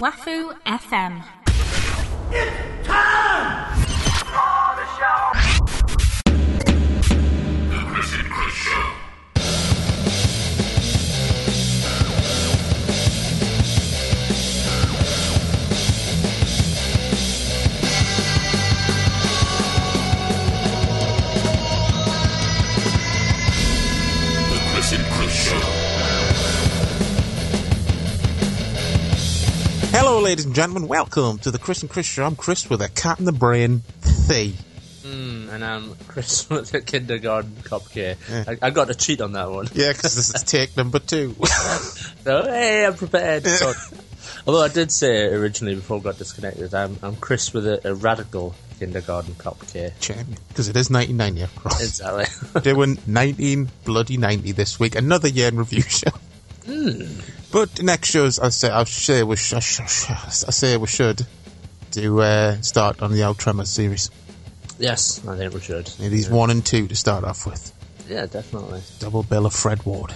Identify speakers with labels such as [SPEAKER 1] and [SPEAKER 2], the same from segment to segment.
[SPEAKER 1] Wafu FM.
[SPEAKER 2] The Chris and Chris Show.
[SPEAKER 3] Hello, ladies and gentlemen. Welcome to the Chris and Chris Show. I'm Chris with a cat in the brain. Thee.
[SPEAKER 4] Hmm, and I'm Chris with the kindergarten cupcake. I, I got to cheat on that one.
[SPEAKER 3] Yeah, because this is take number two.
[SPEAKER 4] So hey, I'm prepared. So- although I did say originally before I got disconnected, I'm, I'm Chris with a, a radical kindergarten cupcake.
[SPEAKER 3] Because it is 1990, after all.
[SPEAKER 4] Exactly.
[SPEAKER 3] Doing 19 bloody 90 this week. Another year in review show.
[SPEAKER 4] Hmm.
[SPEAKER 3] But next shows, I say, I say we should, I say we should do uh, start on the Old Tremors series.
[SPEAKER 4] yes, I think we should.
[SPEAKER 3] It is one and two to start off with.
[SPEAKER 4] Yeah, definitely.
[SPEAKER 3] Double bill of Fred Ward.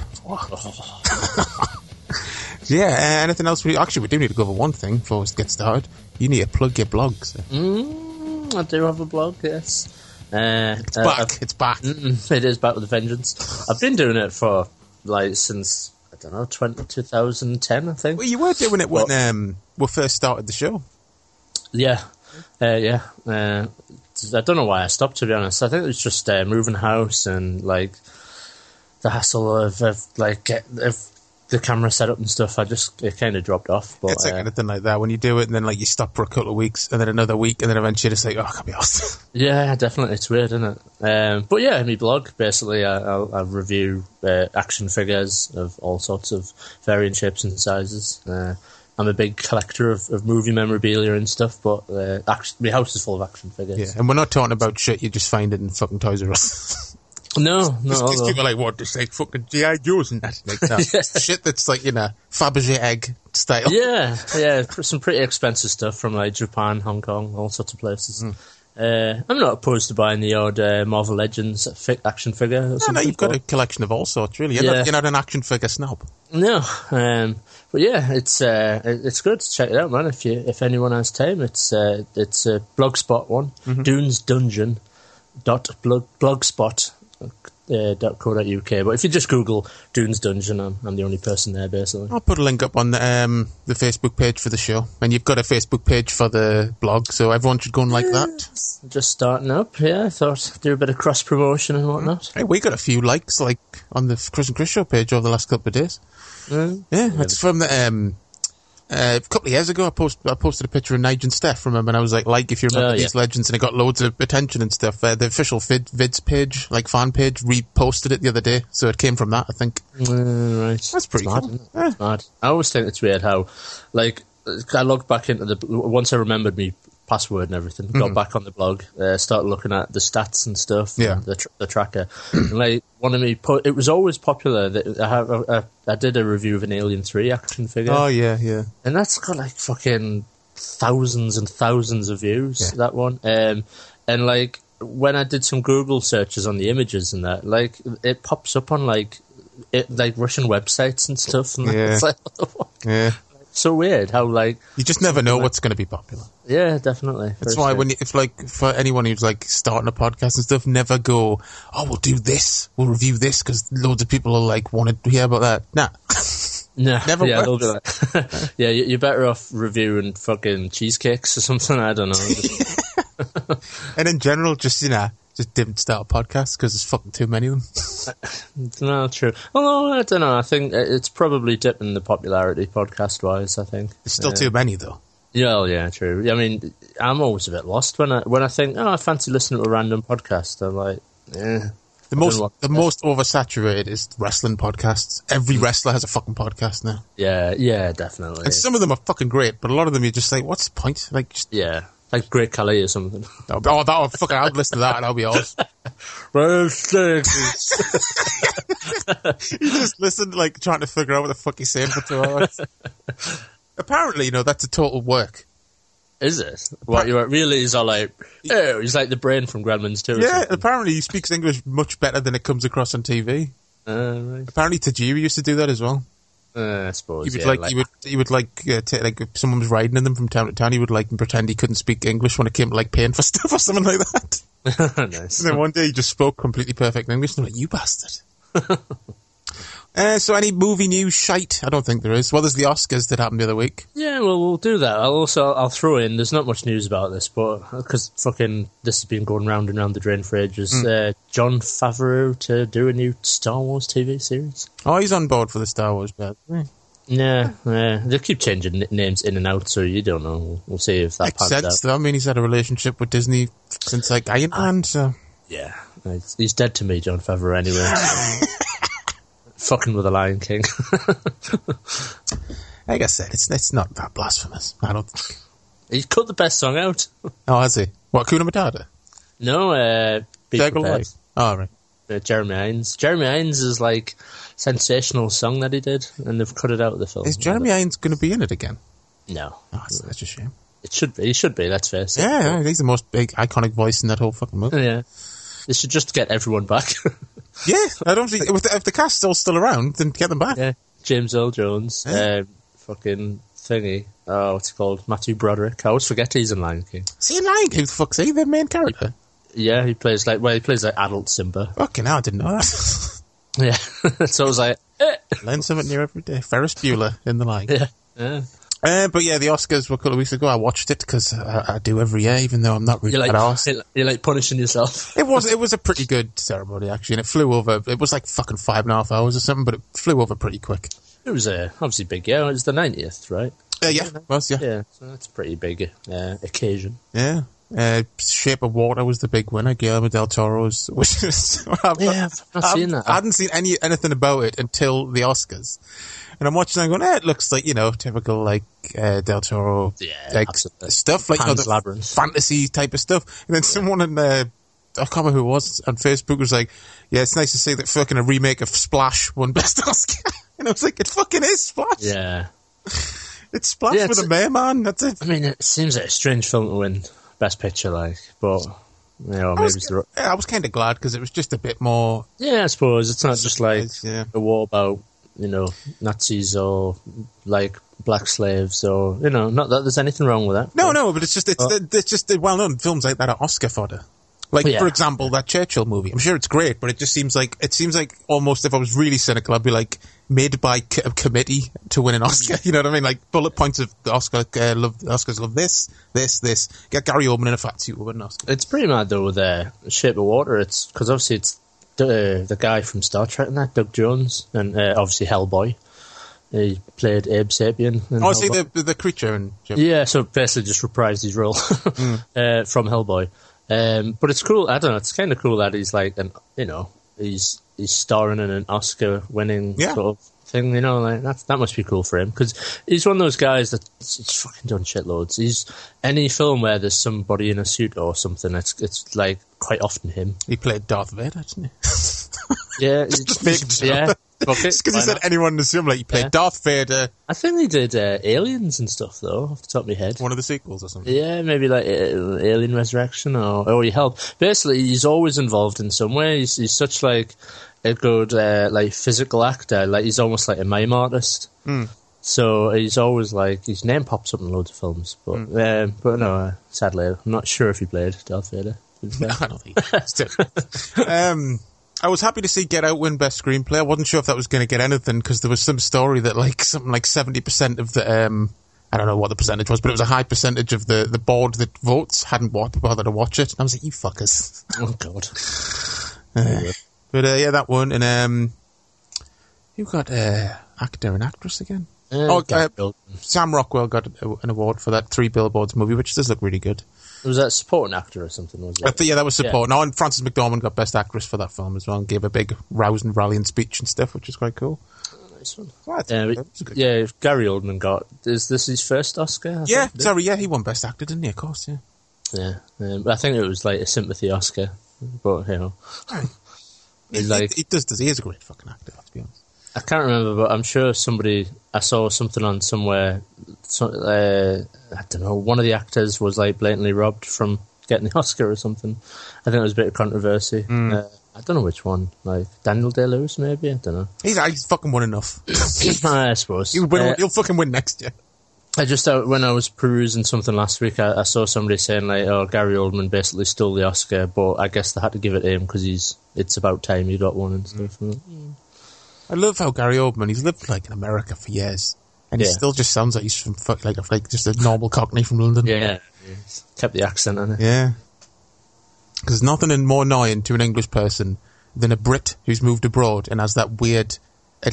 [SPEAKER 3] Yeah, uh, anything else? We Actually, we do need to go over one thing before we get started. You need to plug your blogs.
[SPEAKER 4] Mm, I do have a blog. Yes. Uh, it's
[SPEAKER 3] back. It's back.
[SPEAKER 4] Mm, it is back with a vengeance. I've been doing it for like since I don't know 20, 2010, I think.
[SPEAKER 3] Well, you were doing it when um, we first started the show.
[SPEAKER 4] Yeah, uh, yeah. Uh, I don't know why I stopped. To be honest, I think it was just uh, moving house and like the hassle of, of like get, of the camera setup and stuff. I just it kind of dropped off. But
[SPEAKER 3] It's like
[SPEAKER 4] uh,
[SPEAKER 3] anything like that. When you do it, and then like you stop for a couple of weeks, and then another week, and then eventually it's like, oh, I can't be asked.
[SPEAKER 4] yeah, definitely, it's weird, isn't it? Um, but yeah, my blog basically, I, I, I review uh, action figures of all sorts of varying shapes and sizes. Uh, I'm a big collector of, of movie memorabilia and stuff, but uh, action, my house is full of action figures.
[SPEAKER 3] yeah, and we're not talking about shit. You just find it in fucking Toys R Us.
[SPEAKER 4] No, no,
[SPEAKER 3] Because
[SPEAKER 4] although-
[SPEAKER 3] people are like, what? It's like fucking GI Joes and that. Like, no. Shit that's like you know Fabergé egg style.
[SPEAKER 4] yeah, yeah, pr- some pretty expensive stuff from like Japan, Hong Kong, all sorts of places.
[SPEAKER 3] Hmm.
[SPEAKER 4] Uh, I'm not opposed to buying the odd uh, Marvel Legends fi- action figure. Or
[SPEAKER 3] No,
[SPEAKER 4] something,
[SPEAKER 3] no, you've got a
[SPEAKER 4] but-
[SPEAKER 3] collection of all sorts, really. You're, not,
[SPEAKER 4] Yeah.
[SPEAKER 3] you're not an action figure snob.
[SPEAKER 4] no, um, but yeah, it's uh, it- it's good to check it out, man. If you if anyone has time, it's uh, it's a blogspot one,
[SPEAKER 3] Mm-hmm.
[SPEAKER 4] Dunes Dungeon dot blog blogspot. Uh, dot co dot uk. But if you just Google Dunes Dungeon, I'm, I'm the only person there basically.
[SPEAKER 3] I'll put a link up on the, um, the Facebook page for the show, and you've got a Facebook page for the blog, so everyone should go and like that.
[SPEAKER 4] Just starting up, yeah. I thought do a bit of cross promotion and whatnot.
[SPEAKER 3] Hey, we got a few likes like on the Chris and Chris show page over the last couple of days. Yeah, it's from the um, uh, a couple of years ago. I post I posted a picture of Nigel and Steph. Remember, and I was like, like if you remember
[SPEAKER 4] Oh, yeah.
[SPEAKER 3] these legends, and it got loads of attention and stuff. Uh, the official vid, vids page, like fan page, reposted it the other day, so it came from that. I think
[SPEAKER 4] Mm, right.
[SPEAKER 3] That's pretty
[SPEAKER 4] It's mad,
[SPEAKER 3] cool.
[SPEAKER 4] isn't it?
[SPEAKER 3] Yeah.
[SPEAKER 4] It's mad. I always think it's weird how, like, I logged back into the once I remembered me password and everything,
[SPEAKER 3] Mm-hmm.
[SPEAKER 4] got back on the blog, uh, started looking at the stats and stuff,
[SPEAKER 3] Yeah.
[SPEAKER 4] and the tr- the tracker, and like one of me put it was always popular that I have I, I did a review of an Alien Three action figure,
[SPEAKER 3] Oh yeah, yeah.
[SPEAKER 4] and that's got like fucking thousands and thousands of views
[SPEAKER 3] Yeah.
[SPEAKER 4] that one um, and like when i did some google searches on the images and that like it pops up on like it, like russian websites and stuff and
[SPEAKER 3] Yeah.
[SPEAKER 4] it's like what the fuck?
[SPEAKER 3] Yeah,
[SPEAKER 4] so weird how like
[SPEAKER 3] you just never know what's going to be popular.
[SPEAKER 4] yeah definitely
[SPEAKER 3] That's
[SPEAKER 4] Very
[SPEAKER 3] why
[SPEAKER 4] strange.
[SPEAKER 3] when you, if like for anyone who's like starting a podcast and stuff, never go. Oh, we'll do this. We'll review this because loads of people are like want to hear about that. Nah,
[SPEAKER 4] No,
[SPEAKER 3] Never
[SPEAKER 4] yeah, they'll
[SPEAKER 3] works.
[SPEAKER 4] do that. yeah, you- you're better off reviewing fucking cheesecakes or something. I don't know.
[SPEAKER 3] and in general, just you know, just didn't start a podcast because there's fucking too many of them.
[SPEAKER 4] no, true. Although I don't know. I think it- it's probably dipping the popularity podcast wise. I think
[SPEAKER 3] There's still too many though.
[SPEAKER 4] Yeah, well, yeah, true. I mean, I'm always a bit lost when I when I think, oh, I fancy listening to a random podcast. I'm like, eh,
[SPEAKER 3] The
[SPEAKER 4] don't
[SPEAKER 3] most
[SPEAKER 4] know what-
[SPEAKER 3] the most oversaturated is wrestling podcasts. Every wrestler has a fucking podcast now,
[SPEAKER 4] Yeah, yeah, definitely.
[SPEAKER 3] and some of them are fucking great, but a lot of them you're just like, what's the point? Like, just,
[SPEAKER 4] yeah, like Great Khali or something.
[SPEAKER 3] oh, that oh, fucking, I'd listen to that and I'll be off.
[SPEAKER 4] Roasted.
[SPEAKER 3] you just listen, like trying to figure out what the fuck he's saying for two hours. Apparently, you know that's a total work.
[SPEAKER 4] Is it? What you really is all like, oh, he's like the brain from Gremlins too.
[SPEAKER 3] Yeah, apparently he speaks English much better than it comes across on TV.
[SPEAKER 4] Uh, right.
[SPEAKER 3] Apparently, Tajiri used to do that as well.
[SPEAKER 4] uh, I suppose.
[SPEAKER 3] He would
[SPEAKER 4] yeah,
[SPEAKER 3] like, he would he would like uh, t- like if someone was riding in them from town to town, he would like pretend he couldn't speak English when it came to like paying for stuff or something like that.
[SPEAKER 4] nice.
[SPEAKER 3] And then one day he just spoke completely perfect English. And I'm like, you bastard. uh, so any movie news shite? I don't think there is. Well, there's the Oscars that happened the other week.
[SPEAKER 4] Yeah, well, we'll do that. I'll also I'll throw in. There's not much news about this, but because fucking this has been going round and round the drain for ages.
[SPEAKER 3] Hmm.
[SPEAKER 4] Uh, John Favreau to do a new Star Wars TV series.
[SPEAKER 3] Oh, he's on board for the Star Wars bet.
[SPEAKER 4] Hmm, Yeah,
[SPEAKER 3] Hmm.
[SPEAKER 4] yeah. They keep changing n- names in and out, so you don't know. We'll, we'll see if that
[SPEAKER 3] Makes
[SPEAKER 4] pans
[SPEAKER 3] sense.
[SPEAKER 4] out.
[SPEAKER 3] though. I mean, he's had a relationship with Disney since like Iron
[SPEAKER 4] Ah.
[SPEAKER 3] Man. So
[SPEAKER 4] Yeah, It's- he's dead to me, John Favreau. Anyway, fucking with the Lion King.
[SPEAKER 3] like I said, it's it's not that blasphemous. I don't. Think.
[SPEAKER 4] he cut the best song out.
[SPEAKER 3] Oh, has he? What Kuna Matata?
[SPEAKER 4] No, uh, be
[SPEAKER 3] Jack
[SPEAKER 4] prepared.
[SPEAKER 3] Light. Oh, right.
[SPEAKER 4] uh, Jeremy Irons. Jeremy Irons is like sensational song that he did, and they've cut it out of the film.
[SPEAKER 3] Is Jeremy Irons going to be in it again?
[SPEAKER 4] No,
[SPEAKER 3] Oh, that's, that's a shame.
[SPEAKER 4] it should be. It should be. Let's face it.
[SPEAKER 3] Yeah, yeah, he's the most big iconic voice in that whole fucking movie.
[SPEAKER 4] yeah. They should just get everyone back.
[SPEAKER 3] yeah, I don't think if the, if the cast's all still around, then get them back.
[SPEAKER 4] yeah, James Earl Jones,
[SPEAKER 3] Yeah.
[SPEAKER 4] um, fucking thingy. Oh, what's it called? Matthew Broderick. I always forget he's in Lion King.
[SPEAKER 3] See, in Lion King, who the fuck's he? The main character.
[SPEAKER 4] Yeah, he plays like well, he plays like adult Simba.
[SPEAKER 3] Fucking hell, I didn't know that.
[SPEAKER 4] Yeah, so I was like, eh.
[SPEAKER 3] Learn something new every day. Ferris Bueller in the Lion.
[SPEAKER 4] yeah, yeah.
[SPEAKER 3] Uh, but yeah, the Oscars were a couple of weeks ago. I watched it because I, I do every year, even though I'm not really
[SPEAKER 4] You're
[SPEAKER 3] that
[SPEAKER 4] like,
[SPEAKER 3] arsed.
[SPEAKER 4] you're like- you're like punishing yourself.
[SPEAKER 3] It was it was a pretty good ceremony actually, and it flew over. It was like fucking five and a half hours or something, but it flew over pretty quick.
[SPEAKER 4] It was uh, obviously big. Yeah, it was the ninetieth, right?
[SPEAKER 3] Uh, yeah, it was yeah,
[SPEAKER 4] Yeah, so that's a pretty big uh, occasion.
[SPEAKER 3] yeah. Uh, Shape of Water was the big winner. Guillermo del Toro's, which is I've
[SPEAKER 4] Yeah, I've not
[SPEAKER 3] I've-
[SPEAKER 4] seen that.
[SPEAKER 3] I hadn't seen any anything about it until the Oscars, and I'm watching. and I'm going, eh, it looks like you know typical like uh, del Toro
[SPEAKER 4] Yeah,
[SPEAKER 3] like,
[SPEAKER 4] absolutely.
[SPEAKER 3] stuff like you know,
[SPEAKER 4] Pan's
[SPEAKER 3] the
[SPEAKER 4] Labyrinth.
[SPEAKER 3] fantasy type of stuff. And then someone in uh, I can't remember who it was on Facebook was like, "Yeah, it's nice to see that fucking a remake of Splash won Best Oscar." and I was like, "It fucking is Splash.
[SPEAKER 4] Yeah,
[SPEAKER 3] It's Splash
[SPEAKER 4] Yeah,
[SPEAKER 3] with
[SPEAKER 4] it's-
[SPEAKER 3] a bear man. That's it."
[SPEAKER 4] I mean, it seems like a strange film to win Best Picture, like, but you know,
[SPEAKER 3] I
[SPEAKER 4] maybe it's
[SPEAKER 3] was,
[SPEAKER 4] the, ro-
[SPEAKER 3] yeah, I was kind of glad because it was just a bit more.
[SPEAKER 4] yeah, I suppose it's not just like
[SPEAKER 3] Surprise, yeah.
[SPEAKER 4] a war about you know Nazis or like black slaves or you know, not that there's anything wrong with that.
[SPEAKER 3] No, no, but it's just it's,
[SPEAKER 4] Uh,
[SPEAKER 3] it's just the well-known films like that are Oscar fodder. Like
[SPEAKER 4] Yeah.
[SPEAKER 3] for example, that Churchill movie. I'm sure it's great, but it just seems like it seems like almost if I was really cynical, I'd be like made by c- a committee to win an Oscar. You know what I mean? Like bullet points of the Oscar uh, love the Oscars love this, this, this. Get Gary Oldman in a fat suit will win an Oscar.
[SPEAKER 4] It's pretty mad though with uh, Shape of Water. It's because obviously it's the, the guy from Star Trek and that Doug Jones, and uh, obviously Hellboy. He played Abe Sapien. in
[SPEAKER 3] Oh, I see
[SPEAKER 4] Hellboy.
[SPEAKER 3] the the creature and
[SPEAKER 4] Yeah, so basically just reprised his role
[SPEAKER 3] Hmm.
[SPEAKER 4] uh, from Hellboy. Um, but it's cool. I don't know. It's kind of cool that he's like, an, you know, he's he's starring in an Oscar-winning
[SPEAKER 3] Yeah.
[SPEAKER 4] sort of thing. You know, like that's that must be cool for him because he's one of those guys that he's fucking done shitloads. He's any film where there's somebody in a suit or something. It's it's like quite often him.
[SPEAKER 3] he played Darth Vader, didn't he?
[SPEAKER 4] Yeah,
[SPEAKER 3] just make it
[SPEAKER 4] yeah.
[SPEAKER 3] up.
[SPEAKER 4] fuck it,
[SPEAKER 3] Just because he
[SPEAKER 4] why
[SPEAKER 3] said
[SPEAKER 4] not?
[SPEAKER 3] anyone in the film, like he played
[SPEAKER 4] Yeah.
[SPEAKER 3] Darth Vader,
[SPEAKER 4] I think he did uh, Aliens and stuff though, off the top of my head.
[SPEAKER 3] one of the sequels or something.
[SPEAKER 4] Yeah, maybe like uh, Alien Resurrection or or he helped. Basically, he's always involved in some way. He's, he's such like a good uh, like physical actor. Like he's almost like a mime artist.
[SPEAKER 3] Hmm.
[SPEAKER 4] So he's always like his name pops up in loads of films. But
[SPEAKER 3] Hmm.
[SPEAKER 4] um, but no, uh, sadly, I'm not sure if he played Darth Vader. to be fair.
[SPEAKER 3] I don't think. Still. um, I was happy to see Get Out win best screenplay. I wasn't sure if that was going to get anything because there was some story that like something like seventy percent of the um, I don't know what the percentage was, but it was a high percentage of the the board that votes hadn't wa- bothered to watch it. And I was like, you fuckers.
[SPEAKER 4] oh god,
[SPEAKER 3] But uh, yeah, that one and um, who got uh, actor and actress again? Oh,
[SPEAKER 4] Okay.
[SPEAKER 3] uh, Sam Rockwell got a- an award for that Three Billboards movie, which does look really good.
[SPEAKER 4] was that supporting actor or something? Was
[SPEAKER 3] I
[SPEAKER 4] it?
[SPEAKER 3] think, yeah, that was support. Now, and Frances McDormand got Best Actress for that film as well, and gave a big rouse and rallying speech and stuff, which is quite cool.
[SPEAKER 4] Nice one.
[SPEAKER 3] Well, I think
[SPEAKER 4] Yeah,
[SPEAKER 3] that was
[SPEAKER 4] but-
[SPEAKER 3] a good-
[SPEAKER 4] yeah, Gary Oldman got. Is this his first Oscar? I
[SPEAKER 3] Yeah,
[SPEAKER 4] think?
[SPEAKER 3] sorry, yeah, he won Best Actor, didn't he? Of course, yeah.
[SPEAKER 4] Yeah, um, I think it was like a sympathy Oscar, but you know,
[SPEAKER 3] He,
[SPEAKER 4] Like-
[SPEAKER 3] he, he does, does. He is a great fucking actor, to be honest.
[SPEAKER 4] I can't remember, but I'm sure somebody I saw something on somewhere. So, uh, I don't know. One of the actors was like blatantly robbed from getting the Oscar or something. I think it was a bit of controversy. Uh, I don't know which one, like Daniel Day Lewis, maybe. I don't know.
[SPEAKER 3] He's, he's fucking won enough.
[SPEAKER 4] I suppose.
[SPEAKER 3] He'll, win,
[SPEAKER 4] Uh,
[SPEAKER 3] he'll fucking win next year.
[SPEAKER 4] I just uh, when I was perusing something last week, I, I saw somebody saying like, "Oh, Gary Oldman basically stole the Oscar," but I guess they had to give it to him because he's it's about time he got one and stuff.
[SPEAKER 3] I love how Gary Oldman. He's lived like in America for years, and he
[SPEAKER 4] Yeah.
[SPEAKER 3] still just sounds like he's from fuck, like like just a normal Cockney from London.
[SPEAKER 4] Yeah, he's kept the accent on it.
[SPEAKER 3] yeah. Because nothing is more annoying to an English person than a Brit who's moved abroad and has that weird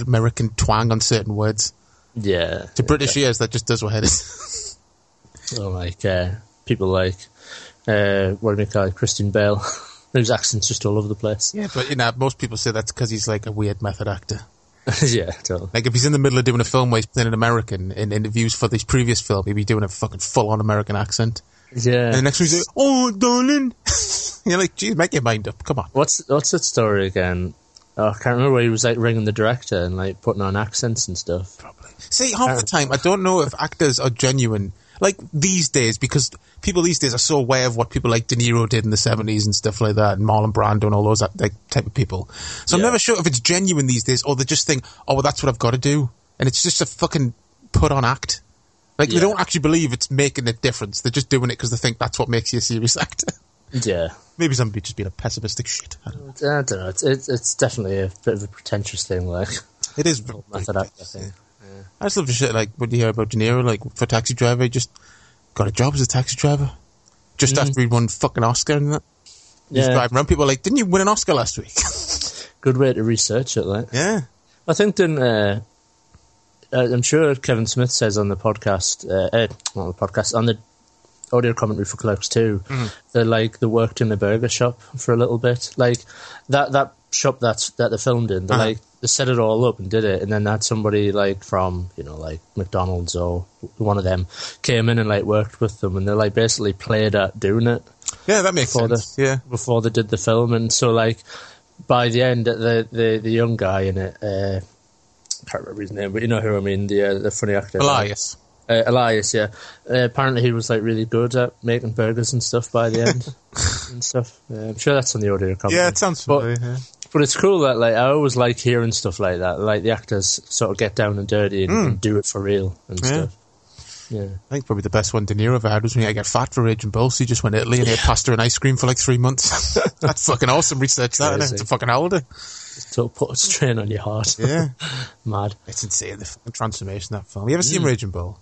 [SPEAKER 3] American twang on certain words.
[SPEAKER 4] Yeah,
[SPEAKER 3] To British ears, that just does what it is.
[SPEAKER 4] or like uh, people like uh, what do you call it, Christian Bale, whose accent's just all over the place.
[SPEAKER 3] yeah, but you know, most people say that's because he's like a weird method actor.
[SPEAKER 4] yeah, totally.
[SPEAKER 3] Like if he's in the middle of doing a film where he's playing an American in interviews for this previous film, he'd be doing a fucking full-on American accent. And the
[SPEAKER 4] Yeah.
[SPEAKER 3] next week he's like, "Oh, darling," you're like, "Geez, make your mind up. Come on."
[SPEAKER 4] What's what's that story again? Oh, I can't remember where he was like ringing the director and like putting on accents and stuff.
[SPEAKER 3] See,
[SPEAKER 4] Uh.
[SPEAKER 3] half the time, I don't know if actors are genuine. Like these days, because people these days are so aware of what people like De Niro did in the seventies and stuff like that, and Marlon Brando and all those like type of people. So I'm
[SPEAKER 4] Yeah.
[SPEAKER 3] never sure if it's genuine these days, or they just think, "Oh, well, that's what I've got to do," and it's just a fucking put on act. Like
[SPEAKER 4] Yeah.
[SPEAKER 3] they don't actually believe it's making a difference. They're just doing it because they think that's what makes you a serious actor.
[SPEAKER 4] Yeah.
[SPEAKER 3] Maybe somebody just being a pessimistic shit. I don't know.
[SPEAKER 4] I don't know. It's, it's, it's definitely a bit of a pretentious thing, like
[SPEAKER 3] It is
[SPEAKER 4] method actor thing.
[SPEAKER 3] I just love the shit like when you hear about De Niro, like for Taxi Driver, he just got a job as a taxi driver. Just after he won fucking Oscar and that. He's
[SPEAKER 4] Yeah,
[SPEAKER 3] driving around. People are like, didn't you win an Oscar last week?
[SPEAKER 4] good way to research it. Like,
[SPEAKER 3] yeah.
[SPEAKER 4] I think then uh, uh, I'm sure Kevin Smith says on the podcast, uh, eh, not on the podcast, on the audio commentary for Clerks Two, that like they worked in a burger shop for a little bit, like that that shop that's that they filmed in. They
[SPEAKER 3] Uh-huh.
[SPEAKER 4] like they set it all up and did it, and then they had somebody like from you know like McDonald's or one of them came in and like worked with them, and they like basically played at doing it.
[SPEAKER 3] Yeah, that makes
[SPEAKER 4] before
[SPEAKER 3] sense.
[SPEAKER 4] the
[SPEAKER 3] yeah.
[SPEAKER 4] before they did the film, and so like by the end, the the, the young guy in it, uh, can't remember his name, but you know who I mean, the uh, the funny actor,
[SPEAKER 3] Elias.
[SPEAKER 4] uh, Elias, yeah. Uh, apparently, he was like really good at making burgers and stuff by the end and stuff. Yeah, I'm sure that's on the audio. Commentary.
[SPEAKER 3] Yeah, it sounds
[SPEAKER 4] But-
[SPEAKER 3] familiar. yeah.
[SPEAKER 4] but it's cool that like I always like hearing stuff like that. Like the actors sort of get down and dirty and, and do it for real and
[SPEAKER 3] Hmm. Yeah.
[SPEAKER 4] stuff. Yeah.
[SPEAKER 3] I think probably the best one De Niro ever had was when he got fat for Raging Bull, so he just went to Italy and ate pasta and ice cream for like three months. That's fucking awesome research, that. isn't it?
[SPEAKER 4] Crazy.
[SPEAKER 3] It's a fucking holiday.
[SPEAKER 4] So put a strain on your heart.
[SPEAKER 3] Yeah.
[SPEAKER 4] Mad.
[SPEAKER 3] it's insane, the fucking transformation of that film. You ever seen Raging Bull?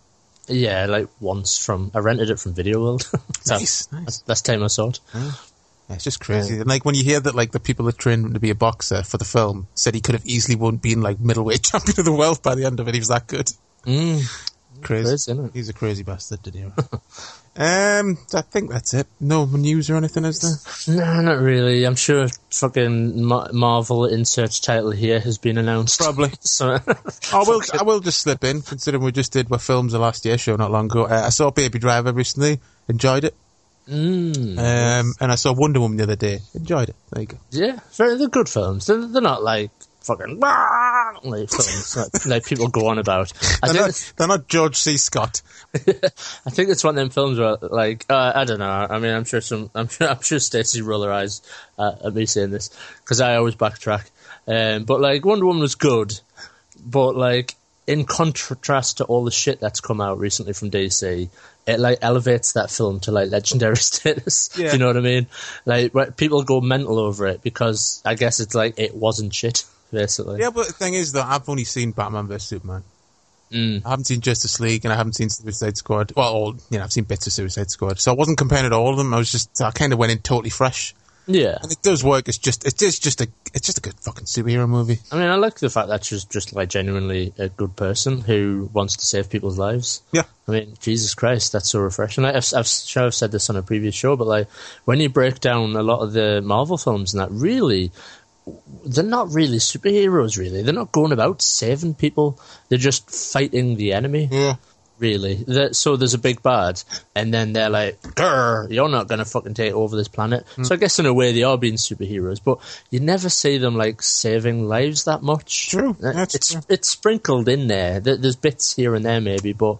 [SPEAKER 4] Yeah, like once from I rented it from Video World. So
[SPEAKER 3] Nice, nice.
[SPEAKER 4] That's, that's time I saw it.
[SPEAKER 3] Yeah, it's just crazy. And like when you hear that, like the people that trained him to be a boxer for the film said he could have easily won been like middleweight champion of the world by the end of it. He was that good. Crazy.
[SPEAKER 4] Crazy, isn't it?
[SPEAKER 3] He's a crazy bastard, De Niro. um, I think that's it. No news or anything, is there?
[SPEAKER 4] No, not really. I'm sure fucking Ma- Marvel insert title here has been announced.
[SPEAKER 3] Probably.
[SPEAKER 4] So,
[SPEAKER 3] I will. I will just slip in, considering we just did my films the last year show not long ago. Uh, I saw Baby Driver recently, enjoyed it. Mm, um, and I saw Wonder Woman the other day, enjoyed it. There you go.
[SPEAKER 4] yeah, very they're good films. They're, they're not like fucking like films like, like people go on about. I
[SPEAKER 3] They're
[SPEAKER 4] think
[SPEAKER 3] not, they're not George C. Scott.
[SPEAKER 4] I think it's one of them films where, like, uh, I don't know. I mean, I'm sure some, I'm sure, I'm sure Stacey roll her eyes uh, at me saying this because I always backtrack. Um, but like, Wonder Woman was good, but like, in contrast to all the shit that's come out recently from DC, it like elevates that film to like legendary status.
[SPEAKER 3] Yeah.
[SPEAKER 4] Do you know what I mean? Like, where people go mental over it because I guess it's like it wasn't shit, basically.
[SPEAKER 3] Yeah, but the thing is, though, I've only seen Batman vs Superman. I haven't seen Justice League, and I haven't seen Suicide Squad. Well, all, you know, I've seen bits of Suicide Squad, so I wasn't comparing it to all of them. I was just, I kind of went in totally fresh.
[SPEAKER 4] Yeah.
[SPEAKER 3] and it does work. It's just it is just a it's just a good fucking superhero movie.
[SPEAKER 4] I mean, I like the fact that she's just like genuinely a good person who wants to save people's lives.
[SPEAKER 3] Yeah.
[SPEAKER 4] I mean, Jesus Christ, that's so refreshing. Like, I've, I've, sure I've said this on a previous show, but like when you break down a lot of the Marvel films and that, really, they're not really superheroes. Really, they're not going about saving people. They're just fighting the enemy.
[SPEAKER 3] Yeah.
[SPEAKER 4] Really. That so there's a big bad, and then they're like, "Grr, you're not going to fucking take over this planet."
[SPEAKER 3] Hmm.
[SPEAKER 4] So I guess in a way they are being superheroes, but you never see them like saving lives that much.
[SPEAKER 3] True.
[SPEAKER 4] Uh,
[SPEAKER 3] That's
[SPEAKER 4] it's
[SPEAKER 3] true.
[SPEAKER 4] it's sprinkled in there. There- There's bits here and there maybe, but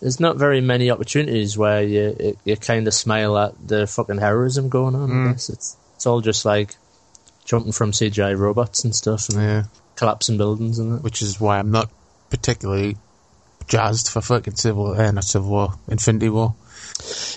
[SPEAKER 4] there's not very many opportunities where you you, you kind of smile at the fucking heroism going on.
[SPEAKER 3] Hmm.
[SPEAKER 4] I guess it's it's all just like jumping from CGI robots and stuff and
[SPEAKER 3] Yeah.
[SPEAKER 4] collapsing buildings and that.
[SPEAKER 3] Which is why I'm not particularly jazzed for fucking Civil uh, not Civil War, Infinity War.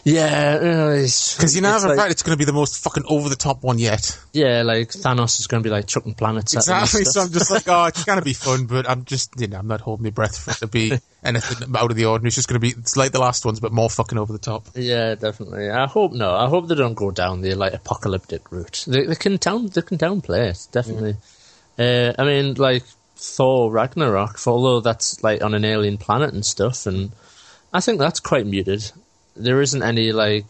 [SPEAKER 4] Yeah, because
[SPEAKER 3] Because you know have a right it's gonna be the most fucking over the top one yet.
[SPEAKER 4] Yeah, like Thanos is going to be like chucking planets at them and
[SPEAKER 3] Exactly. So
[SPEAKER 4] stuff.
[SPEAKER 3] I'm just like, oh, it's gonna be fun, but I'm just you know, I'm not holding my breath for it to be anything out of the ordinary. It's just gonna be it's like the last ones, but more fucking over the top.
[SPEAKER 4] Yeah, definitely. I hope no. I hope they don't go down the like apocalyptic route. They, they can down they can downplay it definitely. Uh, I mean, like Thor Ragnarok, for- although that's like on an alien planet and stuff, and I think that's quite muted. There isn't any like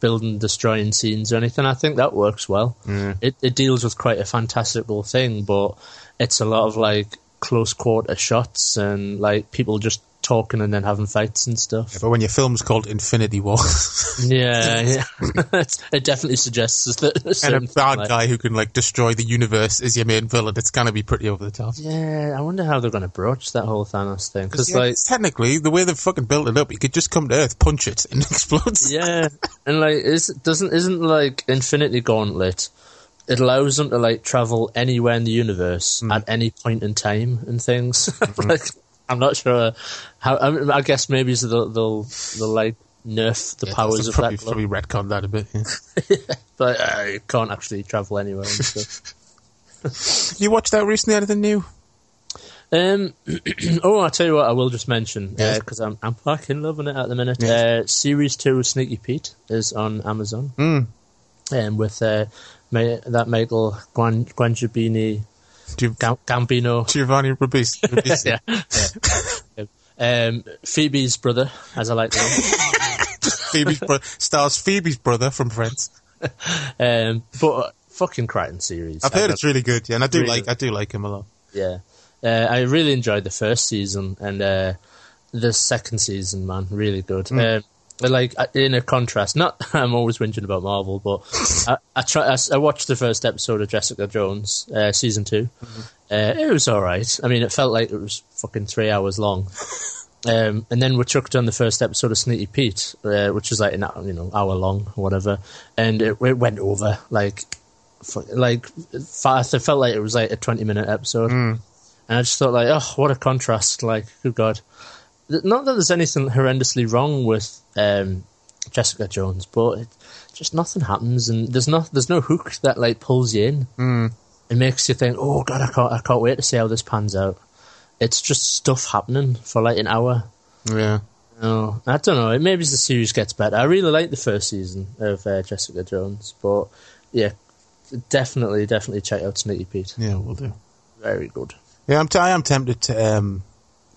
[SPEAKER 4] building destroying scenes or anything. I think that works well. It it deals with quite a fantastical thing, but it's a lot of like close quarter shots and like people just talking and then having fights and stuff.
[SPEAKER 3] But when your film's called Infinity War
[SPEAKER 4] Yeah, yeah. it definitely suggests us that a
[SPEAKER 3] and a
[SPEAKER 4] certain
[SPEAKER 3] bad
[SPEAKER 4] like-
[SPEAKER 3] guy who can like destroy the universe is your main villain, it's gonna be pretty over the top.
[SPEAKER 4] Yeah, I wonder how they're going to broach that whole Thanos thing because
[SPEAKER 3] Yeah,
[SPEAKER 4] like.
[SPEAKER 3] it's technically, the way they've fucking built it up, you could just come to Earth, punch it, and it explodes.
[SPEAKER 4] Yeah, and like, is doesn't isn't like Infinity Gauntlet? It allows them to like travel anywhere in the universe
[SPEAKER 3] Hmm.
[SPEAKER 4] at any point in time and things. like, I'm not sure how. I, mean, I guess maybe they'll, they'll they'll like nerf the
[SPEAKER 3] Yeah,
[SPEAKER 4] powers
[SPEAKER 3] so
[SPEAKER 4] of
[SPEAKER 3] probably,
[SPEAKER 4] that.
[SPEAKER 3] probably retcon that a bit. yeah.
[SPEAKER 4] But uh, you can't actually travel anywhere and stuff.
[SPEAKER 3] you watched that recently? Anything new?
[SPEAKER 4] Um, oh, I tell you what, I will just mention
[SPEAKER 3] Yes.
[SPEAKER 4] because I'm I'm fucking loving it at the minute.
[SPEAKER 3] Yes.
[SPEAKER 4] Uh, series two, of Sneaky Pete, is on Amazon,
[SPEAKER 3] Hmm.
[SPEAKER 4] mm. um, with uh, Ma- that Michael Guan- Guanjubini
[SPEAKER 3] Giov-
[SPEAKER 4] Gam- Gambino,
[SPEAKER 3] Giovanni Ribisi. Ribisi.
[SPEAKER 4] yeah, Yeah. um, Phoebe's brother, as I like to know.
[SPEAKER 3] Phoebe's bro- stars Phoebe's brother from Friends.
[SPEAKER 4] um, but uh, fucking cracking series.
[SPEAKER 3] I've heard it's really good, yeah, and I do
[SPEAKER 4] Really?
[SPEAKER 3] like I do like him a lot.
[SPEAKER 4] Yeah, uh, I really enjoyed the first season and uh, the second season, man, really good. Um, but like I- in a contrast, not I'm always whinging about Marvel, but I, I try. I, s- I watched the first episode of Jessica Jones uh, season 2 Uh, it was all right. I mean, it felt like it was fucking three hours long. Um, and then we chucked on the first episode of Sneaky Pete, uh, which was like an hou- you know hour long, or whatever, and it, it went over like fu- like fast. It felt like it was like a twenty minute episode, and I just thought like, oh, what a contrast! Like, good god, Th- not that there's anything horrendously wrong with um, Jessica Jones, but it, just nothing happens, and there's not there's no hook that like pulls you in. It makes you think, oh god, I can't I can't wait to see how this pans out. It's just stuff happening for like an hour.
[SPEAKER 3] Yeah.
[SPEAKER 4] No, I don't know. Maybe as the series gets better. I really liked the first season of uh, Jessica Jones, but yeah, definitely, definitely check out Sneaky Pete.
[SPEAKER 3] Yeah, we'll do.
[SPEAKER 4] Very good.
[SPEAKER 3] Yeah, I'm t- I am tempted to um,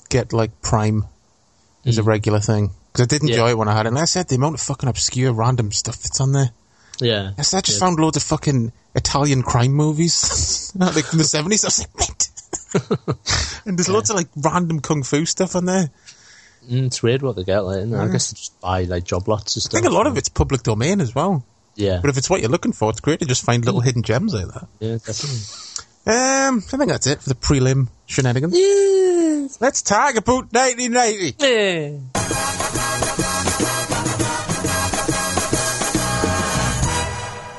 [SPEAKER 3] get like Prime as a regular thing. Because I did enjoy
[SPEAKER 4] Mm. Yeah.
[SPEAKER 3] it when I had it. And like I said, the amount of fucking obscure random stuff that's on there.
[SPEAKER 4] Yeah,
[SPEAKER 3] I said I just
[SPEAKER 4] Yeah.
[SPEAKER 3] found loads of fucking Italian crime movies, like from the seventies. I was like, what? and there's loads of like random kung fu stuff on there.
[SPEAKER 4] Mm, it's weird what they get. Like, isn't it? I guess they just buy like job lots and
[SPEAKER 3] Mm. I
[SPEAKER 4] stuff.
[SPEAKER 3] think a lot of it's public domain as well.
[SPEAKER 4] Yeah,
[SPEAKER 3] But if it's what you're looking for, it's great to just find
[SPEAKER 4] Mm.
[SPEAKER 3] little hidden gems like that.
[SPEAKER 4] yeah, definitely.
[SPEAKER 3] Um, I think that's it for the prelim shenanigans. Let's talk about 1990.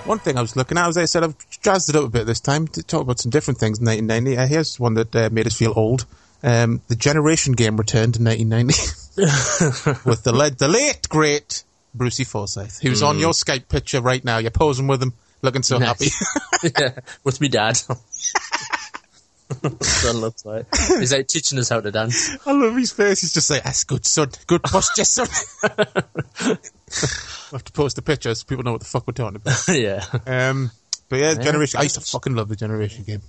[SPEAKER 3] One thing I was looking at was I said I've jazzed it up a bit this time to talk about some different things in 1990. Uh, here's one that uh, made us feel old. Um, the Generation game returned in 1990 with the, le- the late, great Brucey Forsyth, who's on your Skype picture right now. You're posing with him, looking so
[SPEAKER 4] Nice.
[SPEAKER 3] happy.
[SPEAKER 4] yeah, with me dad. Son looks like he's like teaching us how to dance.
[SPEAKER 3] I love his face. He's just like, that's good, son. Good posture, son. have to post the pictures so people know what the fuck we're talking about.
[SPEAKER 4] yeah,
[SPEAKER 3] Um, but yeah,
[SPEAKER 4] Yeah,
[SPEAKER 3] Generation. I used to
[SPEAKER 4] good.
[SPEAKER 3] fucking love the Generation game.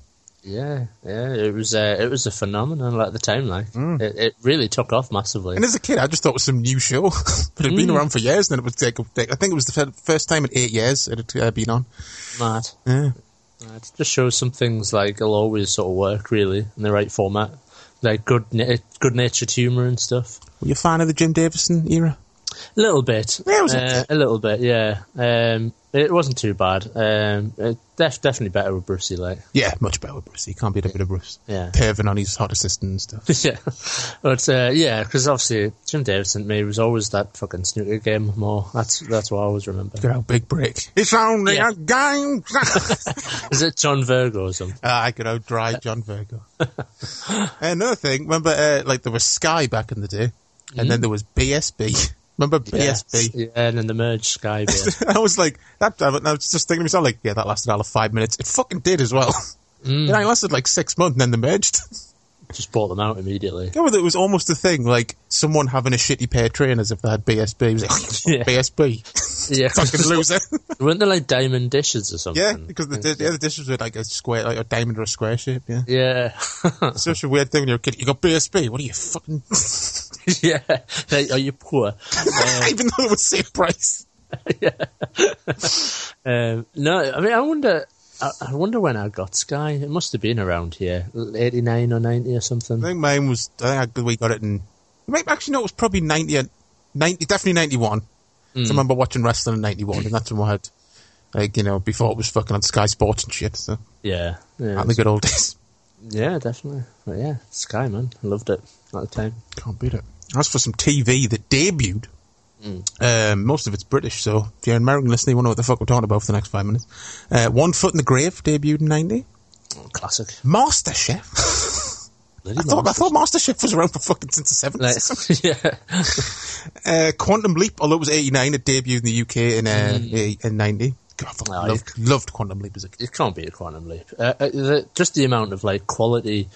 [SPEAKER 4] yeah, yeah. It was uh, it was a phenomenon like the time, like it, it really took off massively.
[SPEAKER 3] Mm. And as a kid, I just thought it was some new show, but it'd been around for years. And then it was like, like- I think it was the fir- first time in eight years it had uh, been on.
[SPEAKER 4] Mad.
[SPEAKER 3] Yeah.
[SPEAKER 4] Uh, It just shows some things like will always sort of work really in the right format, like good na- good natured humour and stuff.
[SPEAKER 3] Were you a fan of the Jim Davison era?
[SPEAKER 4] A little bit,
[SPEAKER 3] Yeah, it was-
[SPEAKER 4] uh, a little bit, yeah. Um, it wasn't too bad. Um, it def- definitely better with Brucey, like
[SPEAKER 3] Yeah, much better with Bruce. He can't beat a bit of Bruce.
[SPEAKER 4] Yeah.
[SPEAKER 3] Pervin on his hot assistant and stuff.
[SPEAKER 4] yeah, but uh, yeah, because obviously Jim Davidson to me was always that fucking snooker game more. That's that's what I always remember.
[SPEAKER 3] Look at how big break. It's only
[SPEAKER 4] Yeah.
[SPEAKER 3] a game.
[SPEAKER 4] Is it John Virgo or something?
[SPEAKER 3] Ah, I could out dry John Virgo. Another thing, remember, uh, like there was Sky back in the day, and then there was BSB. Remember BSB?
[SPEAKER 4] yeah, and then the merge Sky. beer.
[SPEAKER 3] I was like, that, I was just thinking to myself, like, yeah, that lasted all of five minutes. It fucking did as well. And I lasted like six months and then they merged.
[SPEAKER 4] Just bought them out immediately.
[SPEAKER 3] yeah, well, it was almost a thing, like someone having a shitty pair of trainers if they had BSB. It was like, fuck
[SPEAKER 4] Yeah.
[SPEAKER 3] BSB.
[SPEAKER 4] Yeah,
[SPEAKER 3] fucking loser.
[SPEAKER 4] weren't there like diamond dishes or something?
[SPEAKER 3] yeah, because the, the, other dishes were like a square, like a diamond or a square shape, yeah.
[SPEAKER 4] Yeah,
[SPEAKER 3] It's Such a weird thing when you're a kid. You got BSB, what are you fucking.
[SPEAKER 4] yeah. Like, are you poor?
[SPEAKER 3] Even though it was same price.
[SPEAKER 4] Um, no, I mean, I wonder. I, I wonder when I got Sky. It must have been around here, eighty nine or ninety or something.
[SPEAKER 3] I think mine was. I think I, we got it in. Maybe, actually, no, it was probably 90, and- 90 definitely 91. 'Cause
[SPEAKER 4] Hmm.
[SPEAKER 3] I remember watching wrestling in 91, and that's when I had, like, you know, before it was fucking on Sky Sports and shit. So,
[SPEAKER 4] Yeah, yeah,
[SPEAKER 3] back in the good old days.
[SPEAKER 4] yeah, definitely. But yeah, Sky man, I loved it at the time.
[SPEAKER 3] Can't beat it. As for some TV that debuted,
[SPEAKER 4] Hmm.
[SPEAKER 3] um, most of it's British, so if you're an American listener, you won't know what the fuck we're talking about for the next five minutes. Uh, One Foot in the Grave debuted in 90.
[SPEAKER 4] Oh, Classic.
[SPEAKER 3] MasterChef.
[SPEAKER 4] Bloody
[SPEAKER 3] I thought, I
[SPEAKER 4] monster.
[SPEAKER 3] thought MasterChef was around for fucking since the 70s.
[SPEAKER 4] Like, yeah,
[SPEAKER 3] Uh, Quantum Leap, although it was 89, it debuted in the UK in, uh,
[SPEAKER 4] Mm.
[SPEAKER 3] eh, in 90. God, I fucking
[SPEAKER 4] Oh,
[SPEAKER 3] loved, loved Quantum Leap as a kid.
[SPEAKER 4] it can't be a quantum leap. Uh, uh, the, just the amount of like quality,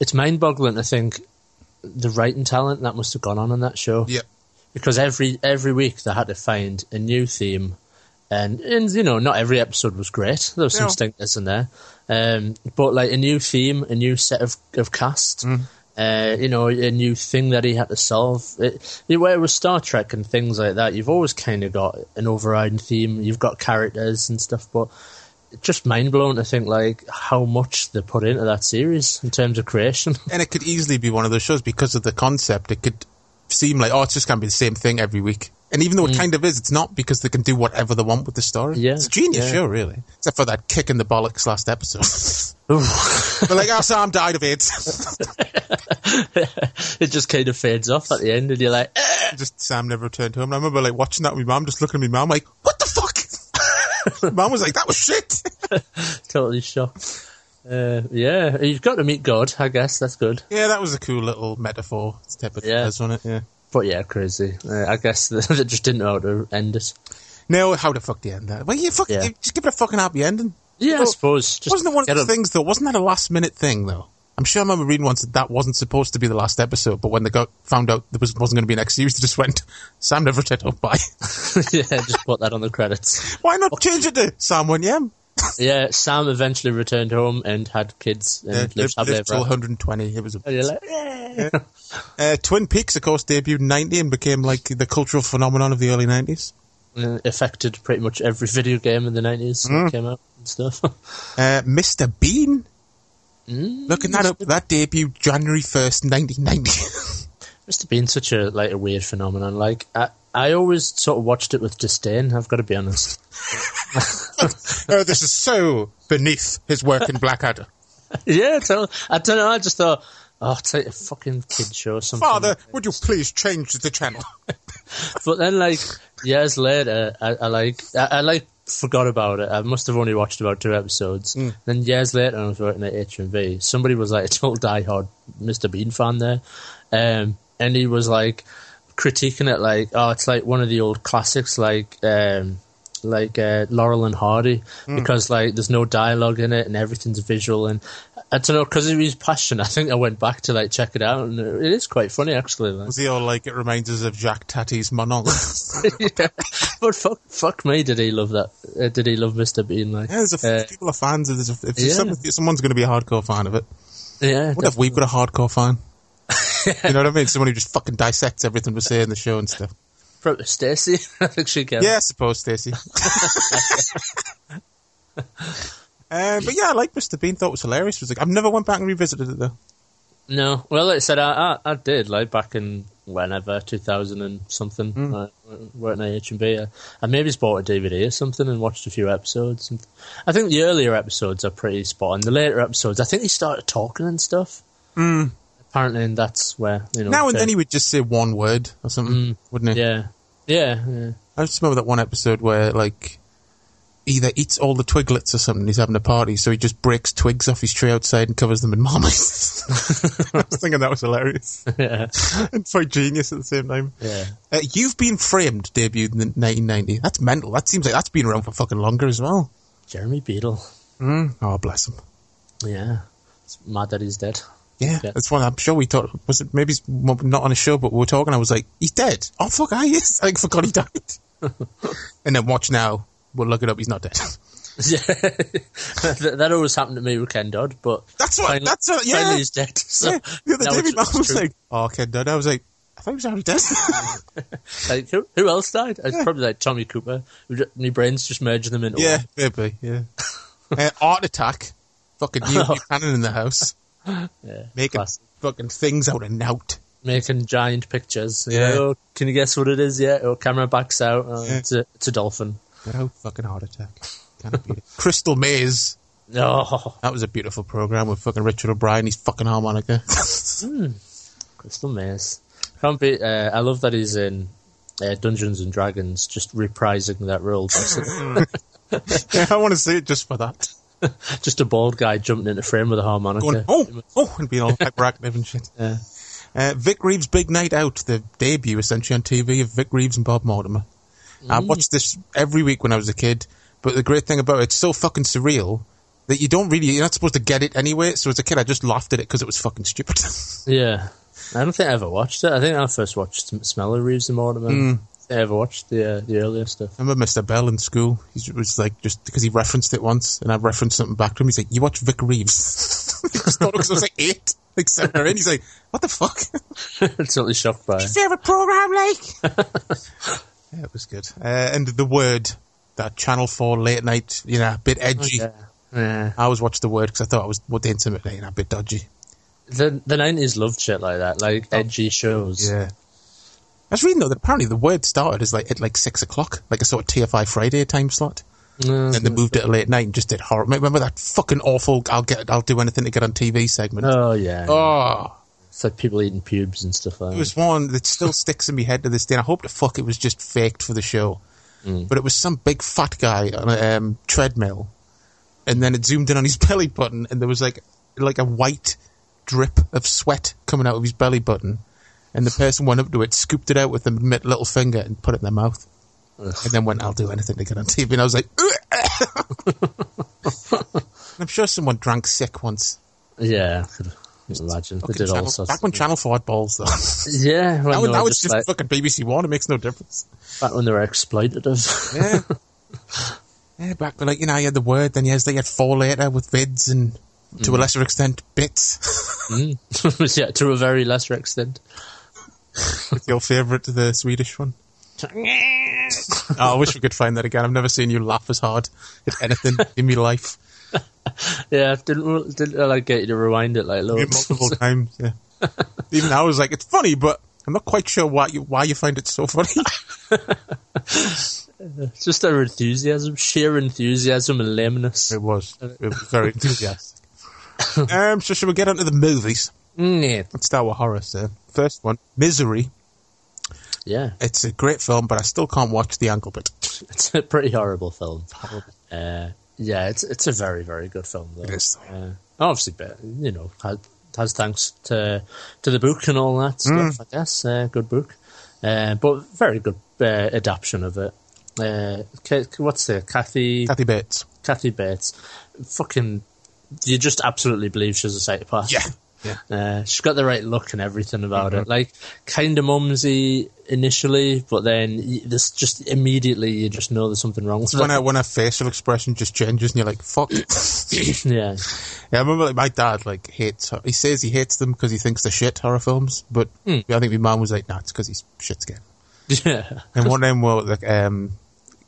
[SPEAKER 4] it's mind boggling to think the writing talent that must have gone on in that show. because every every week they had to find a new theme, and and you know not every episode was great. There was some
[SPEAKER 3] No.
[SPEAKER 4] stinkers in there, um, but like a new theme, a new set of of cast. Uh, you know, a new thing that he had to solve. It, it- where with Star Trek and things like that, you've always kind of got an overriding theme. You've got characters and stuff, but it's just mind blowing to think like how much they put into that series in terms of creation.
[SPEAKER 3] And it could easily be one of those shows because of the concept. It could seem like, oh, it's just going to be the same thing every week. And even though it kind of is, it's not because they can do whatever they want with the story.
[SPEAKER 4] Mm. Yeah,
[SPEAKER 3] It's a genius
[SPEAKER 4] yeah.
[SPEAKER 3] show, really. Except for that kick in the bollocks last episode. They're like, oh, Sam died of AIDS.
[SPEAKER 4] it just kind of fades off at the end, and you're like, "Eh."
[SPEAKER 3] just Sam never returned home. And I remember like watching that with my mum, just looking at my mum like, what the fuck? mum was like, that was shit.
[SPEAKER 4] totally shocked. Uh, yeah, you've got to meet God, I guess. That's good.
[SPEAKER 3] Yeah, that was a cool little metaphor step of
[SPEAKER 4] Yeah.
[SPEAKER 3] yeah. on it. Yeah.
[SPEAKER 4] But yeah, crazy. Uh, I guess they just didn't know how to end it.
[SPEAKER 3] No, how the fuck do you end that? Well, you fucking
[SPEAKER 4] Yeah.
[SPEAKER 3] you just give it a fucking happy ending.
[SPEAKER 4] Yeah, I
[SPEAKER 3] Well,
[SPEAKER 4] suppose. Just
[SPEAKER 3] wasn't it one of
[SPEAKER 4] get
[SPEAKER 3] those
[SPEAKER 4] a-
[SPEAKER 3] things though? Wasn't that a last minute thing though? I'm sure I remember reading once that that wasn't supposed to be the last episode, but when they got found out there was, wasn't going to be an next series, they just went Sam never returned home. Bye.
[SPEAKER 4] yeah, just put that on the credits.
[SPEAKER 3] Why not change it to Sam Win Yam?
[SPEAKER 4] Yeah, Sam eventually returned home and had kids and
[SPEAKER 3] Yeah,
[SPEAKER 4] lived
[SPEAKER 3] lived,
[SPEAKER 4] happily
[SPEAKER 3] lived
[SPEAKER 4] ever
[SPEAKER 3] till
[SPEAKER 4] after.
[SPEAKER 3] 120. It was a,
[SPEAKER 4] And you're like, Oh, "Yeah."
[SPEAKER 3] uh, Twin Peaks, of course, debuted in 90 and became like the cultural phenomenon of the early 90s.
[SPEAKER 4] Uh, affected pretty much every video game in the 90s
[SPEAKER 3] Mm.
[SPEAKER 4] that came out and stuff.
[SPEAKER 3] Uh, Mr. Bean. Looking that up, that debuted January 1st, 1990.
[SPEAKER 4] Must have been such a like a weird phenomenon. Like I, I always sort of watched it with disdain. I've got to be honest.
[SPEAKER 3] oh, this is so beneath his work in Blackadder.
[SPEAKER 4] yeah, totally. I don't know. I just thought, oh, it's like a fucking kid show or something.
[SPEAKER 3] Father, would you please change the channel?
[SPEAKER 4] But then, like years later, I, I like I, I like forgot about it. I must have only watched about two episodes. Then years later, when I was working at HMV, somebody was like a total diehard Mr Bean fan there, um, and he was like critiquing it like, oh, it's like one of the old classics, like. Um, like uh, Laurel and Hardy because like there's no dialogue in it and everything's visual and I don't know because of his passion. I think I went back to like check it out and it is quite funny actually. Like.
[SPEAKER 3] Was he all like it reminds us of Jack Tatty's monologue?
[SPEAKER 4] yeah. But fuck, fuck me, did he love that? Uh, did he love Mr Bean? Like
[SPEAKER 3] yeah, there's a,
[SPEAKER 4] Uh,
[SPEAKER 3] people are fans of this. If, if
[SPEAKER 4] yeah.
[SPEAKER 3] some- if someone's going to be a hardcore fan of it,
[SPEAKER 4] yeah,
[SPEAKER 3] what if we got a hardcore fan? you know what I mean? Someone who just fucking dissects everything we say in the show and stuff.
[SPEAKER 4] Probably Stacey. I think she can.
[SPEAKER 3] Yeah, I suppose, Stacey. Uh, but yeah, I like Mr. Bean. Thought it was hilarious. Was like, I've never went back and revisited it though.
[SPEAKER 4] No. Well, like I said, I, I, I did, like, back in whenever, 2000 and something,
[SPEAKER 3] Mm.
[SPEAKER 4] like, working at H&B. I, uh, I maybe just bought a DVD or something and watched a few episodes. And I think the earlier episodes are pretty spot on. The later episodes, I think they started talking and stuff. Apparently, and that's where, you know...
[SPEAKER 3] Mm. Now and then
[SPEAKER 4] the-
[SPEAKER 3] he would just say one word or something, wouldn't he?
[SPEAKER 4] Mm. Yeah. Yeah, yeah.
[SPEAKER 3] I just remember that one episode where like either eats all the twiglets or something. He's having a party, so he just breaks twigs off his tree outside and covers them in marmite. I was thinking that was hilarious and quite genius at the same time.
[SPEAKER 4] Yeah.
[SPEAKER 3] uh, you've been framed debuted in 1990. That's mental. That seems like that's been around for fucking longer as well.
[SPEAKER 4] Jeremy Beadle.
[SPEAKER 3] Oh bless him.
[SPEAKER 4] Yeah. It's mad that he's dead.
[SPEAKER 3] Yeah,
[SPEAKER 4] Yeah.
[SPEAKER 3] that's one I'm sure we talked. Was it maybe it's m- not on a show, but we were talking. I was like, he's dead. Oh fuck, I is. I forgot he died. and then watch now. We'll look it up. He's not dead.
[SPEAKER 4] Yeah. that, that always happened to me with Ken Dodd, but...
[SPEAKER 3] That's what-
[SPEAKER 4] Finally,
[SPEAKER 3] that's what- yeah.
[SPEAKER 4] Finally he's dead. So
[SPEAKER 3] yeah, the other
[SPEAKER 4] now
[SPEAKER 3] day, my
[SPEAKER 4] it's-
[SPEAKER 3] mum
[SPEAKER 4] it's
[SPEAKER 3] was
[SPEAKER 4] true.
[SPEAKER 3] like, "Oh, Ken died." I was like, "I thought he was already dead."
[SPEAKER 4] Oh, Like, who, who else died? It's probably like Tommy Cooper. Who ju- My brains just merged them into
[SPEAKER 3] yeah,
[SPEAKER 4] one.
[SPEAKER 3] maybe. Yeah. uh, art attack. Fucking new, new cannon in the house. Yeah, making
[SPEAKER 4] classic.
[SPEAKER 3] fucking things out of nout.
[SPEAKER 4] making giant pictures. You
[SPEAKER 3] Yeah.
[SPEAKER 4] know, can you guess what it is yet? Or camera backs out. Oh, it's, a, it's a dolphin.
[SPEAKER 3] No fucking heart attack. Can't beat it. Crystal Maze.
[SPEAKER 4] Oh,
[SPEAKER 3] That was a beautiful program with fucking Richard O'Brien. He's fucking harmonica.
[SPEAKER 4] Crystal Maze. Can't be, uh, I love that he's in uh, Dungeons and Dragons, just reprising that role.
[SPEAKER 3] yeah, I want to see it just for that.
[SPEAKER 4] just a bald guy jumping into frame with a harmonica.
[SPEAKER 3] Going, oh, oh, and being all hyperactive and shit. Uh, Vic Reeves' Big Night Out, the debut essentially on TV of Vic Reeves and Bob Mortimer. I watched this every week when I was a kid, but the great thing about it, it's so fucking surreal that you don't really, you're not supposed to get it anyway. So as a kid, I just laughed at it because it was fucking stupid.
[SPEAKER 4] Yeah. I don't think I ever watched it. I think I first watched Smeller Reeves and Mortimer.
[SPEAKER 3] Hmm.
[SPEAKER 4] I think I ever watched the, uh, the earlier stuff.
[SPEAKER 3] I remember Mr. Bell in school. He was like, just because he referenced it once, and I referenced something back to him. He's like, "You watch Vic Reeves?" I just thought because I was like eight, like seven or eight. He's like, "What the fuck?"
[SPEAKER 4] totally shocked by it.
[SPEAKER 3] favorite program, like. yeah, it was good. Uh, and the word that Channel Four late night, you know, a bit edgy.
[SPEAKER 4] Yeah. Yeah.
[SPEAKER 3] I always watched the word because I thought it was what they intimidating, a bit dodgy.
[SPEAKER 4] the the nineties loved shit like that, like edgy shows.
[SPEAKER 3] Oh. Yeah. I was reading though that apparently the word started as like at like six o'clock, like a sort of TFI Friday time slot.
[SPEAKER 4] Mm.
[SPEAKER 3] Then they moved it to late night and just did horror. Remember that fucking awful "I'll get, I'll do anything to get on TV" segment.
[SPEAKER 4] Oh yeah.
[SPEAKER 3] Oh,
[SPEAKER 4] It's like people eating pubes and stuff like
[SPEAKER 3] it
[SPEAKER 4] that.
[SPEAKER 3] was one that still sticks in my head to this day. And I hope the fuck it was just faked for the show,
[SPEAKER 4] Mm.
[SPEAKER 3] but it was some big fat guy on a um, treadmill, and then it zoomed in on his belly button, and there was like like a white drip of sweat coming out of his belly button, and the person went up to it, scooped it out with a mid- little finger, and put it in their mouth, and then went, "I'll do anything to get on TV," and I was like. And I'm sure someone drank sick once.
[SPEAKER 4] Yeah, I could imagine. They
[SPEAKER 3] Fucking
[SPEAKER 4] did all
[SPEAKER 3] Channel-
[SPEAKER 4] sorts
[SPEAKER 3] back
[SPEAKER 4] of
[SPEAKER 3] when Channel 4 had balls, though.
[SPEAKER 4] Yeah, when
[SPEAKER 3] Now,
[SPEAKER 4] they were
[SPEAKER 3] now it's
[SPEAKER 4] just,
[SPEAKER 3] just
[SPEAKER 4] like,
[SPEAKER 3] fucking BBC One. It makes no difference.
[SPEAKER 4] back when they were exploitative.
[SPEAKER 3] Yeah. yeah, back like you know, you had the word, then you had, you had four later with vids and to a lesser extent bits.
[SPEAKER 4] yeah, to a very lesser extent.
[SPEAKER 3] It's your favourite, the Swedish one. oh, I wish we could find that again. I've never seen you laugh as hard at anything in my life.
[SPEAKER 4] Yeah, didn't didn't I, like get you to rewind it like loads.
[SPEAKER 3] Multiple times. Yeah. Even I was like, it's funny, but I'm not quite sure why you why you find it so funny.
[SPEAKER 4] It's just their enthusiasm, sheer enthusiasm and lameness.
[SPEAKER 3] it was. It was very enthusiastic. um, so should we get onto the movies?
[SPEAKER 4] Yeah,
[SPEAKER 3] Let's start with horror, sir. First one, Misery.
[SPEAKER 4] yeah,
[SPEAKER 3] It's a great film, but I still can't watch the ankle bit.
[SPEAKER 4] it's a pretty horrible film. Uh, yeah, it's it's a very very good film though.
[SPEAKER 3] It is.
[SPEAKER 4] Uh, obviously, but you know, has, has thanks to to the book and
[SPEAKER 3] Hmm.
[SPEAKER 4] all that stuff. I guess uh, good book, uh, but very good uh, adaptation of it. uh, Ka- what's her? Kathy
[SPEAKER 3] Kathy Bates.
[SPEAKER 4] Kathy Bates. Fucking, you just absolutely believe she's a psychopath.
[SPEAKER 3] Yeah. Yeah. Mm-hmm.
[SPEAKER 4] Uh, she's got the right look and everything about it. Like, kind of mumsy initially, but then y- this just immediately you just know there's something wrong with
[SPEAKER 3] When her
[SPEAKER 4] her.
[SPEAKER 3] when her facial expression just changes and you're like, fuck. yeah,
[SPEAKER 4] yeah.
[SPEAKER 3] I remember like my dad like hates her. He says he hates them because he thinks they're shit horror films, but I think my mum was like, nah, it's because he's shit scared.
[SPEAKER 4] Yeah.
[SPEAKER 3] And one of them were like um,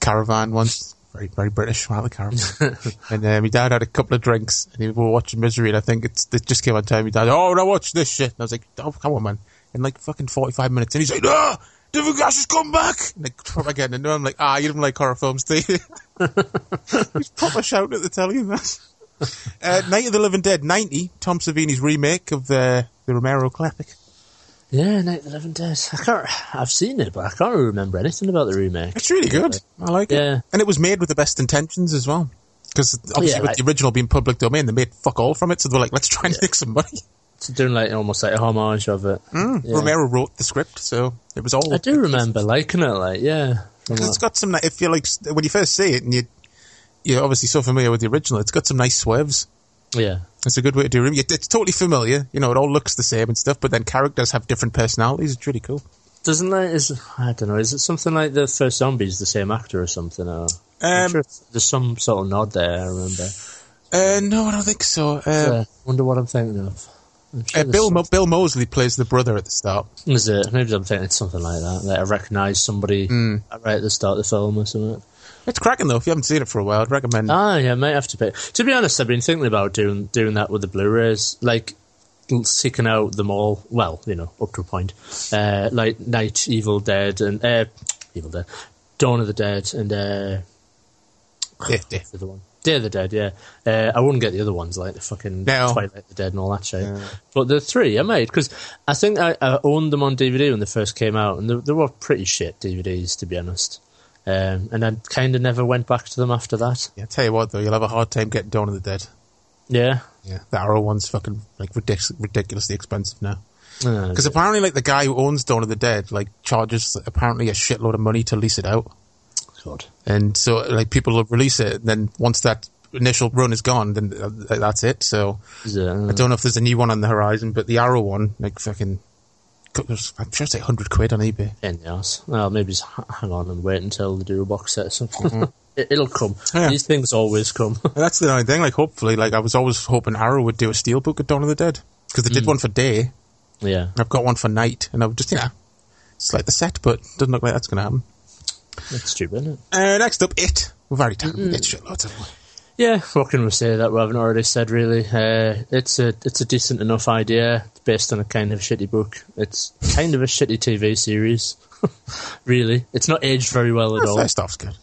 [SPEAKER 3] caravan once. Very, very British, one of the caravan. and uh, my dad had a couple of drinks and we were watching Misery and I think it's, it just came on time. My dad, oh, now watch this shit. And I was like, oh, come on, man. In like fucking 45 minutes. And he's like, no, David Gash has come back. And like, come again. And I'm like, ah, you don't like horror films, do you? he's proper shouting at the telly, man. Uh, Night of the Living Dead 90, Tom Savini's remake of uh, the Romero classic.
[SPEAKER 4] Yeah, Night of the Living Dead. I can't. I've seen it, but I can't remember anything about the remake.
[SPEAKER 3] It's really good. I like
[SPEAKER 4] Yeah.
[SPEAKER 3] it. And it was made with the best intentions as well. Because obviously,
[SPEAKER 4] yeah,
[SPEAKER 3] with
[SPEAKER 4] like-
[SPEAKER 3] the original being public domain, they made fuck all from it. So they were like, let's try and make some money.
[SPEAKER 4] It's doing like almost like a homage of it. Yeah.
[SPEAKER 3] Romero wrote the script, so it was all.
[SPEAKER 4] I do remember liking it. Like, yeah. From
[SPEAKER 3] Because it's
[SPEAKER 4] that.
[SPEAKER 3] got some. ni- If you like, s- when you first see it, and you, you're obviously so familiar with the original, it's got some nice swerves.
[SPEAKER 4] yeah.
[SPEAKER 3] It's a good way to do it. It- It's totally familiar. You know, it all looks the same and stuff. But then characters have different personalities. It's really cool.
[SPEAKER 4] Doesn't like is I don't know. Is it something like the first zombies the same actor or something? Or I'm
[SPEAKER 3] Um,
[SPEAKER 4] sure it's- there's some sort of nod there. I remember.
[SPEAKER 3] Uh, no, I don't think so. Uh,
[SPEAKER 4] Yeah, wonder what I'm thinking of. I'm sure
[SPEAKER 3] uh,
[SPEAKER 4] there's
[SPEAKER 3] Bill
[SPEAKER 4] some-
[SPEAKER 3] Mo- Bill Mosley plays the brother at the start.
[SPEAKER 4] is it? Maybe I'm thinking it's something like that. That I recognise somebody
[SPEAKER 3] Hmm.
[SPEAKER 4] right at the start of the film or something.
[SPEAKER 3] It's cracking though. If you haven't seen it for a while, I'd recommend.
[SPEAKER 4] Ah, yeah, might have to pay. To be honest, I've been thinking about doing doing that with the Blu-rays, like seeking out them all. Well, you know, up to a point, uh, like Night, Evil Dead, and uh, Evil Dead, Dawn of the Dead, and uh,
[SPEAKER 3] Yeah, yeah.
[SPEAKER 4] the other one. Day of the Dead, yeah. Uh, I wouldn't get the other ones like the fucking
[SPEAKER 3] No.
[SPEAKER 4] Twilight of the Dead and all that shit. But the three I made because I think I, I owned them on DVD when they first came out, and they, they were pretty shit DVDs to be honest. Um, and I kind of never went back to them after that.
[SPEAKER 3] Yeah, tell you what though, you'll have a hard time getting Dawn of the Dead.
[SPEAKER 4] Yeah,
[SPEAKER 3] Yeah, the Arrow one's fucking like ridic- ridiculously expensive now.
[SPEAKER 4] Uh,
[SPEAKER 3] Because apparently, like the guy who owns Dawn of the Dead, like charges apparently a shitload of money to lease it out,
[SPEAKER 4] God.
[SPEAKER 3] and so like people will release it, and then once that initial run is gone, then uh, that's it. So
[SPEAKER 4] Is it?
[SPEAKER 3] I don't know if there's a new one on the horizon, but the Arrow one, like fucking, I'm sure it's like hundred quid on eBay.
[SPEAKER 4] in the house. Well, maybe just h- hang on and wait until they do a box set or something. it, it'll come.
[SPEAKER 3] Mm-hmm. Yeah.
[SPEAKER 4] These things always come.
[SPEAKER 3] And that's the only thing. Like, hopefully, like I was always hoping Arrow would do a steelbook of Dawn of the Dead because they did one for Day,
[SPEAKER 4] yeah.
[SPEAKER 3] I've got one for night, and I've just, you know, it's like the set, but doesn't look like that's going to happen.
[SPEAKER 4] That's stupid, isn't it?
[SPEAKER 3] Uh, next up, It. We've already talked about It shitloads, haven't we?
[SPEAKER 4] Yeah, what can we say that we haven't already said? Really, uh, it's a it's a decent enough idea It's based on a kind of shitty book. It's kind of a shitty TV series. really, it's not aged very well at
[SPEAKER 3] Well,
[SPEAKER 4] all.
[SPEAKER 3] first off's good.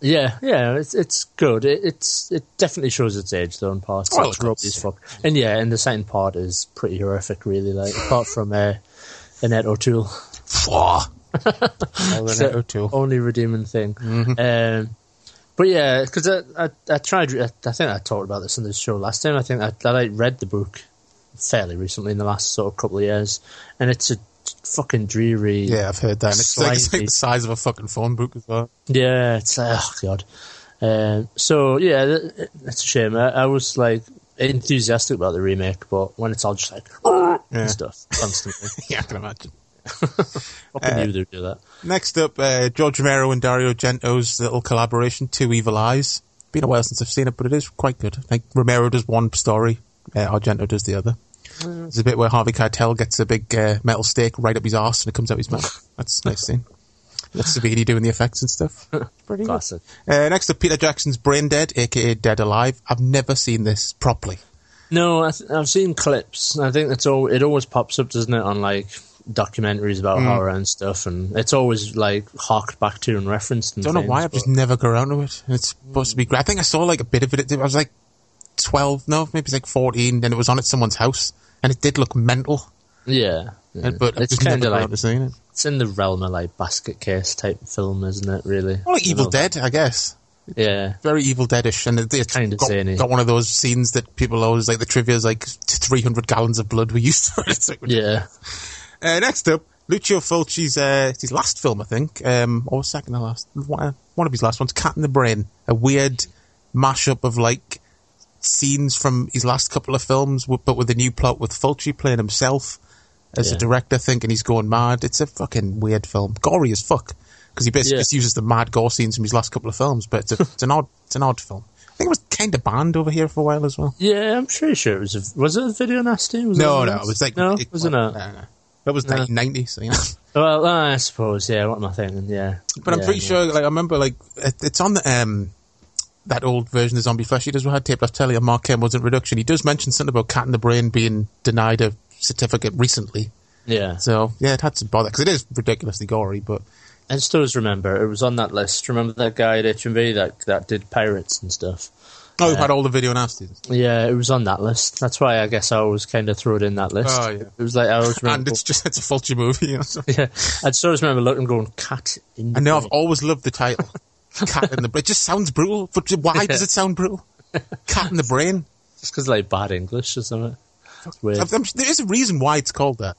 [SPEAKER 4] Yeah, yeah, it's it's good. It, it's it definitely shows its age though in parts.
[SPEAKER 3] Well,
[SPEAKER 4] it's
[SPEAKER 3] of
[SPEAKER 4] rubbish
[SPEAKER 3] course,
[SPEAKER 4] as fuck. And yeah, and the second part is pretty horrific, really. Like apart from uh, Annette O'Toole.
[SPEAKER 3] Fwah. All Mm-hmm. in
[SPEAKER 4] So-
[SPEAKER 3] it, O2.
[SPEAKER 4] Only redeeming thing. Um, but yeah, because I, I, I tried. I, I think I talked about this on the show last time. I think I, I like read the book fairly recently in the last sort of couple of years, and it's a fucking dreary.
[SPEAKER 3] Yeah, I've heard that. And it's, like, it's like
[SPEAKER 4] Slightly.
[SPEAKER 3] the size of a fucking phone book as well.
[SPEAKER 4] Yeah, it's like, oh god. Um, so yeah, th- it's a shame. I, I was like enthusiastic about the remake, but when it's all just like "Ah,"
[SPEAKER 3] Yeah.
[SPEAKER 4] and stuff constantly,
[SPEAKER 3] Yeah, I can imagine.
[SPEAKER 4] fucking knew they'd do that.
[SPEAKER 3] Next up, uh, George Romero and Dario Gento's little collaboration, Two Evil Eyes. Been a while since I've seen it, but it is quite good. I think Romero does one story, uh, Argento does the other.
[SPEAKER 4] Mm.
[SPEAKER 3] There's a bit where Harvey Keitel gets a big uh, metal stake right up his arse and it comes out his mouth. That's a nice scene. That's Savini doing the effects and stuff. Pretty good.
[SPEAKER 4] Classic.
[SPEAKER 3] Uh, next up, Peter Jackson's Brain Dead, aka Dead Alive. I've never seen this properly.
[SPEAKER 4] No, I th- I've seen clips. I think that's all. It always pops up, doesn't it, on like documentaries about
[SPEAKER 3] Mm.
[SPEAKER 4] horror and stuff, and it's always like harked back to and referenced. And
[SPEAKER 3] Don't know
[SPEAKER 4] things,
[SPEAKER 3] why I've just
[SPEAKER 4] but-
[SPEAKER 3] never got around to it. And It's supposed to be great. I think I saw like a bit of it. I was like twelve, no, maybe it's like fourteen, and it was on at someone's house, and it did look mental.
[SPEAKER 4] yeah. yeah.
[SPEAKER 3] And- But I've
[SPEAKER 4] it's
[SPEAKER 3] just never
[SPEAKER 4] kind
[SPEAKER 3] got
[SPEAKER 4] of
[SPEAKER 3] around
[SPEAKER 4] like
[SPEAKER 3] to seeing it.
[SPEAKER 4] it's in the realm of like basket case type film, isn't it? Really,
[SPEAKER 3] Well, like
[SPEAKER 4] You
[SPEAKER 3] Evil
[SPEAKER 4] know,
[SPEAKER 3] Dead, I guess.
[SPEAKER 4] Yeah,
[SPEAKER 3] Very Evil Deadish, and it, it's
[SPEAKER 4] Kinda zany.
[SPEAKER 3] got, got one of those scenes that people always like. The trivia is like three hundred gallons of blood we used to. It's like,
[SPEAKER 4] yeah.
[SPEAKER 3] Uh, next up, Lucio Fulci's uh, it's his last film, I think, um, or second to last, one eh, one of his last ones, Cat in the Brain, a weird mashup of like scenes from his last couple of films, w- but with a new plot with Fulci playing himself as a
[SPEAKER 4] Yeah.
[SPEAKER 3] director, thinking he's going mad. It's a fucking weird film, gory as fuck, because he basically
[SPEAKER 4] Yeah.
[SPEAKER 3] just uses the mad gore scenes from his last couple of films. But it's, a, it's an odd, it's an odd film. I think it was kind of banned over here for a while as well.
[SPEAKER 4] Yeah, I'm pretty sure it was. A, was it a video nasty? Was
[SPEAKER 3] No,
[SPEAKER 4] it
[SPEAKER 3] no, it was like
[SPEAKER 4] no,
[SPEAKER 3] it
[SPEAKER 4] was it not?
[SPEAKER 3] No, no. That was
[SPEAKER 4] No.
[SPEAKER 3] 1990, so you know.
[SPEAKER 4] Well, I suppose. Yeah, what am I thinking? Yeah,
[SPEAKER 3] But I'm
[SPEAKER 4] Yeah,
[SPEAKER 3] pretty
[SPEAKER 4] yeah.
[SPEAKER 3] sure, like, I remember, like, it, it's on the, um, that old version of Zombie Flesh Eaters we had taped off telly on Mark Kermode's introduction. He does mention something about Cat in the Brain being denied a certificate recently.
[SPEAKER 4] Yeah,
[SPEAKER 3] So, yeah, it had some bother, because it is ridiculously gory, but
[SPEAKER 4] I just always remember it was on that list. Remember that guy at HMV that that did pirates and stuff.
[SPEAKER 3] oh, we've had all the video nasties.
[SPEAKER 4] Yeah, it was on that list. That's why I guess I always kind of threw it in that list.
[SPEAKER 3] Oh, yeah.
[SPEAKER 4] It was like I always remember.
[SPEAKER 3] And it's just, it's a faulty movie. You know? so-
[SPEAKER 4] yeah, I just always remember looking, and going cat. In the
[SPEAKER 3] I know, I've
[SPEAKER 4] brain."
[SPEAKER 3] always loved the title. Cat in the Brain. It just sounds brutal, but why does it sound brutal? Cat in the Brain.
[SPEAKER 4] just because like bad English or something. It's weird.
[SPEAKER 3] I'm, I'm- there is a reason why it's called that.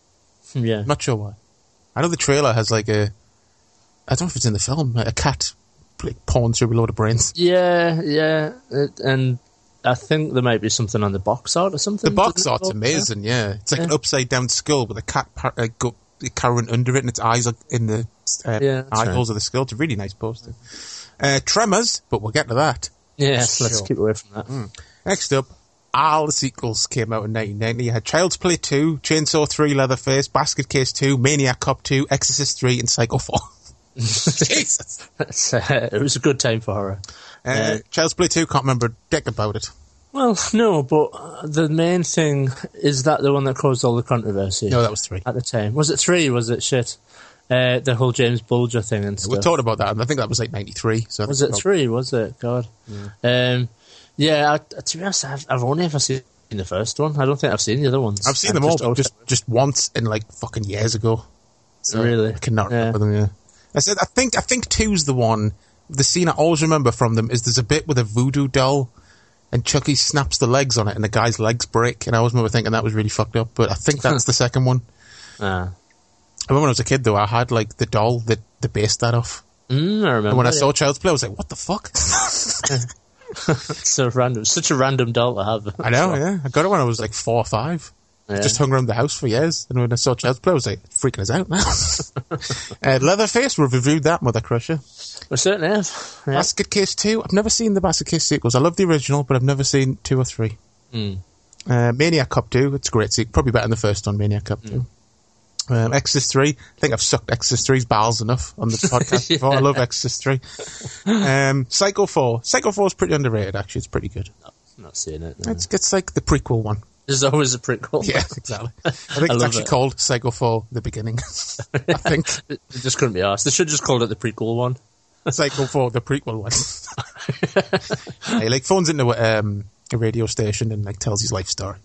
[SPEAKER 4] yeah,
[SPEAKER 3] I'm not sure why. I know the trailer has like a. I don't know if it's in the film. A cat like pawns through a load of brains.
[SPEAKER 4] yeah, yeah, it, and. I think there might be something on the box art or something.
[SPEAKER 3] The box
[SPEAKER 4] doesn't it?
[SPEAKER 3] art's amazing. Yeah, it's like an
[SPEAKER 4] Yeah.
[SPEAKER 3] upside down skull with a cat par- uh, go- current under it, and its eyes are in the uh,
[SPEAKER 4] Yeah, that's
[SPEAKER 3] eye
[SPEAKER 4] right.
[SPEAKER 3] holes of the skull. It's a really nice poster. Uh, Tremors, but we'll get to that.
[SPEAKER 4] Yes, let's
[SPEAKER 3] Sure. Hmm.
[SPEAKER 4] keep away from that.
[SPEAKER 3] Next up, all the sequels came out in 1990. You had Child's Play 2, Chainsaw 3, Leatherface, Basket Case 2, Maniac Cop 2, Exorcist 3, and Psycho 4. Jesus.
[SPEAKER 4] That's, uh, it was a good time for horror.
[SPEAKER 3] Uh, Child's Play 2, can't remember a dick about it.
[SPEAKER 4] Well, no, but uh, the main thing is that the one that caused all the controversy
[SPEAKER 3] No, that was 3.
[SPEAKER 4] at the time was it three? Was it shit? Uh, the whole James Bulger thing and
[SPEAKER 3] We
[SPEAKER 4] stuff.
[SPEAKER 3] talked about that, and I think that was like 93. So
[SPEAKER 4] was it three? Was it God? Yeah. Um, yeah. I, to be honest, I've, I've only ever seen the first one. I don't think I've seen the other ones.
[SPEAKER 3] I've seen
[SPEAKER 4] I've
[SPEAKER 3] them all, but
[SPEAKER 4] always-
[SPEAKER 3] just, just once in like fucking years ago. So
[SPEAKER 4] Really?
[SPEAKER 3] I cannot
[SPEAKER 4] Yeah.
[SPEAKER 3] remember them, yeah. I said, I think, I think two's the one. The scene I always remember from them is there's a bit with a voodoo doll, and Chucky snaps the legs on it, and the guy's legs break. And I always remember thinking that was really fucked up, but I think that's the second one.
[SPEAKER 4] Ah.
[SPEAKER 3] I remember when I was a kid, though, I had like the doll that they based that off.
[SPEAKER 4] Mm, I remember.
[SPEAKER 3] And when I
[SPEAKER 4] it.
[SPEAKER 3] saw Child's Play, I was like, what the fuck?
[SPEAKER 4] it's so random, such a random doll to have.
[SPEAKER 3] I know, yeah. I got it when I was like four or five.
[SPEAKER 4] Yeah.
[SPEAKER 3] Just hung around the house for years. And when I saw Child's Play, I was like, freaking us out now. uh, Leatherface, we've reviewed that, Mother Crusher.
[SPEAKER 4] We certainly have. Yeah.
[SPEAKER 3] Basket Case 2, I've never seen the Basket Case sequels. I love the original, but I've never seen 2 or 3. Uh, Maniac Cop 2, it's a great sequel. Probably better than the first one, Maniac Cop 2. Um, Exorcist 3, I think I've sucked Exorcist 3's bowels enough on the podcast before. I love Exorcist 3. Um, Psycho 4. Psycho 4 is pretty underrated, actually. It's pretty good.
[SPEAKER 4] I'm not seeing it. no.
[SPEAKER 3] It's, it's like the prequel one.
[SPEAKER 4] There's always a prequel.
[SPEAKER 3] Yeah, exactly. I think
[SPEAKER 4] I
[SPEAKER 3] it's
[SPEAKER 4] love
[SPEAKER 3] actually
[SPEAKER 4] it.
[SPEAKER 3] called Psycho 4 The Beginning. I think
[SPEAKER 4] It it just couldn't be asked. They should just call it the prequel one.
[SPEAKER 3] Psycho 4 The Prequel one. he like phones into um, a radio station and like tells his life story.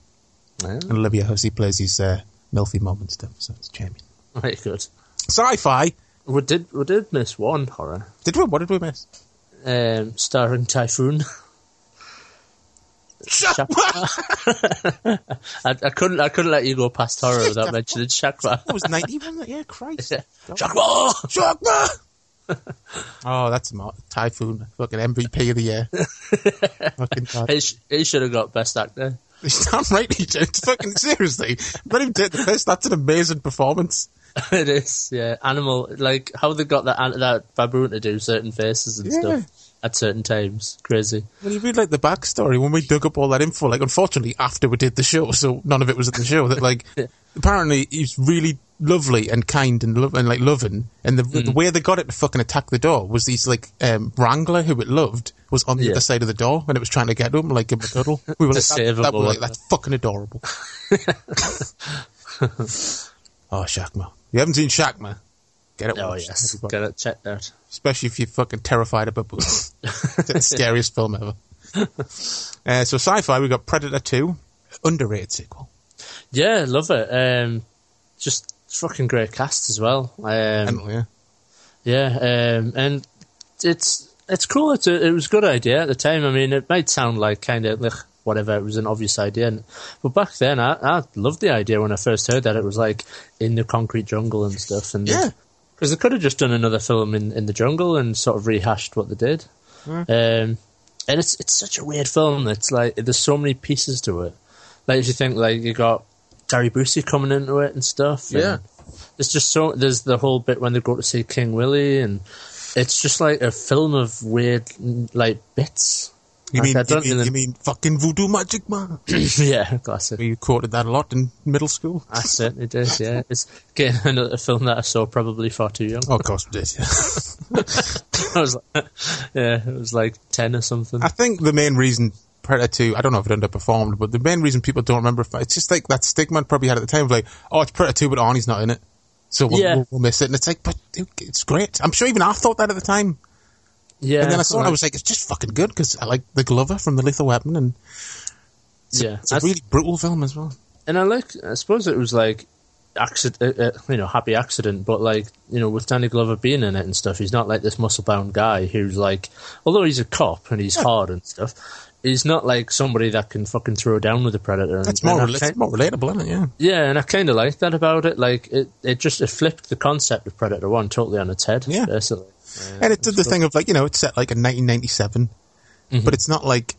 [SPEAKER 3] And Olivia Hussey plays his uh, milfy mom and stuff, so it's charming.
[SPEAKER 4] Very good.
[SPEAKER 3] Sci-fi.
[SPEAKER 4] We did we did miss one horror
[SPEAKER 3] Did we? What did we miss?
[SPEAKER 4] um, starring Typhoon. Shaq- I, I couldn't I couldn't let you go past horror without mentioning Shakma.
[SPEAKER 3] That was 90, wasn't it? Yeah, Christ.
[SPEAKER 4] Shakma.
[SPEAKER 3] Shakma! oh, that's Mark Typhoon. Fucking MVP of the year. Fucking Typhoon.
[SPEAKER 4] He, sh- he should have got best actor.
[SPEAKER 3] Damn right he did. Fucking seriously. Let him take the piss. That's an amazing performance.
[SPEAKER 4] it is yeah. Animal like how they got that an- that baboon to do certain faces and
[SPEAKER 3] Yeah.
[SPEAKER 4] stuff at certain times. Crazy.
[SPEAKER 3] When you read like the backstory, when we dug up all that info, like unfortunately after we did the show, so none of it was at the show. That like apparently he's really lovely and kind and love and like loving. And the,
[SPEAKER 4] Mm.
[SPEAKER 3] the way they got it to fucking attack the door was these like um, wrangler who it loved was on the
[SPEAKER 4] Yeah.
[SPEAKER 3] other side of the door when it was trying to get to him, like give him a cuddle. We were like,
[SPEAKER 4] Just
[SPEAKER 3] that,
[SPEAKER 4] savable,
[SPEAKER 3] that was,
[SPEAKER 4] wasn't
[SPEAKER 3] like, that's fucking adorable. oh, Shakma, you haven't seen Shakma? Get it?
[SPEAKER 4] Oh
[SPEAKER 3] watched,
[SPEAKER 4] yes,
[SPEAKER 3] everybody.
[SPEAKER 4] got it checked out.
[SPEAKER 3] especially if you're fucking terrified of baboons. it's the scariest film ever. Uh, so sci-fi, we got Predator Two, underrated sequel,
[SPEAKER 4] Yeah, love it. Um, just fucking great cast as well. Um,
[SPEAKER 3] Animal, yeah.
[SPEAKER 4] yeah, um, and it's it's cool. It's a, it was a good idea at the time. I mean, it might sound like kind of like whatever. It was an obvious idea. And, but back then, I, I loved the idea when I first heard that. It was like in the concrete jungle and stuff. And
[SPEAKER 3] Yeah.
[SPEAKER 4] Because they could have just done another film in, in the jungle and sort of rehashed what they did.
[SPEAKER 3] Mm-hmm.
[SPEAKER 4] Um, and it's it's such a weird film. It's like there's so many pieces to it. Like if you think like you got Gary Busey coming into it and stuff. and
[SPEAKER 3] Yeah.
[SPEAKER 4] there's just so there's the whole bit when they go to see King Willie and it's just like a film of weird like bits.
[SPEAKER 3] You
[SPEAKER 4] Like,
[SPEAKER 3] mean,
[SPEAKER 4] I
[SPEAKER 3] you
[SPEAKER 4] don't
[SPEAKER 3] mean,
[SPEAKER 4] really-
[SPEAKER 3] you mean fucking voodoo magic man?
[SPEAKER 4] yeah, classic.
[SPEAKER 3] we quoted that a lot in middle school.
[SPEAKER 4] I certainly did. Yeah, it's again another film that I saw probably far too young.
[SPEAKER 3] Oh, of course we did.
[SPEAKER 4] I was like, yeah, it was like ten or something.
[SPEAKER 3] I think the main reason Predator 2, I don't know if it underperformed, but the main reason people don't remember, it's just like that stigma it probably had at the time of like, oh, it's Predator 2, but Arnie's not in it. So we'll,
[SPEAKER 4] Yeah.
[SPEAKER 3] we'll, we'll miss it. And it's like, but dude, it's great. I'm sure even I thought that at the time.
[SPEAKER 4] yeah,
[SPEAKER 3] and then I saw it, I
[SPEAKER 4] like-
[SPEAKER 3] was like, it's just fucking good because I like the Glover from the Lethal Weapon and
[SPEAKER 4] yeah,
[SPEAKER 3] it's a
[SPEAKER 4] That's-
[SPEAKER 3] really brutal film as well.
[SPEAKER 4] and I like. I suppose it was like accident, uh, uh, you know, happy accident. But like, you know, with Danny Glover being in it and stuff, he's not like this muscle bound guy who's like, although he's a cop and he's hard and stuff, he's not like somebody that can fucking throw down with a predator. And,
[SPEAKER 3] It's
[SPEAKER 4] and
[SPEAKER 3] more,
[SPEAKER 4] I
[SPEAKER 3] rela-
[SPEAKER 4] kin-
[SPEAKER 3] it's more relatable, isn't it? Yeah.
[SPEAKER 4] yeah, and I kind of like that about it. Like, it, it just it flipped the concept of Predator One totally on its head.
[SPEAKER 3] Yeah.
[SPEAKER 4] basically.
[SPEAKER 3] and it did the thing of like, you know, it's set like in 1997, but it's not like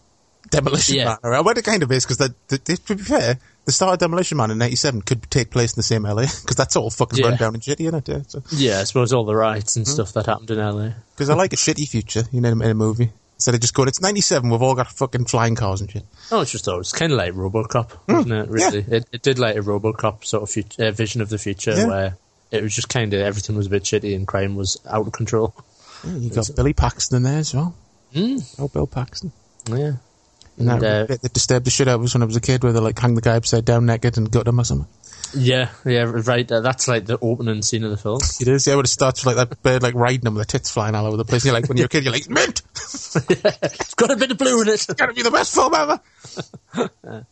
[SPEAKER 3] Demolition
[SPEAKER 4] Mm-hmm. Yeah.
[SPEAKER 3] Man. Or, well, it kind of is because that, that, that- to be fair, the start of Demolition Man in '97 could take place in the same LA because that's all fucking
[SPEAKER 4] Yeah.
[SPEAKER 3] run down and shitty, isn't it? Yeah, so,
[SPEAKER 4] Yeah, I suppose all the riots
[SPEAKER 3] Hmm.
[SPEAKER 4] and stuff that happened in LA.
[SPEAKER 3] because I like a shitty future, you know, in a movie. Instead of just going, it's '97, we've all got fucking flying cars and shit.
[SPEAKER 4] Oh, it's just though it's kind of like RoboCop, wasn't it? Really, it, it did like a RoboCop sort of fut uh, vision of the future
[SPEAKER 3] Yeah.
[SPEAKER 4] where it was just kind of everything was a bit shitty and crime was out of control.
[SPEAKER 3] You got Billy Paxton in there as well.
[SPEAKER 4] Hmm.
[SPEAKER 3] Oh, Bill Paxton.
[SPEAKER 4] Yeah,
[SPEAKER 3] And
[SPEAKER 4] And,
[SPEAKER 3] that
[SPEAKER 4] uh,
[SPEAKER 3] bit that disturbed the shit out of us when I was a kid, where they like hang the guy upside down naked and gut him or something.
[SPEAKER 4] yeah, yeah. Right, uh, that's like the opening scene of the film.
[SPEAKER 3] It is. Yeah, when it starts with like that bird like riding them, with the tits flying all over the place. And you're like, when you're a kid, you're like, mint.
[SPEAKER 4] it's got a bit of blue in it.
[SPEAKER 3] gotta be the best film ever. uh,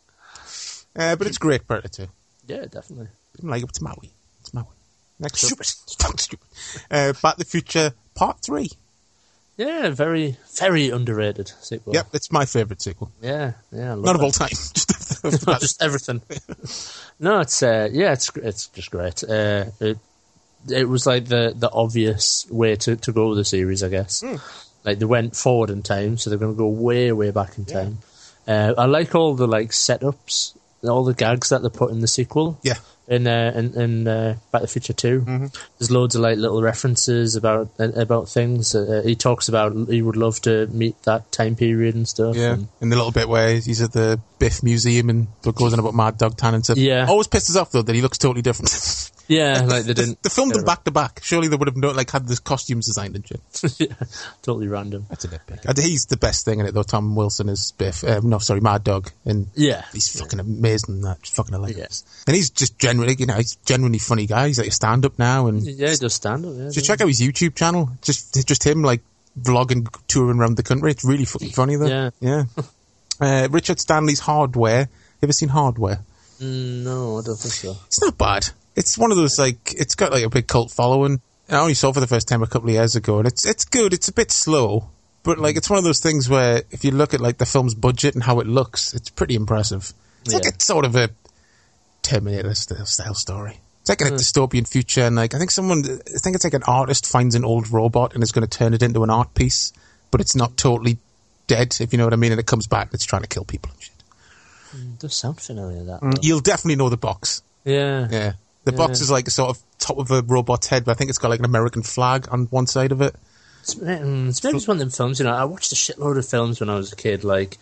[SPEAKER 3] but it's great, Predator 2.
[SPEAKER 4] yeah, definitely.
[SPEAKER 3] Didn't like it, but it's Maui. It's Maui. Next Stupid. Stupid. Stupid. Uh, Back to the Future Part 3.
[SPEAKER 4] Yeah, very, very underrated sequel.
[SPEAKER 3] Yep, it's my favourite sequel.
[SPEAKER 4] Yeah, yeah. I love
[SPEAKER 3] Not of
[SPEAKER 4] it.
[SPEAKER 3] all time. just of the
[SPEAKER 4] Not
[SPEAKER 3] best.
[SPEAKER 4] just everything. no, it's uh, yeah, it's gr- it's just great. Uh, it it was like the the obvious way to, to go with the series, I guess. Like they went forward in time, so they're going to go way way back in time. Uh, I like all the like setups, all the gags that they put in the sequel.
[SPEAKER 3] Yeah.
[SPEAKER 4] In uh, in, in uh, Back to the Future 2 there's loads of like little references about uh, about things. Uh, he talks about he would love to meet that time period and stuff.
[SPEAKER 3] Yeah,
[SPEAKER 4] and-
[SPEAKER 3] in the little bit where he's at the Biff Museum and it goes on about Mad Dog Tan and stuff.
[SPEAKER 4] Yeah.
[SPEAKER 3] Always pisses off though that he looks totally different.
[SPEAKER 4] yeah. Like they didn't.
[SPEAKER 3] They filmed
[SPEAKER 4] yeah.
[SPEAKER 3] them back to back. Surely they would have known, like had the costumes designed and shit.
[SPEAKER 4] yeah, totally random.
[SPEAKER 3] That's a nitpick. And He's the best thing in it though. Tom Wilson is Biff. Um, no, sorry, Mad Dog. And
[SPEAKER 4] Yeah.
[SPEAKER 3] he's fucking amazing. in That just fucking hilarious.
[SPEAKER 4] Yes.
[SPEAKER 3] And he's just generally, you know, he's genuinely funny guy. He's like a stand up now, and
[SPEAKER 4] Yeah, it does stand up. Yeah,
[SPEAKER 3] so check out his YouTube channel. Just it's just him like vlogging, touring around the country. It's really fucking funny though.
[SPEAKER 4] Yeah.
[SPEAKER 3] yeah. uh, Richard Stanley's Hardware. You ever seen Hardware?
[SPEAKER 4] No, I don't think so.
[SPEAKER 3] It's not bad. It's one of those like it's got like a big cult following. And I only saw it for the first time a couple of years ago, and it's it's good. It's a bit slow, but like it's one of those things where if you look at like the film's budget and how it looks, it's pretty impressive. It's like
[SPEAKER 4] Yeah.
[SPEAKER 3] it's sort of a Terminator st- style story. It's like in a dystopian future, and like I think someone, I think it's like an artist finds an old robot and is going to turn it into an art piece, but it's not totally dead, if you know what I mean. And it comes back, and it's trying to kill people and shit.
[SPEAKER 4] It does sound familiar. That.
[SPEAKER 3] You'll definitely know the box.
[SPEAKER 4] though. Yeah.
[SPEAKER 3] Mm. Yeah. The box is like sort of top of a robot's head, but I think it's got like an American flag on one side of it.
[SPEAKER 4] It's, mm, it's maybe it's one of them films. You know, I watched a shitload of films when I was a kid, like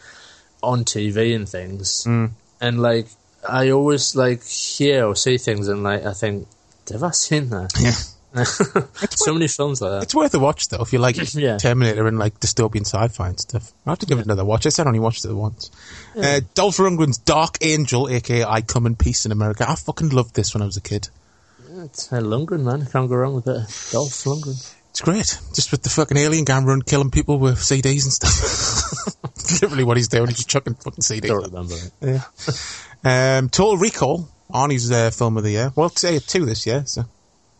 [SPEAKER 4] on TV and things,
[SPEAKER 3] Mm.
[SPEAKER 4] and like I always like hear or see things, and like I think, have I seen that?
[SPEAKER 3] Yeah.
[SPEAKER 4] so many films like that.
[SPEAKER 3] It's worth a watch though if you like
[SPEAKER 4] Yeah.
[SPEAKER 3] Terminator and like dystopian sci-fi and stuff. I have to give it another watch. I said I only watched it once. Uh, Dolph Lundgren's Dark Angel, aka I Come in Peace in America. I fucking loved this when I was a kid.
[SPEAKER 4] It's uh, Lundgren, man. Can't go wrong with it. Dolph Lundgren.
[SPEAKER 3] It's great. Just with the fucking alien gang run killing people with CDs and stuff. It's Literally what he's doing, he's just chucking fucking CDs.
[SPEAKER 4] Don't remember it.
[SPEAKER 3] Yeah. um, Total Recall, Arnie's uh, film of the year. Well, say two this year, so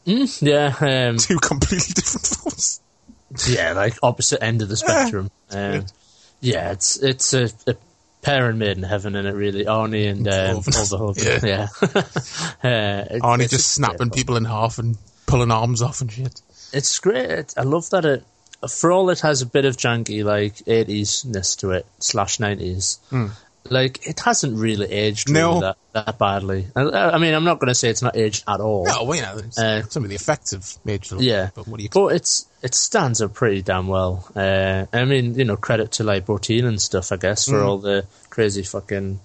[SPEAKER 4] Yeah, um,
[SPEAKER 3] two completely different films. Ah,
[SPEAKER 4] yeah, like opposite end of the spectrum. Um, yeah, it's it's a, a Pear and Maiden Heaven in it, really. Arnie and um,
[SPEAKER 3] Cloven.
[SPEAKER 4] Overhoven. Yeah. uh, it-
[SPEAKER 3] Arnie
[SPEAKER 4] it's
[SPEAKER 3] just snapping
[SPEAKER 4] staple.
[SPEAKER 3] people in half and pulling arms off and shit.
[SPEAKER 4] It's great. It- I love that it, for all it has a bit of janky, like, 80s-ness to it, slash 90s. Like, it hasn't really aged
[SPEAKER 3] Hmm. No.
[SPEAKER 4] really that, that badly. I, I mean, I'm not going to say it's not aged at all.
[SPEAKER 3] No, well, you know, it's
[SPEAKER 4] Uh,
[SPEAKER 3] some of the effects of Major.
[SPEAKER 4] Yeah,
[SPEAKER 3] but what do you?
[SPEAKER 4] But it's it stands up pretty damn well. Uh, I mean, you know, credit to like Bourdain and stuff, I guess,
[SPEAKER 3] Mm.
[SPEAKER 4] for all the crazy fucking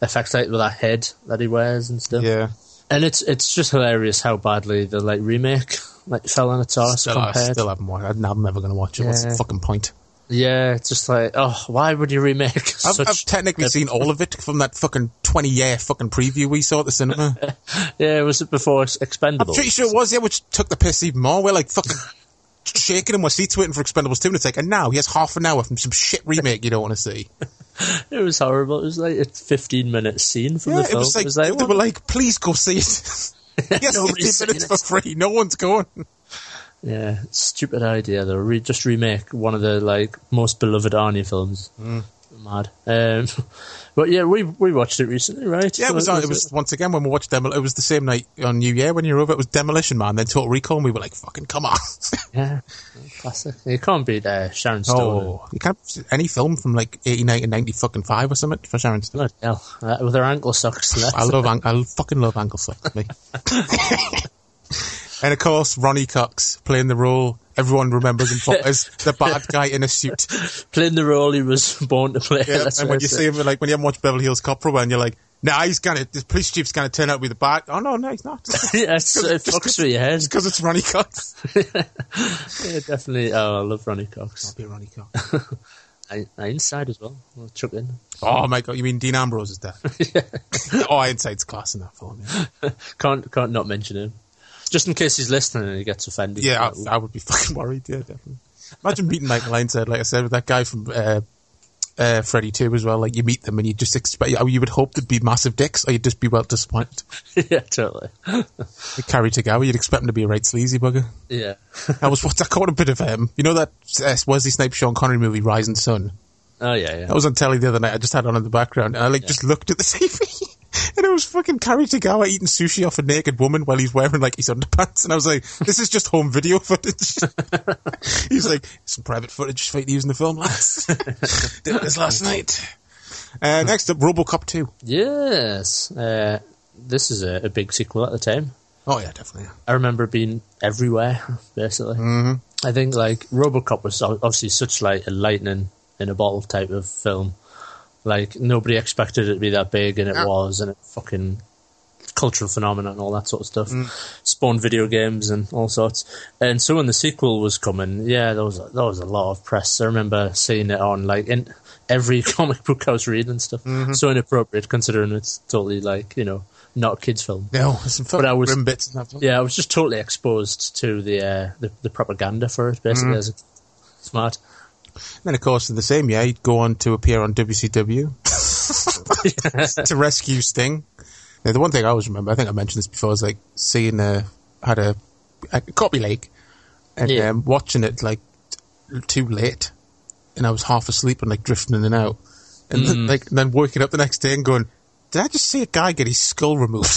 [SPEAKER 4] effects like with that head that he wears and stuff.
[SPEAKER 3] yeah,
[SPEAKER 4] and it's it's just hilarious how badly the like remake like fell on its arse
[SPEAKER 3] still, I
[SPEAKER 4] compared.
[SPEAKER 3] still haven't watched. it. I'm never going to watch it. What's the
[SPEAKER 4] Yeah.
[SPEAKER 3] fucking point?
[SPEAKER 4] yeah, it's just like oh, why would you remake?
[SPEAKER 3] I've,
[SPEAKER 4] such
[SPEAKER 3] I've technically
[SPEAKER 4] a-
[SPEAKER 3] seen all of it from that fucking 20 year fucking preview we saw at the cinema.
[SPEAKER 4] Yeah, was it before Expendables?
[SPEAKER 3] I'm pretty sure it was, yeah, which took the piss even more. We're like fucking shaking in our seats waiting for Expendables 2 to take, and now he has half an hour from some shit remake you don't want to see.
[SPEAKER 4] It was horrible. It was like a fifteen minute scene from
[SPEAKER 3] Yeah,
[SPEAKER 4] the
[SPEAKER 3] it
[SPEAKER 4] film.
[SPEAKER 3] was like, they
[SPEAKER 4] what?
[SPEAKER 3] were like, please go see it. yes,
[SPEAKER 4] Nobody's
[SPEAKER 3] 15 minutes
[SPEAKER 4] seeing
[SPEAKER 3] for
[SPEAKER 4] it.
[SPEAKER 3] free. No one's going.
[SPEAKER 4] Yeah, stupid idea though. Re- just remake one of the like most beloved Arnie films.
[SPEAKER 3] Mm.
[SPEAKER 4] Mad. Um, but yeah, we we watched it recently, right?
[SPEAKER 3] Yeah, it was, on, it was once again when we watched Demol. It was the same night on New Year when you were over. It was Demolition Man, then Total Recall, and we were like, "Fucking come on!"
[SPEAKER 4] yeah, classic. You can't beat uh, Sharon Stone.
[SPEAKER 3] oh, you can't any film from like eighty nine and ninety fucking five or something for Sharon Stone.
[SPEAKER 4] Bloody hell, uh, with her ankle socks. Left.
[SPEAKER 3] I love an- I fucking love ankle socks, me. and of course, Ronnie Cox playing the role everyone remembers him for as the bad guy in a suit.
[SPEAKER 4] playing the role he was born to play.
[SPEAKER 3] Yeah,
[SPEAKER 4] That's
[SPEAKER 3] and
[SPEAKER 4] what
[SPEAKER 3] when
[SPEAKER 4] I
[SPEAKER 3] you
[SPEAKER 4] said.
[SPEAKER 3] see him, like when you haven't watched Beverly Hills Cop for a while, and you're like, "Nah, he's gonna this police chief's gonna turn out to be the bad." Oh no, no, he's not.
[SPEAKER 4] yeah, it's, it fucks with your head.
[SPEAKER 3] because it's Ronnie Cox.
[SPEAKER 4] Yeah, definitely. Oh, I love Ronnie Cox.
[SPEAKER 3] Be Ronnie Cox.
[SPEAKER 4] I, I inside as well. I'll chuck in.
[SPEAKER 3] Oh my god, you mean Dean Ambrose is dead? oh, Ironside's class in that film. Yeah,
[SPEAKER 4] Can't can't not mention him. Just in case he's listening and he gets offended.
[SPEAKER 3] yeah I, I would be fucking worried. Yeah, definitely. Imagine meeting Michael Ironside, like I said, with that guy from uh, uh, Freddy Two as well. Like you meet them and you just expect, you would hope they'd be massive dicks, or you'd just be well disappointed.
[SPEAKER 4] yeah, totally.
[SPEAKER 3] Like Carrie Tagawa, you'd expect him to be a right sleazy bugger.
[SPEAKER 4] Yeah.
[SPEAKER 3] I was what's I caught a bit of him. You know that uh, Wesley Snipes Sean Connery movie Rising Sun.
[SPEAKER 4] Oh yeah, yeah.
[SPEAKER 3] I was on telly the other night. I just had it on in the background, and I like just looked at the TV, and it was fucking Kari Tagawa eating sushi off a naked woman while he's wearing like his underpants, and I was like, "This is just home video footage." he's like, "Some private footage for you to use in the film, lads." Did this last night. Uh, next up, RoboCop two.
[SPEAKER 4] Yes. Uh, this is a, a big sequel at the time.
[SPEAKER 3] Oh yeah, definitely.
[SPEAKER 4] I remember it being everywhere, basically. Mm-hmm. I think like RoboCop was ob- obviously such like a lightning in a bottle type of film. Like nobody expected it to be that big, and it was, and it fucking cultural phenomenon and all that sort of stuff. Spawned video games and all sorts. And so when the sequel was coming, yeah, there was there was a lot of press. I remember seeing it on like in every comic book I was reading and stuff. So inappropriate considering it's totally like you know not a kids film.
[SPEAKER 3] No, there's some fucking
[SPEAKER 4] I was-
[SPEAKER 3] grim bits in that film.
[SPEAKER 4] Yeah, I was just totally exposed to the uh, the, the propaganda for it. Basically,
[SPEAKER 3] Mm-hmm.
[SPEAKER 4] as a smart.
[SPEAKER 3] And then, of course, in the same year, he'd go on to appear on WCW to rescue Sting. Now, the one thing I always remember, I think I mentioned this before, is like seeing a had a, a copy lake and
[SPEAKER 4] Yeah.
[SPEAKER 3] um, watching it like t- too late, and I was half asleep and like drifting in and out, and then, like and then waking up the next day and going. Did I just see a guy get his skull removed?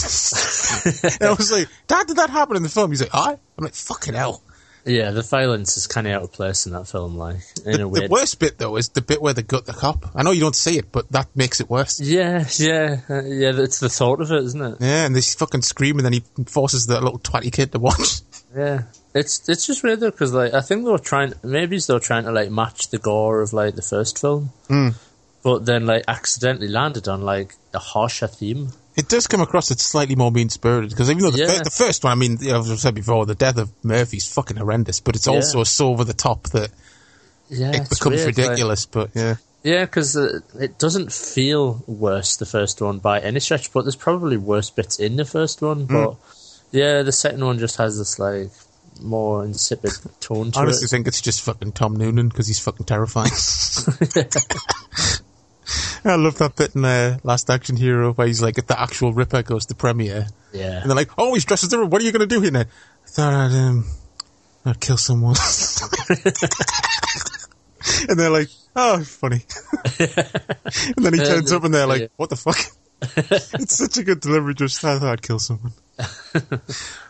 [SPEAKER 3] and I was like, Dad, did that happen in the film? He's like, I? I'm like, fucking hell.
[SPEAKER 4] Yeah, the violence is kind of out of place in that film. Like in a
[SPEAKER 3] The,
[SPEAKER 4] way,
[SPEAKER 3] the worst bit though is the bit where they gut the cop. I know you don't see it, but that makes it worse. Yeah,
[SPEAKER 4] Yeah, yeah, uh, yeah. It's the thought of it, isn't it?
[SPEAKER 3] and they fucking scream, and then he forces the little twatty kid to watch.
[SPEAKER 4] Yeah, it's it's just weird though because like I think they were trying, maybe they were trying to like match the gore of like the first film,
[SPEAKER 3] Mm.
[SPEAKER 4] but then like accidentally landed on like a harsher theme.
[SPEAKER 3] It does come across as slightly more mean spirited because even though the, fir-
[SPEAKER 4] Yeah.
[SPEAKER 3] the first one, I mean, you know, as I said before, the death of Murphy's fucking horrendous, but it's
[SPEAKER 4] Yeah.
[SPEAKER 3] also so over the top that
[SPEAKER 4] Yeah,
[SPEAKER 3] it
[SPEAKER 4] it's
[SPEAKER 3] becomes
[SPEAKER 4] weird, like-
[SPEAKER 3] ridiculous. but yeah,
[SPEAKER 4] Yeah, because it doesn't feel worse the first one by any stretch, but there's probably worse bits in the first one.
[SPEAKER 3] Hmm.
[SPEAKER 4] But yeah, the second one just has this like more insipid tone to
[SPEAKER 3] I honestly
[SPEAKER 4] it.
[SPEAKER 3] think it's just fucking Tom Noonan because he's fucking terrifying. I love that bit in uh, Last Action Hero where he's like, if the actual Ripper goes to premiere,
[SPEAKER 4] Yeah,
[SPEAKER 3] And they're like, oh, he's dressed as different. What are you going to do here now? I thought I'd, um, I'd kill someone. and they're like, "Oh, funny." and then he turns up, and they're like, "What the fuck?" it's such a good delivery. Just I thought I'd kill someone.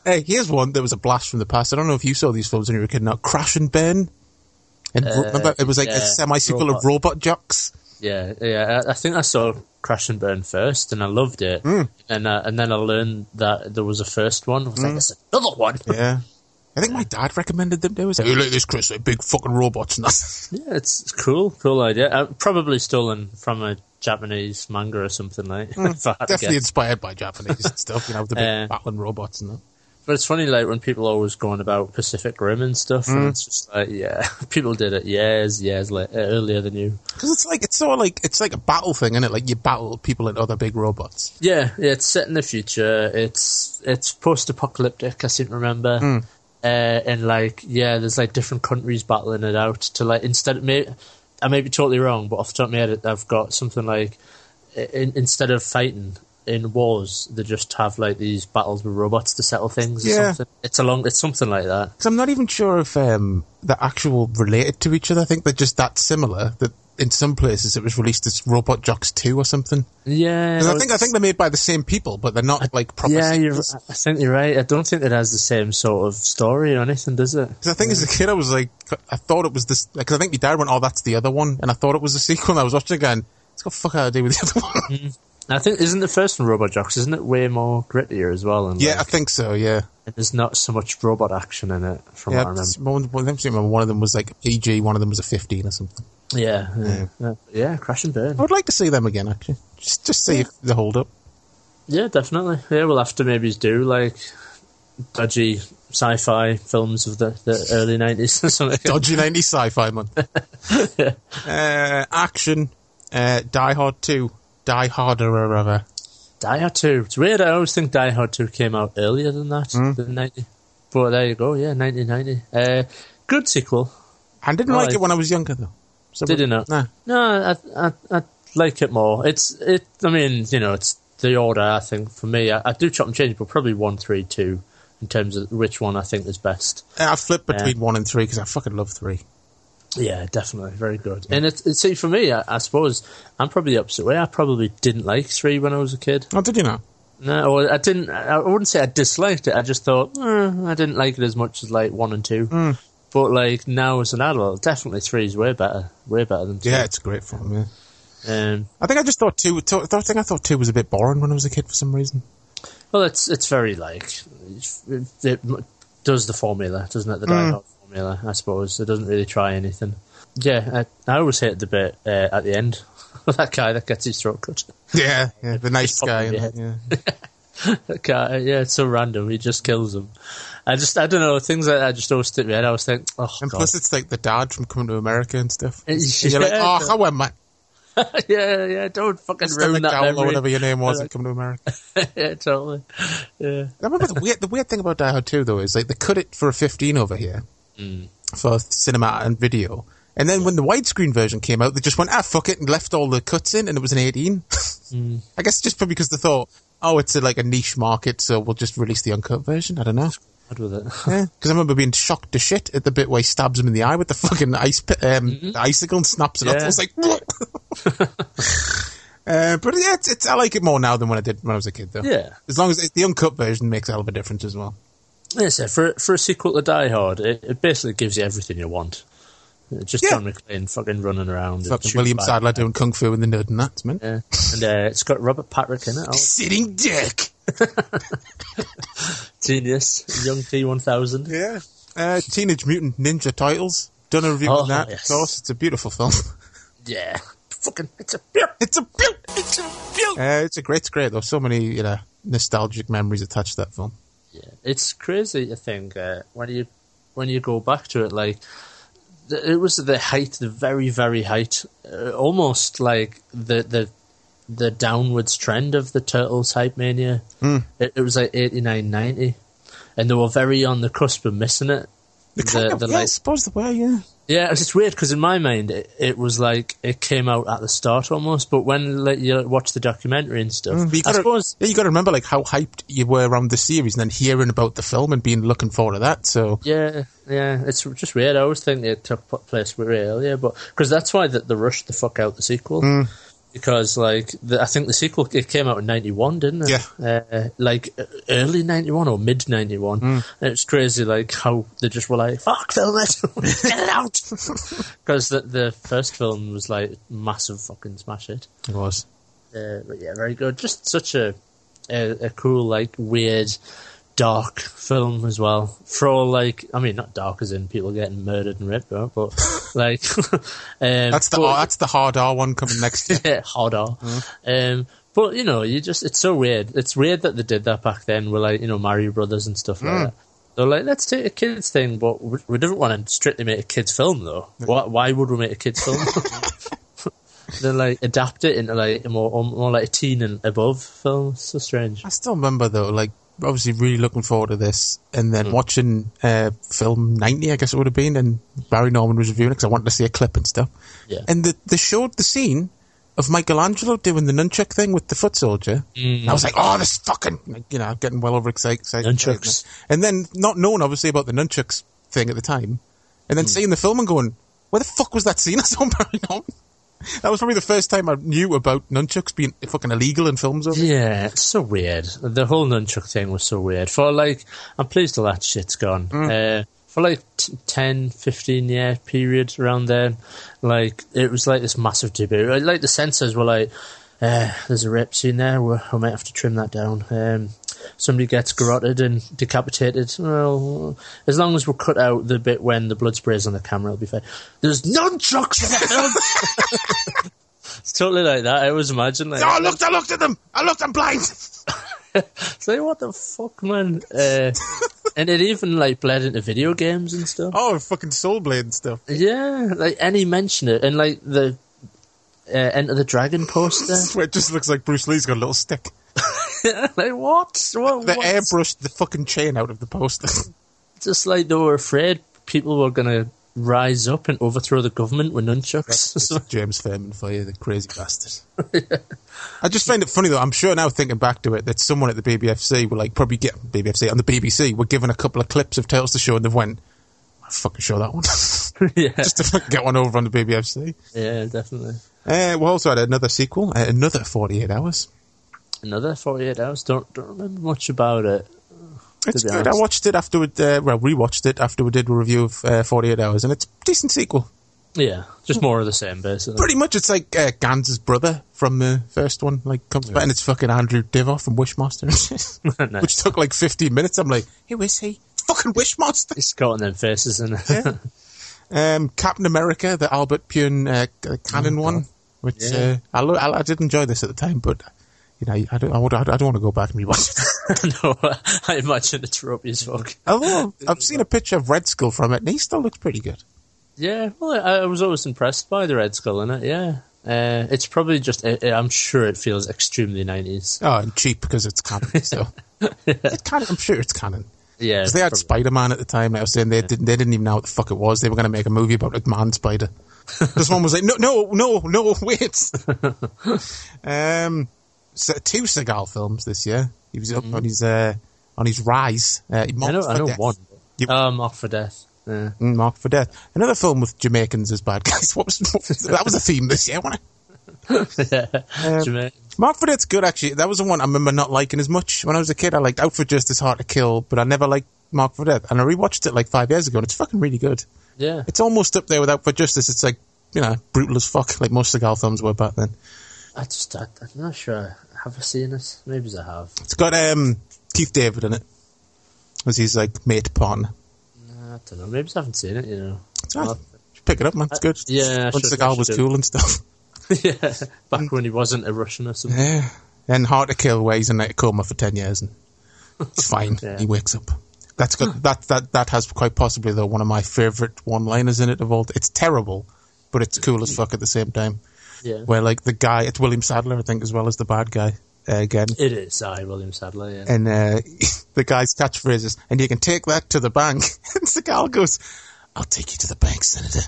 [SPEAKER 3] hey, here's one that was a blast from the past. I don't know if you saw these films when you were a kid. Now, Crash and Burn. And ro- remember, it was like
[SPEAKER 4] Uh, yeah,
[SPEAKER 3] a semi sequel of
[SPEAKER 4] Robot.
[SPEAKER 3] Robot Jocks.
[SPEAKER 4] Yeah, yeah. I, I think I saw Crash and Burn first, and I loved it.
[SPEAKER 3] Hmm.
[SPEAKER 4] And uh, and then I learned that there was a first one. I was
[SPEAKER 3] Hmm.
[SPEAKER 4] like, "There's another one."
[SPEAKER 3] Yeah. I think my dad recommended them. They was like, "You like this, Chris? They're big fucking robots." And that's-
[SPEAKER 4] Yeah, it's, it's cool, cool idea. Uh, probably stolen from a Japanese manga or something like. if I had to
[SPEAKER 3] Hmm. definitely
[SPEAKER 4] guess.
[SPEAKER 3] inspired by Japanese and stuff. You know, with the big
[SPEAKER 4] Uh,
[SPEAKER 3] battling robots and that.
[SPEAKER 4] But it's funny, like when people always going about Pacific Rim and stuff,
[SPEAKER 3] Hmm.
[SPEAKER 4] and it's just like, yeah, people did it years, years later, earlier than you.
[SPEAKER 3] Because it's like it's sort of like it's like a battle thing, isn't it? Like you battle people and other big robots.
[SPEAKER 4] Yeah, yeah, it's set in the future. It's it's post-apocalyptic. I seem to remember.
[SPEAKER 3] Hmm.
[SPEAKER 4] Uh, and like, yeah, there's like different countries battling it out to like instead. Of, may, I may be totally wrong, but off the top of my head, I've got something like in, instead of fighting in wars, they just have like these battles with robots to settle things. Or
[SPEAKER 3] Yeah.
[SPEAKER 4] something. it's along. It's something like that.
[SPEAKER 3] Because I'm not even sure if um, they're actual related to each other. I think they're just that similar that in some places it was released as Robot Jocks Two or something.
[SPEAKER 4] Yeah,
[SPEAKER 3] 'Cause I think I think they're made by the same people, but they're not like proper.
[SPEAKER 4] Yeah, you're,
[SPEAKER 3] sequels.
[SPEAKER 4] I think you're right. I don't think it has the same sort of story or anything, does it?
[SPEAKER 3] 'Cause I think as a kid, I was like, I thought it was this. Because I think my dad went, "Oh, that's the other one," and I thought it was a sequel. And I was watching it going, "It's got fuck out to do with the other one."
[SPEAKER 4] Mm. I think isn't the first one RoboJox? Isn't it way more grittier as well? And
[SPEAKER 3] yeah, I
[SPEAKER 4] like,
[SPEAKER 3] think so. Yeah,
[SPEAKER 4] there's not so much robot action in it, from
[SPEAKER 3] yeah.
[SPEAKER 4] what I remember.
[SPEAKER 3] One, one, I remember one of them was like a PG, one of them was a 15 or something.
[SPEAKER 4] Yeah, yeah, yeah, yeah, Crash and Burn.
[SPEAKER 3] I would like to see them again, actually. Just just see if they hold up.
[SPEAKER 4] Yeah, definitely. Yeah, we'll have to maybe do like dodgy sci-fi films of the, the early nineties or something.
[SPEAKER 3] Dodgy 90 sci-fi month. uh, action. Uh, Die Hard 2. Die Harder er, or whatever.
[SPEAKER 4] Die Hard Two. It's weird. I always think Die Hard Two came out earlier than that,
[SPEAKER 3] Hmm.
[SPEAKER 4] than ninety. But there you go. Yeah, nineteen ninety. Uh, good sequel.
[SPEAKER 3] I didn't like
[SPEAKER 4] Right.
[SPEAKER 3] it when I was younger, though. So
[SPEAKER 4] Did you not?
[SPEAKER 3] Nah.
[SPEAKER 4] No, I, I I like it more. It's it. I mean, you know, it's the order. I think for me, I, I do chop and change, but probably one, three, two in terms of which one I think is best.
[SPEAKER 3] I flipped between 1 and 3 because I fucking love 3.
[SPEAKER 4] Yeah, definitely, very good. And it's it, see for me, I, I suppose I'm probably the opposite way. I probably didn't like three when I was a kid.
[SPEAKER 3] Oh, did you not?
[SPEAKER 4] No, or I didn't. I I wouldn't say I disliked it. I just thought eh, I didn't like it as much as like one and two. But like now as an adult, definitely three is way better, way better than two.
[SPEAKER 3] Yeah, it's a great film, yeah.
[SPEAKER 4] Um,
[SPEAKER 3] I think I just thought 2... th- I think I thought 2 was a bit boring when I was a kid for some reason.
[SPEAKER 4] Well, it's it's very like it, it does the formula, doesn't it?
[SPEAKER 3] Mm.
[SPEAKER 4] The Die Hard formula, I suppose. It doesn't really try anything. Yeah, I, I always hate the bit uh, at the end. that guy that gets his throat cut.
[SPEAKER 3] Yeah, yeah. The nice guy.
[SPEAKER 4] Yeah.
[SPEAKER 3] and- Yeah.
[SPEAKER 4] That guy, yeah, it's so random. He just kills him. I just, I don't know. Things like that just always stick in my head. I was thinking, oh,
[SPEAKER 3] And
[SPEAKER 4] God.
[SPEAKER 3] plus it's like the dad from Coming to America and stuff.
[SPEAKER 4] Yeah.
[SPEAKER 3] And you're like, oh, how am I?
[SPEAKER 4] yeah, yeah, don't fucking
[SPEAKER 3] Stanley
[SPEAKER 4] ruin that
[SPEAKER 3] McDowell or
[SPEAKER 4] memory.
[SPEAKER 3] whatever your name was in Coming to America.
[SPEAKER 4] yeah, totally. Yeah.
[SPEAKER 3] I remember the weird, the weird thing about Die Hard 2, though, is like they cut it for a 15 over here
[SPEAKER 4] Mm.
[SPEAKER 3] for cinema and video. And then when the widescreen version came out, they just went, ah, fuck it, and left all the cuts in, and it was an 18.
[SPEAKER 4] Mm.
[SPEAKER 3] I guess just probably because they thought, oh, it's a, like a niche market, so we'll just release the uncut version. I don't know.
[SPEAKER 4] Bad with it.
[SPEAKER 3] Because I remember being shocked to shit at the bit where he stabs him in the eye with the fucking ice pi- um, icicle and snaps it off.
[SPEAKER 4] Mm-hmm. Yeah.
[SPEAKER 3] I was like, Uh, but yeah, it's, it's, I like it more now than when I did when I was a kid, though.
[SPEAKER 4] Yeah.
[SPEAKER 3] as long as it, the uncut version makes a hell of a difference as well.
[SPEAKER 4] Yeah, so for for a sequel to Die Hard, it, it basically gives you everything you want. Uh, Just
[SPEAKER 3] Yeah.
[SPEAKER 4] John McClane fucking running around.
[SPEAKER 3] Fucking
[SPEAKER 4] and
[SPEAKER 3] William
[SPEAKER 4] shooting
[SPEAKER 3] Sadler doing kung fu in the nerd and that, man.
[SPEAKER 4] back. Yeah. And uh, it's got Robert Patrick in it. Oh,
[SPEAKER 3] Sitting dick.
[SPEAKER 4] genius. Young T1000.
[SPEAKER 3] Yeah. Uh, Teenage Mutant Ninja Titles. Done a review
[SPEAKER 4] Oh,
[SPEAKER 3] on that.
[SPEAKER 4] yes.
[SPEAKER 3] Of course, it's a beautiful film.
[SPEAKER 4] Yeah. Fucking, it's a pure.
[SPEAKER 3] it's a beaut. It's a beaut. Uh, it's a great, it's great. There's so many you know nostalgic memories attached to that film.
[SPEAKER 4] It's crazy, I think, uh, when you when you go back to it, like, th- it was the height, the very, very height, uh, almost like the, the the downwards trend of the Turtles hype
[SPEAKER 3] Hmm.
[SPEAKER 4] mania. It, it was like 89, 90. And they were very on the cusp of missing it.
[SPEAKER 3] The kind
[SPEAKER 4] The-
[SPEAKER 3] of,
[SPEAKER 4] the
[SPEAKER 3] yeah, I
[SPEAKER 4] light-
[SPEAKER 3] suppose the way, yeah.
[SPEAKER 4] Yeah, it's just weird because in my mind it, it was like it came out at the start almost, but when like, you watch the documentary and stuff,
[SPEAKER 3] But Hmm. you
[SPEAKER 4] I
[SPEAKER 3] gotta,
[SPEAKER 4] suppose
[SPEAKER 3] yeah, you got to remember like how hyped you were around the series, and then hearing about the film and being looking forward to that. So
[SPEAKER 4] Yeah, yeah, it's just weird. I always think it took pl- place way earlier, but because that's why that they rushed the fuck out the sequel. Because like the, I think the sequel it came out in ninety one, didn't it? Yeah, uh, like uh, early ninety one or mid ninety one. It's crazy, like how they just were like, "Fuck, film it, get it out," because the, the first film was like massive fucking smash hit.
[SPEAKER 3] it was.
[SPEAKER 4] Uh, but yeah, very good. Just such a, a a cool, like weird, dark film as well. For all like, I mean, not dark as in people getting murdered and ripped up, but like um,
[SPEAKER 3] That's the R, that's the hard R one coming next year.
[SPEAKER 4] yeah, hard R. Um, but you know, you just it's so weird. It's weird that they did that back then. With like you know Mario Brothers and stuff like that. They're like, let's take a kids thing, but we, we didn't want to strictly make a kids film though. Why, why would we make a kids film? then like adapt it into like a more um, more like a teen and above film. So strange.
[SPEAKER 3] I still remember though, like obviously really looking forward to this, and
[SPEAKER 4] Hmm.
[SPEAKER 3] then watching uh, film ninety, I guess it would have been, and Barry Norman was reviewing it because I wanted to see a clip and stuff.
[SPEAKER 4] Yeah.
[SPEAKER 3] And the, they showed the scene of Michelangelo doing the nunchuck thing with the foot soldier.
[SPEAKER 4] Mm.
[SPEAKER 3] And I was like, oh, this fucking, like, you know, getting well over excited.
[SPEAKER 4] Nunchucks.
[SPEAKER 3] And then not knowing obviously about the nunchucks thing at the time, and
[SPEAKER 4] Hmm.
[SPEAKER 3] then seeing the film and going, where the fuck was that scene I saw on Barry Norman? That was probably the first time I knew about nunchucks being fucking illegal in films. Over
[SPEAKER 4] Yeah, it's so weird. The whole nunchuck thing was so weird. For like, I'm pleased all that shit's gone. Uh, for like t- 10, 15 year period around then, like, it was like this massive debut. Uh, Like, the censors were like, uh, there's a rape scene there, we we might have to trim that down. Um, somebody gets garroted and decapitated. Well, as long as we cut out the bit when the blood sprays on the camera, it'll be fine. There's nunchucks in the film! it's totally like that. I always imagine like...
[SPEAKER 3] Oh, I looked, I looked at them. I looked, I'm blind.
[SPEAKER 4] Say what the fuck, man? Uh, and it even like bled into video games and stuff.
[SPEAKER 3] Oh, fucking Soul Blade and stuff.
[SPEAKER 4] Yeah, like any mention it, and like the uh, Enter the Dragon poster.
[SPEAKER 3] Where it just looks like Bruce Lee's got a little stick.
[SPEAKER 4] like what? What?
[SPEAKER 3] They
[SPEAKER 4] what?
[SPEAKER 3] airbrushed the fucking chain out of the poster.
[SPEAKER 4] Just like they were afraid people were gonna rise up and overthrow the government with nunchucks.
[SPEAKER 3] It's James Fairman for you, the crazy bastard. I just find it funny though. I'm sure now, thinking back to it, that someone at the BBFC were like, probably get BBFC on the BBC were given a couple of clips of Tales to show, and they went, "I fucking show that one."
[SPEAKER 4] yeah,
[SPEAKER 3] just to fucking get one over on the BBFC.
[SPEAKER 4] yeah, definitely.
[SPEAKER 3] Uh, we also had another sequel, uh, another 48 hours.
[SPEAKER 4] Another forty-eight hours. Don't don't remember much about it.
[SPEAKER 3] It's
[SPEAKER 4] be
[SPEAKER 3] good. I
[SPEAKER 4] honest.
[SPEAKER 3] watched it after we, uh, well, rewatched it after we did a review of uh, 48 Hours, and it's a decent sequel.
[SPEAKER 4] Yeah, just more of the same, basically.
[SPEAKER 3] Pretty much, it's like uh, Gans's brother from the first one, like comes back, and it's fucking Andrew Divoff from Wishmaster, and shit.
[SPEAKER 4] Nice.
[SPEAKER 3] which took like 15 minutes. I'm like, who is he? It's fucking Wishmaster.
[SPEAKER 4] It's got on them faces and
[SPEAKER 3] Um, Captain America, the Albert Pune uh, c- canon one, which
[SPEAKER 4] Oh, Yeah.
[SPEAKER 3] uh, I, lo- I, I did enjoy this at the time, but you know, I don't, I, would, I don't want to go back and rewatch it.
[SPEAKER 4] no, I imagine it's ropey as fuck.
[SPEAKER 3] Although I've seen a picture of Red Skull from it, and he still looks pretty good.
[SPEAKER 4] Yeah, well, I, I was always impressed by the Red Skull in it. Yeah, uh, it's probably just. i I'm sure it feels extremely nineties.
[SPEAKER 3] Oh, and cheap because it's canon. So it's canon. I'm sure it's canon.
[SPEAKER 4] Yeah,
[SPEAKER 3] 'Cause they had
[SPEAKER 4] probably.
[SPEAKER 3] Spider Man at the time. I was saying they didn't. They didn't even know what the fuck it was. They were going to make a movie about a man spider. this one was like, no, no, no, no, wait. um, so two Seagal films this year. He was up on his uh, on his rise. Uh,
[SPEAKER 4] Mm-hmm. I
[SPEAKER 3] Marked
[SPEAKER 4] know.
[SPEAKER 3] for
[SPEAKER 4] I know
[SPEAKER 3] Death.
[SPEAKER 4] one.
[SPEAKER 3] You-
[SPEAKER 4] Um, off for death. Yeah.
[SPEAKER 3] Mm, Marked for Death. Another film with Jamaicans as bad guys. What was, what was- that? Was a theme this year, wasn't it? Um,
[SPEAKER 4] Jamaica.
[SPEAKER 3] Mark for Death's good, actually. That was the one I remember not liking as much. When I was a kid, I liked Out for Justice, Hard to Kill, but I never liked Mark for Death. And I rewatched it like five years ago, and it's fucking really good.
[SPEAKER 4] Yeah.
[SPEAKER 3] It's almost up there with Out for Justice. It's like, you know, brutal as fuck, like most Seagal films were back then.
[SPEAKER 4] I just. I, I'm not sure. Have I seen it? Maybe I have.
[SPEAKER 3] It's got um, Keith David in it, as he's like mate partner.
[SPEAKER 4] I don't know. Maybe I haven't seen it. You know.
[SPEAKER 3] It's nice. Should Pick it up, man. It's good.
[SPEAKER 4] Uh, yeah, I
[SPEAKER 3] When
[SPEAKER 4] should- I
[SPEAKER 3] Seagal
[SPEAKER 4] should
[SPEAKER 3] was
[SPEAKER 4] do.
[SPEAKER 3] cool and stuff.
[SPEAKER 4] yeah.
[SPEAKER 3] Mm.
[SPEAKER 4] Back when he wasn't a Russian or something.
[SPEAKER 3] Yeah. And Hard to Kill, where he's in a coma for ten years, and it's fine.
[SPEAKER 4] Yeah.
[SPEAKER 3] He wakes up. That's good. That that that has quite possibly though one of my favourite one-liners in it of all. It's terrible, but it's cool as fuck at the same time.
[SPEAKER 4] Yeah.
[SPEAKER 3] Where like the guy, it's William Sadler, I think, as well as the bad guy. again.
[SPEAKER 4] It is, I William Sadler. Yeah.
[SPEAKER 3] And uh, the guy's catchphrase is, and you can take that to the bank. and Seagal goes, I'll take you to the bank, Senator.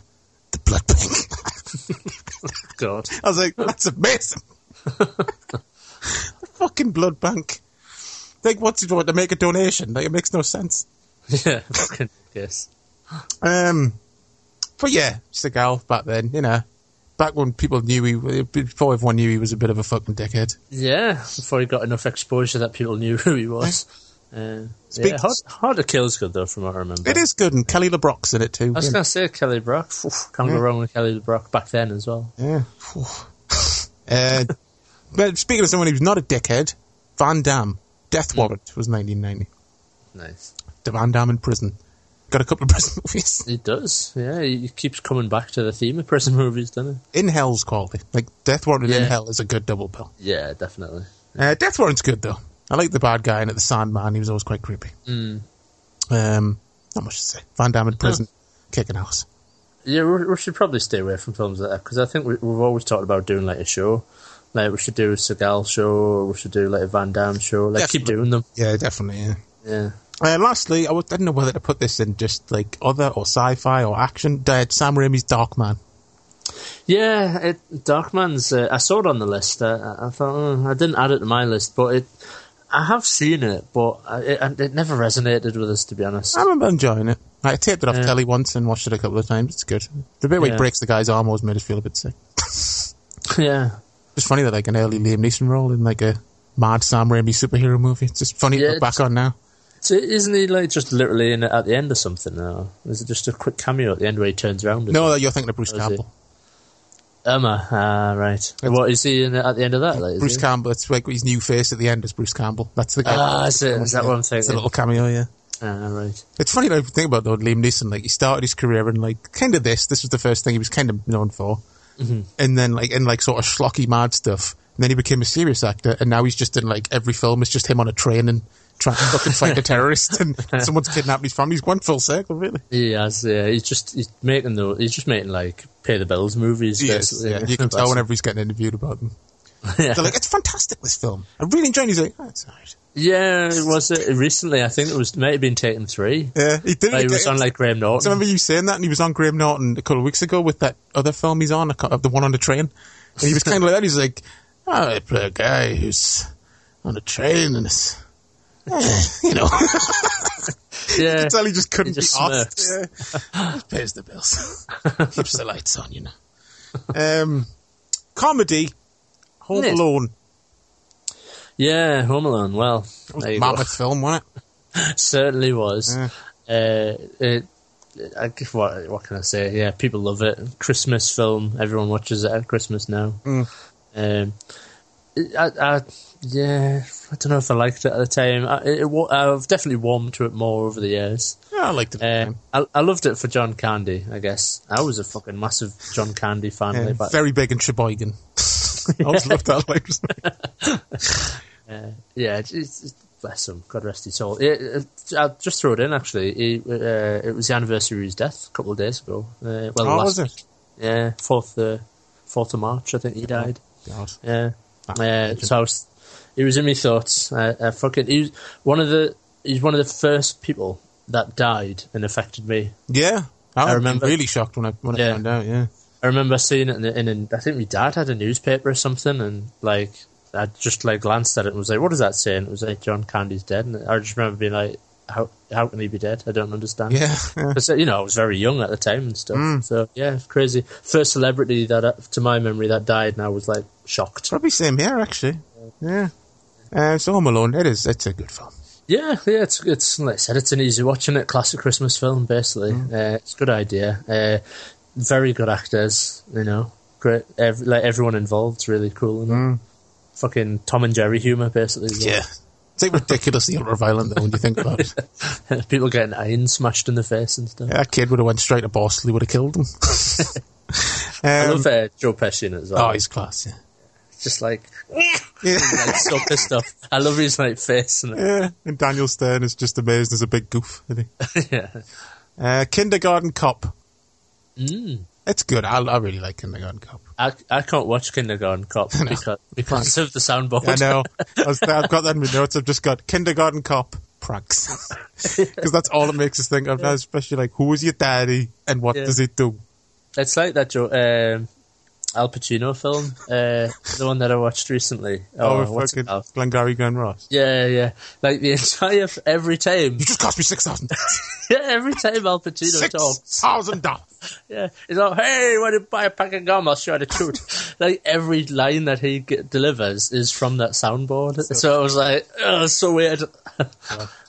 [SPEAKER 3] The blood bank.
[SPEAKER 4] God,
[SPEAKER 3] I was like, that's amazing. Fucking blood bank. Like, what's it want to make a donation? Like, it makes no sense.
[SPEAKER 4] yeah, fucking yes.
[SPEAKER 3] Um, but yeah, Seagal back then, you know, back when people knew he, before everyone knew he was a bit of a fucking dickhead.
[SPEAKER 4] Yeah, before he got enough exposure that people knew who he was. Uh, yeah, hard, hard to kill's good though, from what I remember.
[SPEAKER 3] It is good, and Kelly LeBrock's in it too.
[SPEAKER 4] I was
[SPEAKER 3] you know.
[SPEAKER 4] going to say Kelly Brock. Phew, Can't go wrong with Kelly Brock back then as well.
[SPEAKER 3] Yeah. Phew. uh, but speaking of someone who's not a dickhead, Van Damme, Death Warrant was 1990.
[SPEAKER 4] Nice.
[SPEAKER 3] The Van Damme in prison. Got a couple of prison movies.
[SPEAKER 4] He does. Yeah, he he keeps coming back to the theme of prison movies, doesn't
[SPEAKER 3] In Hell's quality. Like, Death Warrant and
[SPEAKER 4] Yeah.
[SPEAKER 3] In Hell is a good double bill.
[SPEAKER 4] he? Yeah, definitely.
[SPEAKER 3] Uh, Death Warrant's good, though. I like the bad guy in it, the Sandman. He was always quite creepy.
[SPEAKER 4] Mm.
[SPEAKER 3] Um, not much to say. Van Damme in prison, kicking ass.
[SPEAKER 4] Yeah, we, we should probably stay away from films like that because I think we, we've always talked about doing like a show. Like we should do a Seagal show, we should do like a Van Damme show. Like keep
[SPEAKER 3] Definitely.
[SPEAKER 4] doing them.
[SPEAKER 3] Yeah, definitely, yeah.
[SPEAKER 4] Yeah.
[SPEAKER 3] Uh, lastly, I w- I didn't know whether to put this in just like other or sci-fi or action. Uh, Sam Raimi's Dark Man.
[SPEAKER 4] Yeah, it, Darkman's. Uh, I saw it on the list. I, I- I thought "Oh, I didn't add it to my list, but it. I have seen it, but I, it, and it never resonated with us, to be honest.
[SPEAKER 3] I remember enjoying it. I taped it off
[SPEAKER 4] Yeah.
[SPEAKER 3] telly once and watched it a couple of times. It's good. The bit where he
[SPEAKER 4] Yeah.
[SPEAKER 3] breaks the guy's arm always made us feel a bit sick.
[SPEAKER 4] yeah,
[SPEAKER 3] It's funny that like an early Liam Neeson role in like a mad Sam Raimi superhero movie. It's just funny
[SPEAKER 4] Yeah,
[SPEAKER 3] to look back
[SPEAKER 4] it's-
[SPEAKER 3] on now.
[SPEAKER 4] so isn't he like just literally in it at the end or something? Now is it just a quick cameo at the end where he turns around?
[SPEAKER 3] No, that you're thinking of Bruce
[SPEAKER 4] What is it?
[SPEAKER 3] Campbell.
[SPEAKER 4] Emma. Ah, right. What is he in it at the end of that? Like, is
[SPEAKER 3] Bruce
[SPEAKER 4] he?
[SPEAKER 3] Campbell. It's like his new face at the end is Bruce Campbell. That's the guy.
[SPEAKER 4] Ah, is it? Is that what I'm
[SPEAKER 3] It's a
[SPEAKER 4] thinking?
[SPEAKER 3] little cameo, yeah.
[SPEAKER 4] Ah, right.
[SPEAKER 3] It's funny to think about though. Liam Neeson, like he started his career in like kind of this. This was the first thing he was kind of known for,
[SPEAKER 4] Mm-hmm.
[SPEAKER 3] and then like in like sort of schlocky mad stuff. And then he became a serious actor, and now he's just in like every film. It's just him on a train and trying to fucking fight a terrorist, and someone's kidnapped his family. He's gone full circle, really.
[SPEAKER 4] He has. Yeah, he's just he's making the he's just making like pay the bills movies.
[SPEAKER 3] Yes,
[SPEAKER 4] basically.
[SPEAKER 3] yeah. You can tell
[SPEAKER 4] That's-
[SPEAKER 3] whenever he's getting interviewed about them.
[SPEAKER 4] Yeah.
[SPEAKER 3] They're like, "It's fantastic, this film. I really enjoyed." it." He's like, "That's all right."
[SPEAKER 4] Yeah, was it recently? I think it was might have been Taken Three.
[SPEAKER 3] Yeah, he did. it
[SPEAKER 4] Like, it
[SPEAKER 3] again.
[SPEAKER 4] Oh, was on like Graham
[SPEAKER 3] So I
[SPEAKER 4] Norton.
[SPEAKER 3] remember you saying that, and he was on Graham Norton a couple of weeks ago with that other film he's on, I can't- the one on the train. And he was kind of like that. He's like, oh, I play a guy who's on a train, and it's, eh, you know,
[SPEAKER 4] Yeah,
[SPEAKER 3] tell he just couldn't
[SPEAKER 4] He just
[SPEAKER 3] be off. Yeah. He pays the bills, keeps the lights on, you know. Um, comedy, Home
[SPEAKER 4] Yes.
[SPEAKER 3] Alone,
[SPEAKER 4] yeah, Home Alone. Well, there you go.
[SPEAKER 3] Oh, mammoth film, wasn't it?
[SPEAKER 4] certainly was. Uh, it, I, what, what can I say? Yeah, people love it. Christmas film. Everyone watches it at Christmas now.
[SPEAKER 3] Mm.
[SPEAKER 4] Um, it- I, I, yeah, I don't know if I liked it at the time. I, it, wa- I've definitely warmed to it more over the years.
[SPEAKER 3] Yeah, I liked it.
[SPEAKER 4] Um, I, I loved it for John Candy, I guess. I was a fucking massive John Candy fan.
[SPEAKER 3] Yeah,
[SPEAKER 4] way back
[SPEAKER 3] Um, very big in Sheboygan. I always loved that. Like,
[SPEAKER 4] Yeah, it's, it's, bless him. God rest his soul. It, it, I'll just throw it in, actually. He, uh, it was the anniversary of his death a couple of days ago. Uh, well,
[SPEAKER 3] oh,
[SPEAKER 4] last,
[SPEAKER 3] was it?
[SPEAKER 4] Yeah, 4th, uh, 4th of March, I think he died.
[SPEAKER 3] God.
[SPEAKER 4] Yeah.
[SPEAKER 3] Ah,
[SPEAKER 4] Uh, so I was, he was in my thoughts. I, I fucking, he was one of the, he's one of the first people that died and affected me.
[SPEAKER 3] Yeah. I, was
[SPEAKER 4] remember-
[SPEAKER 3] really shocked when I when I
[SPEAKER 4] Yeah.
[SPEAKER 3] found out. Yeah,
[SPEAKER 4] I remember seeing it in, in, in I think my dad had a newspaper or something, and like I just like glanced at it and was like, "What does that say?" And it was like, "John Candy's dead." And I just remember being like, "How how can he be dead? I don't understand."
[SPEAKER 3] yeah, yeah.
[SPEAKER 4] 'Cause, you know I was very young at the time and stuff. So yeah, it's crazy. First celebrity that uh, to my memory that died, and I was like shocked.
[SPEAKER 3] probably same here actually. Yeah, uh, so Home Alone. It is. It's a good film.
[SPEAKER 4] Yeah, yeah, it's it's like I said, it's an easy watching it. Classic Christmas film, basically.
[SPEAKER 3] Mm.
[SPEAKER 4] Uh, it's a good idea. Uh, very good actors, you know. Great, ev- like everyone involved's really cool. And
[SPEAKER 3] Mm.
[SPEAKER 4] Fucking Tom and Jerry humor, basically. as well.
[SPEAKER 3] it's like ridiculously ultra violent though when you think about it.
[SPEAKER 4] people getting iron smashed in the face and stuff.
[SPEAKER 3] That kid would have went straight to Boston. Would have killed him.
[SPEAKER 4] I
[SPEAKER 3] um,
[SPEAKER 4] love uh, Joe Pesci in it as well.
[SPEAKER 3] oh, he's class. Yeah.
[SPEAKER 4] just like,
[SPEAKER 3] Yeah.
[SPEAKER 4] like so pissed off. I love his like face and
[SPEAKER 3] yeah, and Daniel Stern is just amazed as a big goof. Isn't he?
[SPEAKER 4] yeah.
[SPEAKER 3] Uh, kindergarten Cop. It's good. I, I really like Kindergarten Cop.
[SPEAKER 4] I, I can't watch Kindergarten Cop because, because of the soundboard.
[SPEAKER 3] I know. I was, I've got that in my notes. I've just got Kindergarten Cop pranks because that's all it makes us think of now. Especially like, who is your daddy and what
[SPEAKER 4] Yeah.
[SPEAKER 3] does he do?
[SPEAKER 4] It's like that jo- um Al Pacino film, uh, the one that I watched recently.
[SPEAKER 3] Oh,
[SPEAKER 4] what's it
[SPEAKER 3] fucking
[SPEAKER 4] called?
[SPEAKER 3] Glengarry Glen Ross.
[SPEAKER 4] Yeah, yeah. Like the entire f- every time,
[SPEAKER 3] You just cost me six thousand.
[SPEAKER 4] yeah, every time Al Pacino
[SPEAKER 3] six
[SPEAKER 4] talks,
[SPEAKER 3] thousand dollars.
[SPEAKER 4] yeah, he's like, "Hey, want to buy a pack of gum? I'll show you the truth." like every line that he get, delivers is from that soundboard. So, I was like, "Oh, it's so weird." but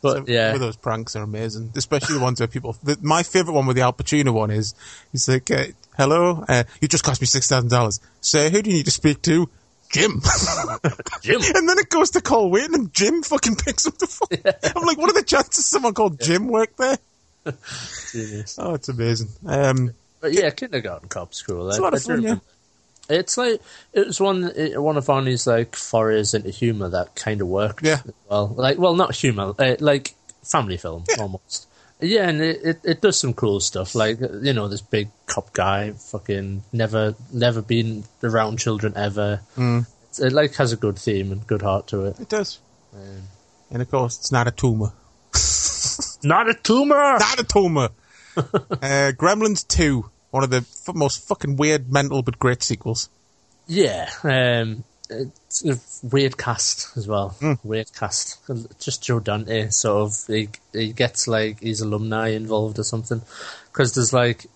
[SPEAKER 3] Some of
[SPEAKER 4] yeah,
[SPEAKER 3] those pranks are amazing, especially the ones where people. The, my favorite one with the Al Pacino one is he's like, uh, "Hello, uh, you just cost me six thousand dollars, sir. Who do you need to speak to?" Jim.
[SPEAKER 4] Jim.
[SPEAKER 3] and then it goes to call Wayne, and Jim fucking picks up the phone. I'm like, what are the chances someone called Jim worked there?
[SPEAKER 4] Genius.
[SPEAKER 3] Oh, it's amazing. Um,
[SPEAKER 4] But yeah, kindergarten cop school.
[SPEAKER 3] It's a lot of fun, yeah.
[SPEAKER 4] It's like it was one it- one of Arnie's like forays into humor that kind of worked.
[SPEAKER 3] Yeah.
[SPEAKER 4] Well, like well, not humor, uh, like family film almost. Yeah, and it, it, it does some cool stuff. Like you know, this big cop guy, fucking never never been around children ever. It's, it like has a good theme and good heart to it.
[SPEAKER 3] it does.
[SPEAKER 4] Um,
[SPEAKER 3] and of course, it's not a tumor.
[SPEAKER 4] Not a tumor.
[SPEAKER 3] Not a tumor. uh, Gremlins Two, one of the f- most fucking weird, mental but great sequels.
[SPEAKER 4] Yeah, um, it's a weird cast as well.
[SPEAKER 3] Hmm.
[SPEAKER 4] Weird cast. Just Joe Dante, sort of. He, he gets like his alumni involved or something, because there's like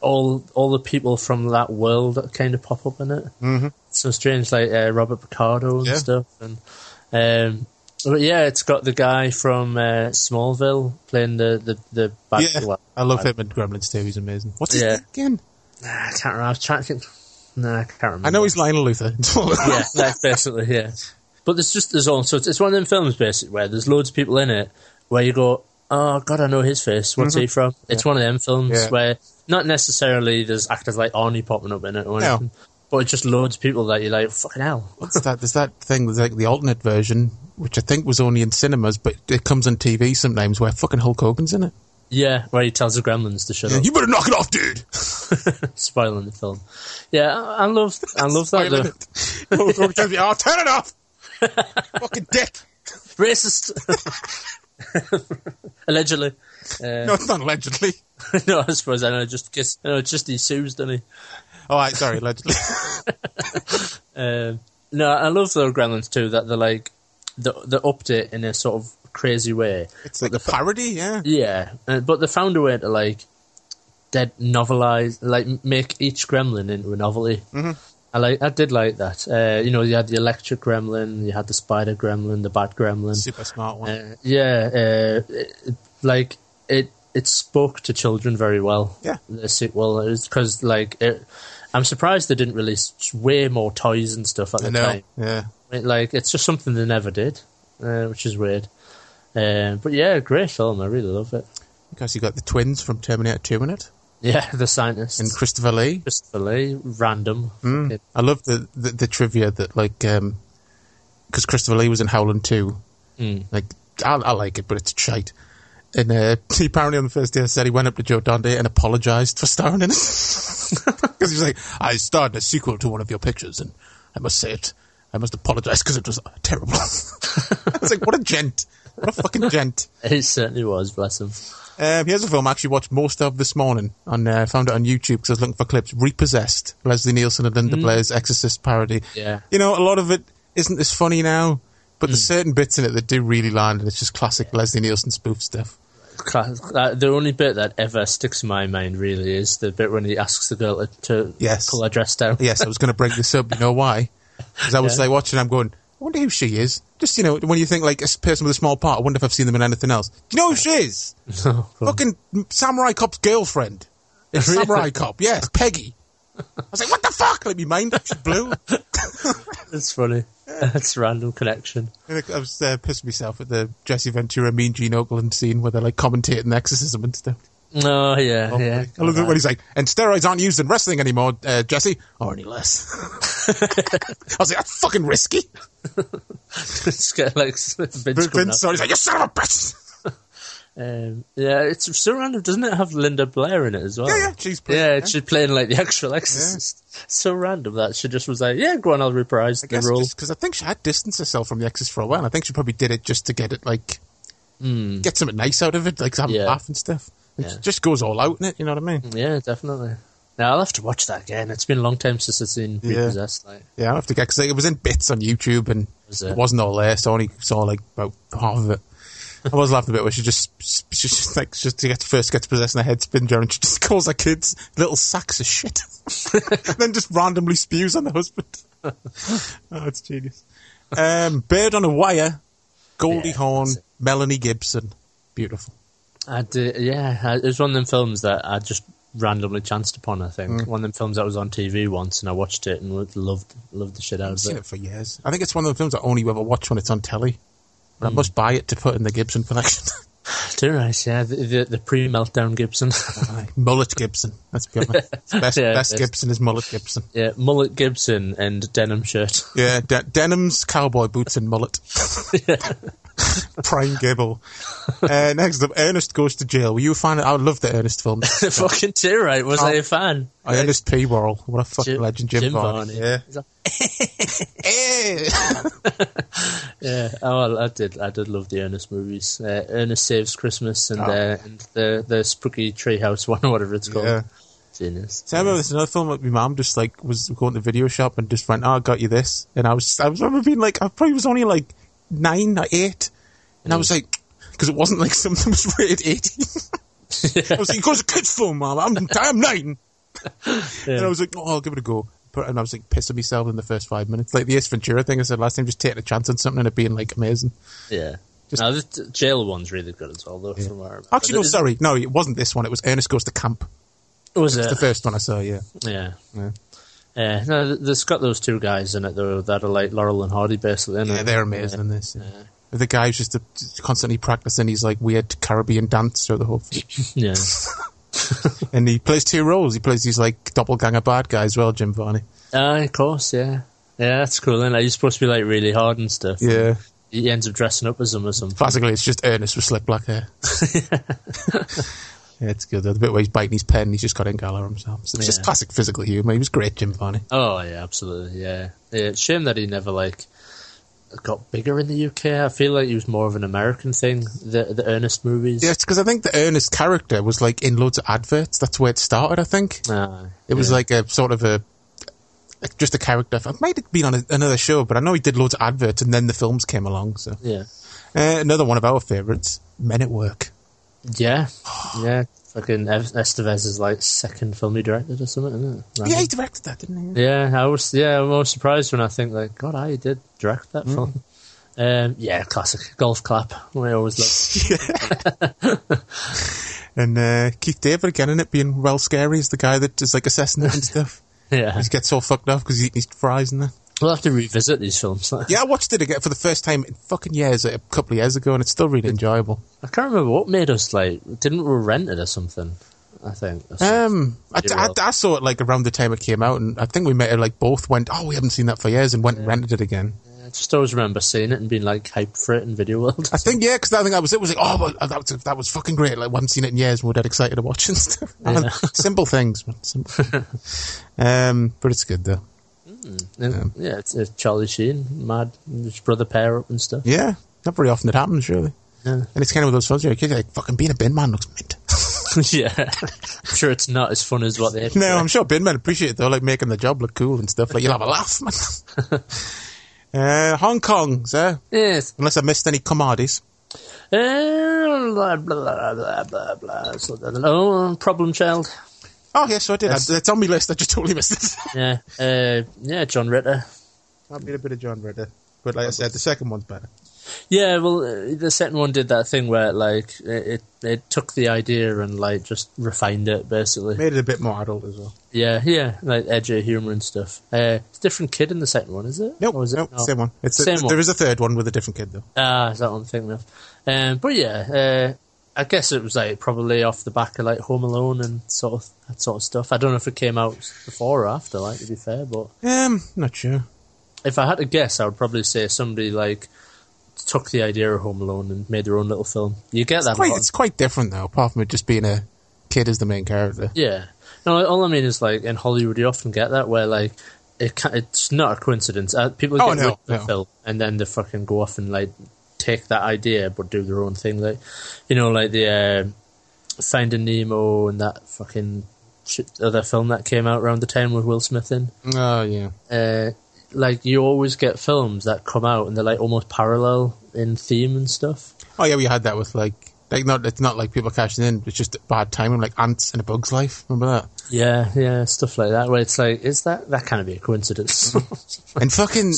[SPEAKER 4] all all the people from that world that kind of pop up in it. Mm-hmm. So strange, like uh, Robert Picardo and
[SPEAKER 3] Yeah.
[SPEAKER 4] stuff. And um, but yeah, it's got the guy from uh, Smallville playing the the the bad.
[SPEAKER 3] yeah,
[SPEAKER 4] well,
[SPEAKER 3] I love
[SPEAKER 4] bad-
[SPEAKER 3] him in Gremlins Two. He's amazing. What's his
[SPEAKER 4] Yeah.
[SPEAKER 3] name again?
[SPEAKER 4] I can't remember. I was trying to. Nah, I can't remember.
[SPEAKER 3] I know he's Lionel Luther.
[SPEAKER 4] yeah, that's basically yeah. But there's just there's all sorts. It's one of them films basically where there's loads of people in it where you go, oh god, I know his face. What's he from? It's one of them films
[SPEAKER 3] Mm-hmm. Yeah.
[SPEAKER 4] where not necessarily there's actors like Arnie popping up in it or
[SPEAKER 3] No.
[SPEAKER 4] anything, but it's just loads of people that you're like, fucking hell.
[SPEAKER 3] What's that? There's that thing. There's like the alternate version, which I think was only in cinemas, but it comes on TV sometimes. Where fucking Hulk Hogan's in it.
[SPEAKER 4] Yeah, where he tells the gremlins to shut up,
[SPEAKER 3] You better knock it off, dude.
[SPEAKER 4] spoiling the film. Yeah, I, I love I love that.
[SPEAKER 3] Spoiling
[SPEAKER 4] though.
[SPEAKER 3] it. Hulk Hogan tells me, "Oh, turn it off." fucking dick.
[SPEAKER 4] Racist. Allegedly,
[SPEAKER 3] No, it's not allegedly.
[SPEAKER 4] no, I suppose I know. Just kiss, no, it's just he sues, doesn't he?
[SPEAKER 3] All right, sorry, allegedly.
[SPEAKER 4] Um, no, I love the Gremlins too. That they're like the the upped it in a sort of crazy way.
[SPEAKER 3] It's like a parody, yeah.
[SPEAKER 4] Yeah, uh, but they found a way to like dead novelize, like m- make each Gremlin into a novelty. Mm-hmm. I like, I did like that. Uh, you know, you had the Electric Gremlin, you had the Spider Gremlin, the Bat Gremlin.
[SPEAKER 3] Super smart one.
[SPEAKER 4] Uh, yeah, uh, it, it- like it it spoke to children very well.
[SPEAKER 3] Yeah.
[SPEAKER 4] the sequel because like it, I'm surprised they didn't release way more toys and stuff at
[SPEAKER 3] I
[SPEAKER 4] the
[SPEAKER 3] know.
[SPEAKER 4] time.
[SPEAKER 3] Yeah.
[SPEAKER 4] It, like it's just something they never did, uh, which is weird. Uh, but yeah, great film. I really love it.
[SPEAKER 3] Because you got the twins from Terminator 2 in it,
[SPEAKER 4] Yeah, the scientist
[SPEAKER 3] and Hmm. Christopher Lee.
[SPEAKER 4] Christopher Lee, random. Fucking-
[SPEAKER 3] I love the, the, the trivia that, like, because Christopher Lee was in Howland 2. Like, I, I like it, but it's shite. And uh, he apparently on the first day said he went up to Joe Dante and apologized for starring in it. Because he was like, I starred in a sequel to one of your pictures, and I must say it. I must apologize because it was terrible. I was like, what a gent. What a fucking gent.
[SPEAKER 4] He certainly was. Bless him.
[SPEAKER 3] Um, here's a film I actually watched most of this morning. On uh, found it on YouTube because I was looking for clips. Repossessed, Leslie Nielsen and Linda Blair's Exorcist parody.
[SPEAKER 4] Mm. Yeah. Mm.
[SPEAKER 3] you know a lot of it isn't as funny now, but there's certain bits in it that do really land, and it's just classic Leslie Nielsen spoof stuff.
[SPEAKER 4] Cla- uh, the only bit that ever sticks in my mind really is the bit when he asks the girl to, to
[SPEAKER 3] Yes.
[SPEAKER 4] pull her dress down.
[SPEAKER 3] Yes, I was going to bring this up. You know why? Because I was like watching. I'm going. I wonder who she is. Just you know, when you think like a s- person with a small part, I wonder if I've seen them in anything else. Do you know who she is?
[SPEAKER 4] No, go on.
[SPEAKER 3] Fucking Samurai Cop's girlfriend. It's Samurai Cop. Yes, Peggy. I was like, what the fuck? Let me mind. She's blue.
[SPEAKER 4] That's funny. That's a random connection.
[SPEAKER 3] I think I was uh, pissing myself at the Jesse Ventura, Mean Gene Oakland scene where they're like commentating the exorcism and stuff.
[SPEAKER 4] Oh yeah, yeah.
[SPEAKER 3] I love it when he's like, and steroids aren't used in wrestling anymore, uh, Jesse, or any less. I was like, that's fucking risky.
[SPEAKER 4] It's got, like Vince
[SPEAKER 3] Vince,
[SPEAKER 4] coming up.
[SPEAKER 3] sorry, he's like, you son of a bitch.
[SPEAKER 4] Um, yeah, it's so random, doesn't it? Have Linda Blair in it as well?
[SPEAKER 3] Yeah, yeah, she's playing,
[SPEAKER 4] Yeah,
[SPEAKER 3] yeah.
[SPEAKER 4] she's playing like the actual Exorcist. So random that she just was like, "Yeah, go on, I'll reprise
[SPEAKER 3] I
[SPEAKER 4] the
[SPEAKER 3] guess
[SPEAKER 4] role."
[SPEAKER 3] because I think she had distanced herself from the Exorcist for a while. I think she probably did it just to get it like get something nice out of it, like have
[SPEAKER 4] Hmm. Yeah.
[SPEAKER 3] a laugh and stuff. It
[SPEAKER 4] Yeah.
[SPEAKER 3] just goes all out in it. You know what I mean?
[SPEAKER 4] Yeah, definitely. Now I'll have to watch that again. It's been a long time since I've seen
[SPEAKER 3] Yeah.
[SPEAKER 4] repossessed. Like,
[SPEAKER 3] Yeah, I have to get because it was in bits on YouTube and
[SPEAKER 4] Was it?
[SPEAKER 3] it? wasn't all there, so I only saw like about half of it. I was laughing a bit where she just, she just like just to get first gets possessed in her head spins around and she just calls her kids little sacks of shit, then just randomly spews on the husband. oh, it's genius. Um, Bird on a Wire, Goldie
[SPEAKER 4] Yeah,
[SPEAKER 3] Hawn,
[SPEAKER 4] that's it.
[SPEAKER 3] Melanie Gibson, beautiful.
[SPEAKER 4] I did, yeah, I- it was one of them films that I just randomly chanced upon. I think
[SPEAKER 3] Mm.
[SPEAKER 4] one of them films that was on TV once, and I watched it and loved loved the shit out
[SPEAKER 3] I've
[SPEAKER 4] of
[SPEAKER 3] seen
[SPEAKER 4] it.
[SPEAKER 3] it for years. I think it's one of the films I only ever watch when it's on telly. But
[SPEAKER 4] Hmm.
[SPEAKER 3] I must buy it to put in the Gibson collection.
[SPEAKER 4] Too nice, yeah. The, the, the pre meltdown Gibson,
[SPEAKER 3] Oh, Mullet Gibson. Let's be honest. It's Best,
[SPEAKER 4] Yeah,
[SPEAKER 3] best
[SPEAKER 4] it is.
[SPEAKER 3] Gibson is Mullet Gibson.
[SPEAKER 4] yeah, mullet Gibson and denim shirt.
[SPEAKER 3] Yeah, de- denims, cowboy boots, and mullet. Prime Gibble. Uh, next up, Ernest goes to jail. Were you a fan? I love the Ernest film.
[SPEAKER 4] Fucking too right. Was I a fan?
[SPEAKER 3] I Ernest P. Worrell. What a fucking
[SPEAKER 4] Jim-
[SPEAKER 3] legend, Jim,
[SPEAKER 4] Jim Varney.
[SPEAKER 3] Varney. Yeah.
[SPEAKER 4] He's like,
[SPEAKER 3] Eh.
[SPEAKER 4] Yeah, oh, I I did. I did love the Ernest movies. Uh, Ernest Saves Christmas and,
[SPEAKER 3] Oh.
[SPEAKER 4] uh, and the the Spooky Treehouse one, or whatever it's called.
[SPEAKER 3] Yeah.
[SPEAKER 4] Genius.
[SPEAKER 3] So I remember there's another film that my mum just like was going to the video shop and just went, "Oh, I got you this," and I was I was I remember being like I probably was only like nine or eight, and I was
[SPEAKER 4] Mm.
[SPEAKER 3] like because it wasn't like something that was rated eighteen. I was like, "Because a kids' film, mum. I'm I'm nine. And I was like, "Oh, I'll give it a go." But- And I was like pissing myself in the first five minutes, like the Ace Ventura thing I said last time, just taking a chance on something and it being like amazing.
[SPEAKER 4] Yeah.
[SPEAKER 3] Just-
[SPEAKER 4] no, the t- jail one's really good as well, though. From what I remember.
[SPEAKER 3] Actually, no,
[SPEAKER 4] Is-
[SPEAKER 3] sorry, no, it wasn't this one. It was Ernest Goes to Camp.
[SPEAKER 4] Was it?
[SPEAKER 3] It's the first one I saw. Yeah,
[SPEAKER 4] yeah.
[SPEAKER 3] Yeah.
[SPEAKER 4] Yeah. No, th- there's got those two guys in it though that are like Laurel and Hardy, basically. Isn't
[SPEAKER 3] Yeah,
[SPEAKER 4] it?
[SPEAKER 3] they're amazing in this. yeah. The guy who's just, a, just constantly practicing his like weird Caribbean dance through the whole thing.
[SPEAKER 4] Yeah.
[SPEAKER 3] and he plays two roles. He plays these like doppelganger bad guy as well, Jim Varney.
[SPEAKER 4] Ah, of course. Yeah. Yeah, that's cool. And like, he's supposed to be like really hard and stuff.
[SPEAKER 3] Yeah.
[SPEAKER 4] He ends up dressing up as them or something.
[SPEAKER 3] Classically, it's just Ernest with slick black hair. yeah, it's good. The bit where he's biting his pen, he's just got Engala himself. So it's just
[SPEAKER 4] Yeah.
[SPEAKER 3] classic physical humour. He was great, Jim Varney.
[SPEAKER 4] Oh yeah, absolutely. Yeah, yeah. It's shame that he never like got bigger in the UK. I feel like he was more of an American thing. The the Ernest movies.
[SPEAKER 3] Yeah, because I think the Ernest character was like in loads of adverts. That's where it started, I think.
[SPEAKER 4] Ah,
[SPEAKER 3] It was
[SPEAKER 4] yeah.
[SPEAKER 3] like a sort of a just a character. I might have been on a, another show, but I know he did loads of adverts, and then the films came along. So
[SPEAKER 4] yeah,
[SPEAKER 3] uh, another one of our favourites, Men at Work.
[SPEAKER 4] yeah, yeah. Fucking Ev- Estevez's like second film he directed or something, isn't it? Right.
[SPEAKER 3] Yeah, he directed that, didn't he?
[SPEAKER 4] Yeah, I was. Yeah, I'm always surprised when I think like, God, I did direct that
[SPEAKER 3] Mm.
[SPEAKER 4] film. Um, yeah, classic golf clap. We always love.
[SPEAKER 3] And uh, Keith David again in it, being well scary, is the guy that is like assessing it and stuff.
[SPEAKER 4] Yeah,
[SPEAKER 3] He gets all fucked up because he's eating his fries and that.
[SPEAKER 4] we'll have to revisit these films.
[SPEAKER 3] Yeah, I watched it again for the first time in fucking years, a couple of years ago, and it's still really enjoyable.
[SPEAKER 4] I can't remember what made us like. Didn't we rent it or something? I think. or something.
[SPEAKER 3] Um, I,
[SPEAKER 4] Pretty
[SPEAKER 3] I-
[SPEAKER 4] well.
[SPEAKER 3] I saw it like around the time it came out, and I think we met her, like both went, oh, we haven't seen that for years, and went and rented it again.
[SPEAKER 4] I just always remember seeing it and being like hyped for it in Video World.
[SPEAKER 3] I think yeah, because I think that was it. Was like oh, well, that was, that was fucking great. Like, we haven't seen it in years. We're dead excited to watch and stuff. Simple things, man. Simple. things. um, but it's good though.
[SPEAKER 4] And, yeah, it's, it's Charlie Sheen, mad, his brother pair up and stuff.
[SPEAKER 3] Yeah, not very often it happens, really.
[SPEAKER 4] Yeah.
[SPEAKER 3] And it's kind of one of those films where you're like, fucking being a bin man looks mint.
[SPEAKER 4] yeah, I'm sure it's not as fun as what they.
[SPEAKER 3] no, I'm sure bin men appreciate it though, like making the job look cool and stuff. Like you'll have a laugh, man. uh, Hong Kong, sir.
[SPEAKER 4] Yes.
[SPEAKER 3] Unless I missed any comedies.
[SPEAKER 4] Uh, blah, blah, blah, blah, blah, blah. So, oh, problem child.
[SPEAKER 3] Oh yes, so I did. I, it's on my list. I just totally missed it.
[SPEAKER 4] Yeah, uh, yeah, John Ritter.
[SPEAKER 3] I've been a bit of John Ritter, but like I said, the second one's better.
[SPEAKER 4] Yeah, well, uh, the second one did that thing where like it, it it took the idea and like just refined it basically.
[SPEAKER 3] Made it a bit more adult as well.
[SPEAKER 4] Yeah, yeah, like edgy humor and stuff. Uh, it's a different kid in the second one, is it?
[SPEAKER 3] Nope,
[SPEAKER 4] Or Oh, is it
[SPEAKER 3] nope,
[SPEAKER 4] not?
[SPEAKER 3] same one. It's
[SPEAKER 4] Same
[SPEAKER 3] a,
[SPEAKER 4] one.
[SPEAKER 3] There is a third one with a different kid though.
[SPEAKER 4] Ah, is that what I'm thinking of? Um, but yeah, uh, I guess it was like probably off the back of like Home Alone and sort of that sort of stuff. I don't know if it came out before or after, like to be fair, but
[SPEAKER 3] Um, not sure.
[SPEAKER 4] if I had to guess, I would probably say somebody like took the idea of Home Alone and made their own little film. You get that.
[SPEAKER 3] Quite,
[SPEAKER 4] a lot.
[SPEAKER 3] it's quite different though, apart from it just being a kid as the main character.
[SPEAKER 4] Yeah. No, all I mean is like in Hollywood, you often get that where like it can, it's not a coincidence. Uh, people get
[SPEAKER 3] Oh,
[SPEAKER 4] with
[SPEAKER 3] no,
[SPEAKER 4] the
[SPEAKER 3] no.
[SPEAKER 4] film and then they fucking go off and like take that idea but do their own thing. Like you know, like the uh, Finding Nemo and that fucking shit, other film that came out around the time with Will Smith in.
[SPEAKER 3] Oh yeah.
[SPEAKER 4] Uh, like you always get films that come out and they're like almost parallel in theme and stuff.
[SPEAKER 3] Oh yeah, we had that with like like not it's not like people cashing in. It's just bad timing, like ants in a bug's life. Remember that?
[SPEAKER 4] Yeah, yeah, stuff like that. Where it's like, is that that can't be a coincidence?
[SPEAKER 3] And fucking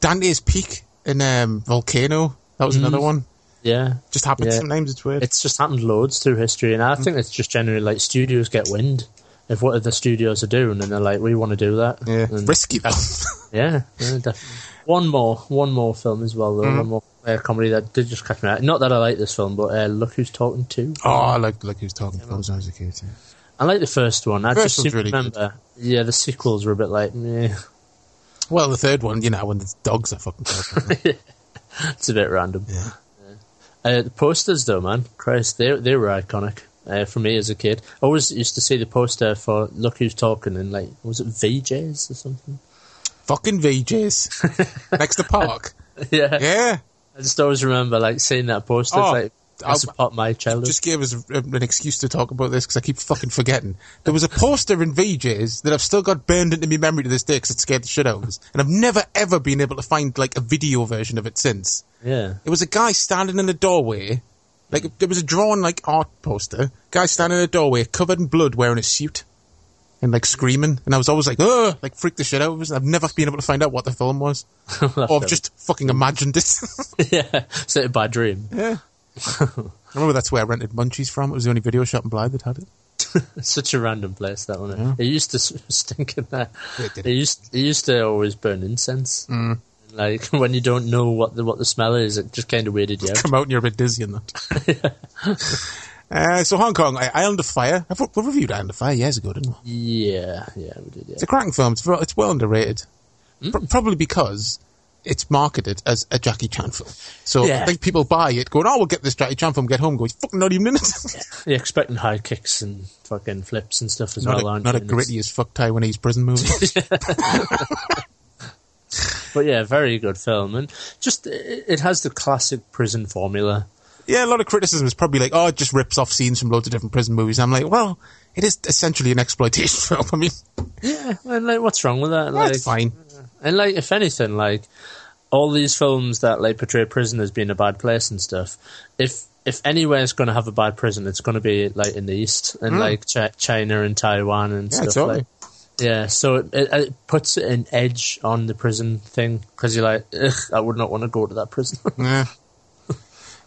[SPEAKER 3] Dante's Peak in um, Volcano. That was another one.
[SPEAKER 4] yeah,
[SPEAKER 3] Just happens
[SPEAKER 4] Mm. Yeah.
[SPEAKER 3] sometimes. It's weird.
[SPEAKER 4] it's just happened loads through history, and
[SPEAKER 3] Hmm.
[SPEAKER 4] I think it's just generally like studios get wind of what the studios are doing, and they're like, we want to do that.
[SPEAKER 3] yeah,
[SPEAKER 4] And-
[SPEAKER 3] risky though.
[SPEAKER 4] yeah, yeah, definitely. One more, one more film as well,
[SPEAKER 3] Hmm.
[SPEAKER 4] though. One more uh, comedy that did just catch me out. Not that I like this film, but uh, look who's talking to.
[SPEAKER 3] oh, I like like who's talking to those when I was a kid. yeah.
[SPEAKER 4] I like the first one. I
[SPEAKER 3] First
[SPEAKER 4] just
[SPEAKER 3] one's
[SPEAKER 4] seem to
[SPEAKER 3] really good.
[SPEAKER 4] remember. Yeah, the sequels were a bit like, meh.
[SPEAKER 3] Well, the third one, you know, when the dogs are fucking. talking.
[SPEAKER 4] It's a bit random. Uh, the posters, though, man, Christ, they they were iconic uh, for me as a kid. I always used to see the poster for "Look Who's Talking" and like, was it VJs or something?
[SPEAKER 3] fucking VJs next to Park.
[SPEAKER 4] yeah.
[SPEAKER 3] Yeah.
[SPEAKER 4] I just always remember like seeing that poster.
[SPEAKER 3] Oh,
[SPEAKER 4] it's like, I
[SPEAKER 3] I'll-
[SPEAKER 4] support my childhood.
[SPEAKER 3] just gave us a- an excuse to talk about this because I keep fucking forgetting. There was a poster in VJ's that I've still got burned into my memory to this day because it scared the shit out of us, and I've never ever been able to find like a video version of it since.
[SPEAKER 4] yeah,
[SPEAKER 3] It was a guy standing in a doorway, like it was a drawn like art poster. Guy standing in a doorway, covered in blood, wearing a suit, and like screaming. And I was always like, "Ugh!" Like freaked the shit out of us. I've never been able to find out what the film was, or I've Oh, just fucking imagined it.
[SPEAKER 4] yeah, it's like a bad dream.
[SPEAKER 3] I remember that's where I rented Munchies from. It was the only video shop in Blythe that had it.
[SPEAKER 4] It's such a random place that one. It used to s- stink in there.
[SPEAKER 3] Yeah, it
[SPEAKER 4] It,
[SPEAKER 3] did.
[SPEAKER 4] used it used to always burn incense. Mm. Like when you don't know what the what the smell is, it just kind of weirded you out.
[SPEAKER 3] come out and you're a bit dizzy in that. uh, so Hong Kong, I- Island of Fire. I've, we reviewed Island of Fire years ago, didn't we?
[SPEAKER 4] Yeah, yeah, we did. Yeah.
[SPEAKER 3] It's a cracking film. It's, ver- it's well underrated,
[SPEAKER 4] Hmm?
[SPEAKER 3] Pro- probably because it's marketed as a Jackie Chan film. So
[SPEAKER 4] Yeah.
[SPEAKER 3] I think people buy it, going, "Oh, we'll get this Jackie Chan film." Get home, going, "He's "Fucking not even in it."
[SPEAKER 4] You're expecting high kicks and fucking flips and stuff as
[SPEAKER 3] not
[SPEAKER 4] well,
[SPEAKER 3] a,
[SPEAKER 4] aren't
[SPEAKER 3] not
[SPEAKER 4] you?
[SPEAKER 3] a
[SPEAKER 4] And it's-
[SPEAKER 3] gritty as fuck Taiwanese prison movie.
[SPEAKER 4] But yeah, very good film, and just it, it has the classic prison formula.
[SPEAKER 3] yeah, a lot of criticism is probably like, "Oh, it just rips off scenes from loads of different prison movies." I'm like, well, it is essentially an exploitation film. I mean,
[SPEAKER 4] Yeah, and like, what's wrong with that? Like,
[SPEAKER 3] that's fine.
[SPEAKER 4] And like, if anything, like all these films that like portray prison as being a bad place and stuff, if if anywhere is going to have a bad prison, it's going to be like in the East and like Ch- China and Taiwan and
[SPEAKER 3] Yeah,
[SPEAKER 4] stuff
[SPEAKER 3] totally.
[SPEAKER 4] like. Yeah, so it, it, it puts an edge on the prison thing because you're like, Ugh, I would not want to go to that prison.
[SPEAKER 3] Yeah.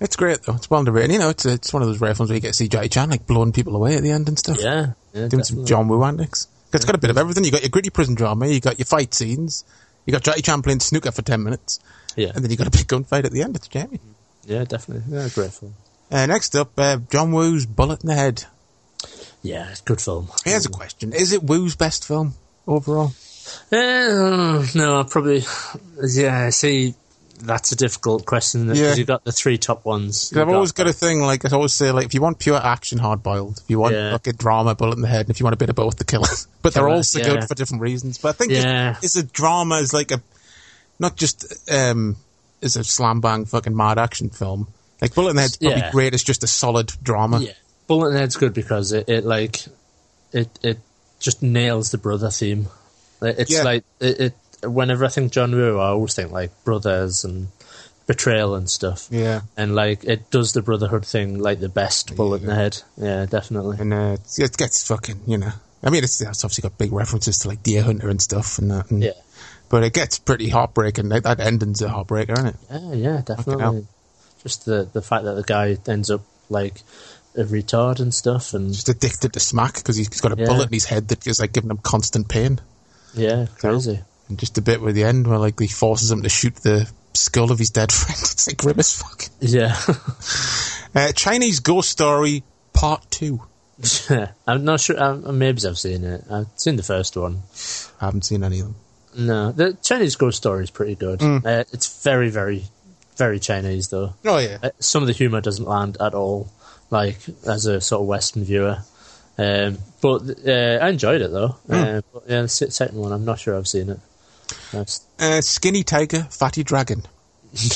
[SPEAKER 3] It's great though. It's well underrated. You know, it's it's one of those rare films where you get to see Jackie Chan like blowing people away at the end and stuff.
[SPEAKER 4] yeah, yeah
[SPEAKER 3] doing
[SPEAKER 4] definitely.
[SPEAKER 3] some John Woo antics. It's got a bit of everything. You got your gritty prison drama. You got your fight scenes. You got Jackie Chan playing snooker for ten minutes,
[SPEAKER 4] yeah,
[SPEAKER 3] and then you got a big gunfight at the end. It's Jamie.
[SPEAKER 4] yeah, definitely, yeah, great film.
[SPEAKER 3] Uh, next up, uh, John Woo's Bullet in the Head.
[SPEAKER 4] Yeah, it's a good film.
[SPEAKER 3] Here's a question: Is it Woo's best film overall?
[SPEAKER 4] Eh, no, I probably. Yeah, see, that's a difficult question because
[SPEAKER 3] Yeah.
[SPEAKER 4] you've got the three top ones.
[SPEAKER 3] Because I've
[SPEAKER 4] You've
[SPEAKER 3] always got a thing like I always say like if you want pure action, hard boiled. If you want
[SPEAKER 4] Yeah.
[SPEAKER 3] like a drama, bullet in the head, and if you want a bit of both, the killer. but they're
[SPEAKER 4] Killer,
[SPEAKER 3] all so
[SPEAKER 4] yeah.
[SPEAKER 3] good for different reasons. But I think
[SPEAKER 4] Yeah.
[SPEAKER 3] it's, it's a drama is like a not just um is a slam bang fucking mad action film. Like bullet in the head's probably
[SPEAKER 4] Yeah.
[SPEAKER 3] great as just a solid drama.
[SPEAKER 4] Yeah, Bullet in the Head's good because it, it like it it just nails the brother theme. Like, It's
[SPEAKER 3] Yeah.
[SPEAKER 4] like it, it. Whenever I think John Woo, I always think like brothers and betrayal and stuff.
[SPEAKER 3] Yeah.
[SPEAKER 4] and like it does the brotherhood thing like the best. Bullet in the Head. Yeah, definitely.
[SPEAKER 3] And uh, it's- it gets fucking you know. I mean, it's, it's obviously got big references to like Deer Hunter and stuff, and that. And,
[SPEAKER 4] Yeah.
[SPEAKER 3] But it gets pretty heartbreaking. Like, that ending's a heartbreaker, isn't it?
[SPEAKER 4] Yeah, yeah, definitely.
[SPEAKER 3] hell.
[SPEAKER 4] Just the the fact that the guy ends up like a retard and stuff, and
[SPEAKER 3] just addicted to smack because he's got a
[SPEAKER 4] Yeah.
[SPEAKER 3] bullet in his head that is like giving him constant pain.
[SPEAKER 4] yeah, crazy.
[SPEAKER 3] And just a bit with the end where like he forces him to shoot the skull of his dead friend. It's like grim as fuck.
[SPEAKER 4] Yeah,
[SPEAKER 3] Uh, Chinese Ghost Story Part Two.
[SPEAKER 4] I'm not sure. Um, maybe I've seen it. I've seen the first one.
[SPEAKER 3] I haven't seen any of them.
[SPEAKER 4] No, the Chinese ghost story is pretty good. Uh, it's very, very very Chinese though.
[SPEAKER 3] Oh yeah.
[SPEAKER 4] Uh, Some of the humor doesn't land at all, like as a sort of Western viewer. Um, but uh, I enjoyed it though. Uh, but, yeah, the se- second one, I'm not sure I've seen it. That's,
[SPEAKER 3] Uh, Skinny Tiger, Fatty Dragon,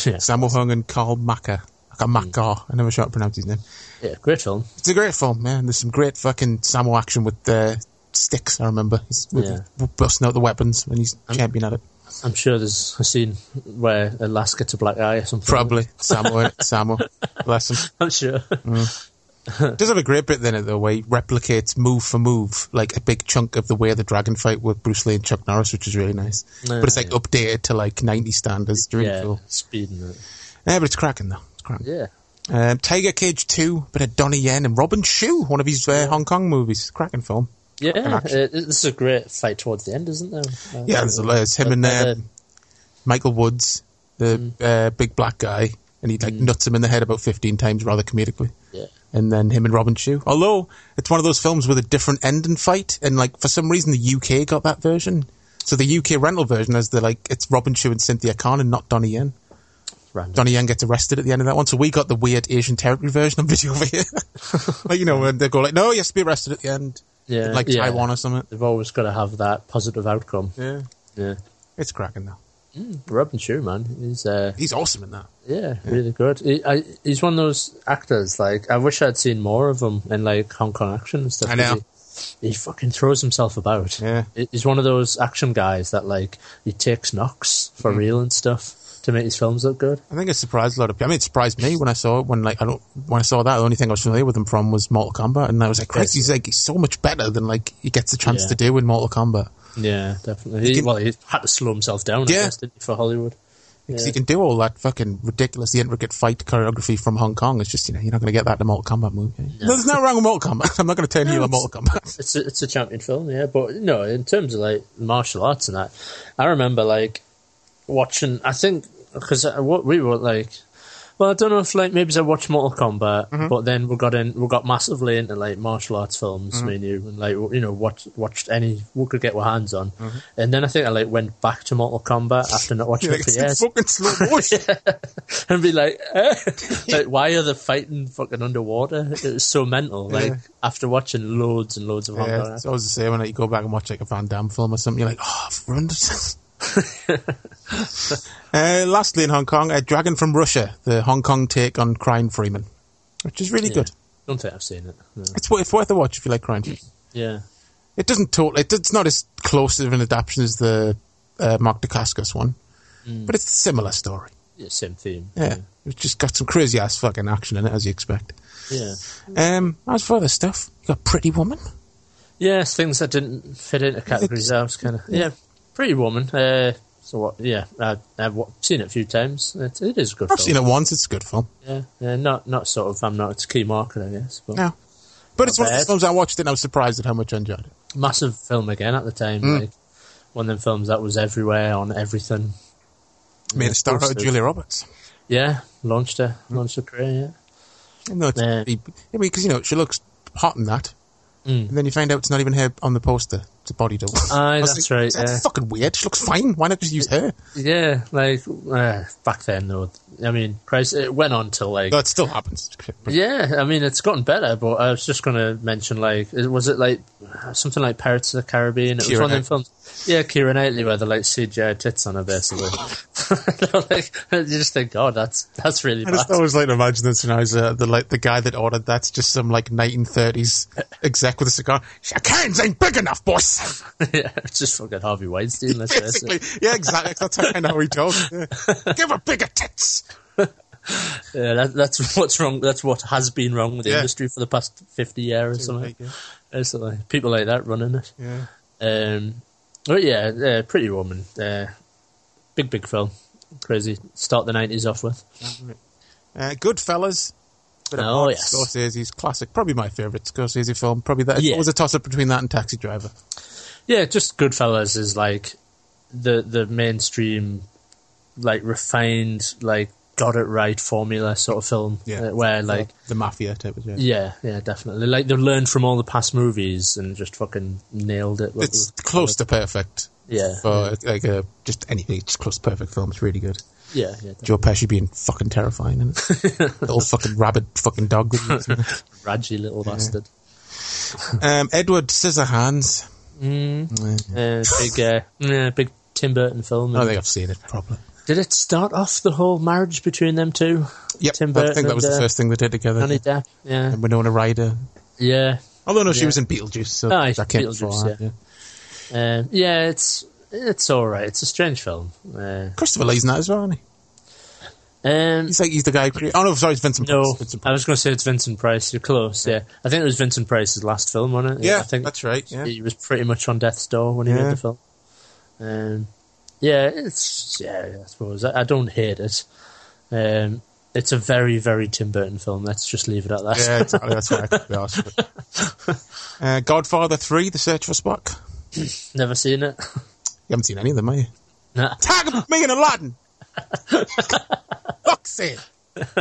[SPEAKER 4] yeah,
[SPEAKER 3] Samuel Hung and Carl Macker. Macker.
[SPEAKER 4] Hmm.
[SPEAKER 3] I never sure how to pronounce his name.
[SPEAKER 4] yeah, great film.
[SPEAKER 3] It's a great film, man. There's some great fucking Samo action with uh, sticks. I remember he's with
[SPEAKER 4] Yeah.
[SPEAKER 3] busting out the weapons when he's champion at it.
[SPEAKER 4] I'm sure there's a scene where Alaska to Black Eye or something.
[SPEAKER 3] Probably Samo. in it. Samo, bless him.
[SPEAKER 4] I'm sure.
[SPEAKER 3] Does have a great bit in it though, where he replicates move for move, like a big chunk of the way the dragon fight with Bruce Lee and Chuck Norris, which is really nice. but it's like updated to like ninety standards. It's really
[SPEAKER 4] yeah,
[SPEAKER 3] cool.
[SPEAKER 4] speed and that.
[SPEAKER 3] Yeah, but it's cracking though. It's cracking.
[SPEAKER 4] Yeah.
[SPEAKER 3] Um, Tiger Cage 2, but of Donnie Yen and Robin Shu, one of his uh, Hong Kong movies. Cracking film.
[SPEAKER 4] Yeah, uh,
[SPEAKER 3] action.
[SPEAKER 4] this is a great fight towards the end, isn't there? Uh,
[SPEAKER 3] Yeah, there's a lot. It's him and
[SPEAKER 4] uh,
[SPEAKER 3] um, Michael Woods, the
[SPEAKER 4] Mm.
[SPEAKER 3] uh, big black guy, and he like nuts him in the head about 15 times rather comedically.
[SPEAKER 4] Yeah.
[SPEAKER 3] And then him and Robin Shu. Although, it's one of those films with a different end and fight, and like for some reason the UK got that version. So the UK rental version has the like, it's Robin Shu and Cynthia Khan and not Donnie Yen.
[SPEAKER 4] random.
[SPEAKER 3] Donnie Yen gets arrested at the end of that one. So we got the weird Asian territory version of video over here. like, you know, when they go like, no, you have to be arrested at the end.
[SPEAKER 4] Yeah,
[SPEAKER 3] Like
[SPEAKER 4] yeah.
[SPEAKER 3] Taiwan or something.
[SPEAKER 4] They've always got to have that positive outcome.
[SPEAKER 3] Yeah.
[SPEAKER 4] Yeah.
[SPEAKER 3] It's cracking though.
[SPEAKER 4] Robin Shu, man, he's uh,
[SPEAKER 3] He's awesome in that.
[SPEAKER 4] yeah, really good. He, I, he's one of those actors. Like, I wish I'd seen more of him in like Hong Kong action and stuff.
[SPEAKER 3] I know.
[SPEAKER 4] 'cause He, he fucking throws himself about.
[SPEAKER 3] Yeah.
[SPEAKER 4] He- he's one of those action guys that like he takes knocks
[SPEAKER 3] Mm-hmm.
[SPEAKER 4] for real and stuff to make his films look good.
[SPEAKER 3] I think it surprised a lot of people. I mean, it surprised me when I saw it. When like I don't, when I saw that, the only thing I was familiar with him from was Mortal Kombat, and I was like, Chris,
[SPEAKER 4] Yes.
[SPEAKER 3] he's like, he's so much better than like he gets a chance
[SPEAKER 4] Yeah.
[SPEAKER 3] to do in Mortal Kombat
[SPEAKER 4] Yeah, definitely. He,
[SPEAKER 3] can-
[SPEAKER 4] well, he had to slow himself down. I
[SPEAKER 3] Yeah.
[SPEAKER 4] guess, didn't he, for Hollywood.
[SPEAKER 3] because he
[SPEAKER 4] Yeah.
[SPEAKER 3] can do all that fucking ridiculous, the intricate fight choreography from Hong Kong. It's just you know you're not going to get that in a Mortal Kombat movie. There's nothing wrong with Mortal Kombat. I'm not going to turn you on Mortal Kombat.
[SPEAKER 4] It's a, it's a champion film, yeah. But no, in terms of like martial arts and that, I remember like watching. I think because what we were like, well, I don't know if like maybe I watched Mortal Kombat,
[SPEAKER 3] Mm-hmm.
[SPEAKER 4] but then we got in, we got massively into like martial arts films,
[SPEAKER 3] Mm-hmm.
[SPEAKER 4] me and you, and like you know watch, watched any we could get our hands on, and then I think I like went back to Mortal Kombat after not watching
[SPEAKER 3] Mm-hmm. You're like,
[SPEAKER 4] it for
[SPEAKER 3] it's
[SPEAKER 4] years
[SPEAKER 3] in fucking slow motion.
[SPEAKER 4] and be like, eh? like, why are they fighting fucking underwater? It was so mental. Like
[SPEAKER 3] Yeah.
[SPEAKER 4] after watching loads and loads of Hong
[SPEAKER 3] Yeah,
[SPEAKER 4] Kong
[SPEAKER 3] it's always the same when like, you go back and watch like a Van Damme film or something. You're like, oh, I've ruined it. uh, lastly, in Hong Kong, a dragon from Russia, the Hong Kong take on Crying Freeman, which is really good.
[SPEAKER 4] Don't think I've seen it. No.
[SPEAKER 3] It's, wo- it's worth a watch if you like Crying Freeman.
[SPEAKER 4] Yeah.
[SPEAKER 3] It doesn't totally. It's not as close of an adaptation as the uh, Mark Dacascos one, but it's a similar story.
[SPEAKER 4] yeah, same theme.
[SPEAKER 3] Yeah, it's just got some crazy ass fucking action in it as you expect.
[SPEAKER 4] yeah,
[SPEAKER 3] Um, as for other stuff, you got Pretty Woman.
[SPEAKER 4] yeah. It's things that didn't fit into categories. I was kind of yeah, Pretty Woman. Uh, so what? Yeah, I, I've wa- seen it a few times. It, it is a good.
[SPEAKER 3] I've
[SPEAKER 4] film.
[SPEAKER 3] seen it once. It's a good film.
[SPEAKER 4] Yeah, yeah. Not not sort of. I'm not its key market, I guess. But
[SPEAKER 3] No. But it's one of
[SPEAKER 4] bad.
[SPEAKER 3] those films I watched it and I was surprised at how much I enjoyed it.
[SPEAKER 4] massive film again at the time.
[SPEAKER 3] Mm.
[SPEAKER 4] Like one of them films that was everywhere on everything.
[SPEAKER 3] Made a star out of
[SPEAKER 4] course.
[SPEAKER 3] Julia Roberts.
[SPEAKER 4] Yeah, launched her,
[SPEAKER 3] Mm.
[SPEAKER 4] launched her career.
[SPEAKER 3] Even though it's,
[SPEAKER 4] Yeah.
[SPEAKER 3] I mean, because, you know, she looks hot in that. And then you find out it's not even her on the poster. It's a body double.
[SPEAKER 4] Mm. Aye,
[SPEAKER 3] I was
[SPEAKER 4] that's
[SPEAKER 3] like,
[SPEAKER 4] right,
[SPEAKER 3] That's
[SPEAKER 4] yeah.
[SPEAKER 3] fucking weird. She looks fine. Why not just use her?
[SPEAKER 4] Yeah, yeah. Like uh, back then, though. I mean, Christ, it went on till like.
[SPEAKER 3] No, it still happens.
[SPEAKER 4] yeah, I mean, it's gotten better, but I was just going to mention, like, it- was it like something like Pirates of the Caribbean? It was
[SPEAKER 3] Keira
[SPEAKER 4] one of them
[SPEAKER 3] Knight-
[SPEAKER 4] films. Yeah, Kira Knightley, where they like CGI tits on her, basically. They're like, you just think, God, that's that's really
[SPEAKER 3] I
[SPEAKER 4] bad.
[SPEAKER 3] just always like to imagine this when I was uh, the like the guy that ordered that's just some like 1930s exec with a cigar. Your cans ain't big enough, boss.
[SPEAKER 4] yeah, it's just fucking Harvey Weinstein, let's face
[SPEAKER 3] Basically,
[SPEAKER 4] it.
[SPEAKER 3] yeah, exactly. That's how kind of how he talks. Yeah. Give her bigger tits.
[SPEAKER 4] Yeah, that, that's what's wrong. That's what has been wrong with the
[SPEAKER 3] Yeah.
[SPEAKER 4] industry for the past fifty years or something.
[SPEAKER 3] right, yeah.
[SPEAKER 4] It's like people like that running it.
[SPEAKER 3] Yeah.
[SPEAKER 4] Um, but yeah, uh, Pretty Woman, uh, big big film, crazy. Start the nineties off with.
[SPEAKER 3] Uh, Goodfellas. Bit of
[SPEAKER 4] Oh,
[SPEAKER 3] Martin
[SPEAKER 4] yes.
[SPEAKER 3] Scorsese's classic, probably my favourite Scorsese film. Probably that.
[SPEAKER 4] Yeah. Uh,
[SPEAKER 3] It was a toss up between that and Taxi Driver.
[SPEAKER 4] Yeah, just Goodfellas is like the the mainstream, like refined, like got it right formula sort of film.
[SPEAKER 3] Yeah.
[SPEAKER 4] uh, where like
[SPEAKER 3] the mafia type of. Yeah.
[SPEAKER 4] Yeah, yeah, definitely. Like they've learned from all the past movies and just fucking nailed it. with-
[SPEAKER 3] It's close to perfect.
[SPEAKER 4] Yeah.
[SPEAKER 3] For like a, just anything, it's close to perfect film. It's really good.
[SPEAKER 4] Yeah, yeah.
[SPEAKER 3] Joe Pesci being fucking terrifying, is Little fucking rabid fucking dog. with him.
[SPEAKER 4] Raggy little bastard.
[SPEAKER 3] um, Edward Scissorhands.
[SPEAKER 4] Uh, big, uh, yeah, big Tim Burton film.
[SPEAKER 3] I don't think I've seen it properly.
[SPEAKER 4] Did it start off the whole marriage between them two?
[SPEAKER 3] Yep,
[SPEAKER 4] Tim
[SPEAKER 3] I
[SPEAKER 4] Burton
[SPEAKER 3] think that was
[SPEAKER 4] and,
[SPEAKER 3] the
[SPEAKER 4] uh,
[SPEAKER 3] first thing they did together.
[SPEAKER 4] Johnny Depp. Yeah,
[SPEAKER 3] And Winona Ryder.
[SPEAKER 4] yeah,
[SPEAKER 3] Although no, she
[SPEAKER 4] Yeah.
[SPEAKER 3] was in Beetlejuice, so
[SPEAKER 4] Ah,
[SPEAKER 3] that came
[SPEAKER 4] Beetlejuice,
[SPEAKER 3] before. that,
[SPEAKER 4] yeah.
[SPEAKER 3] yeah.
[SPEAKER 4] um, yeah. It's it's all right. It's a strange film. Uh,
[SPEAKER 3] Christopher Lee's in that as well, isn't he?
[SPEAKER 4] um,
[SPEAKER 3] He's like he's the guy. Who created, oh no, sorry, it's Vincent.
[SPEAKER 4] no,
[SPEAKER 3] Price, Vincent
[SPEAKER 4] I
[SPEAKER 3] Price.
[SPEAKER 4] was going to say it's Vincent Price. You're close. Yeah, I think it was Vincent Price's last film, wasn't it?
[SPEAKER 3] yeah,
[SPEAKER 4] I think
[SPEAKER 3] that's right. Yeah,
[SPEAKER 4] he was pretty much on death's door when he
[SPEAKER 3] Yeah.
[SPEAKER 4] made the film. Um, yeah, it's yeah. I suppose I, I don't hate it. Um, it's a very very Tim Burton film. Let's just leave it at that.
[SPEAKER 3] yeah, exactly. That's why I could be asked. for it. uh, Godfather Three: The Search for Spock.
[SPEAKER 4] Never seen it.
[SPEAKER 3] You haven't seen any of them, have you?
[SPEAKER 4] Nah.
[SPEAKER 3] Tag me and Aladdin. Fuck's sake!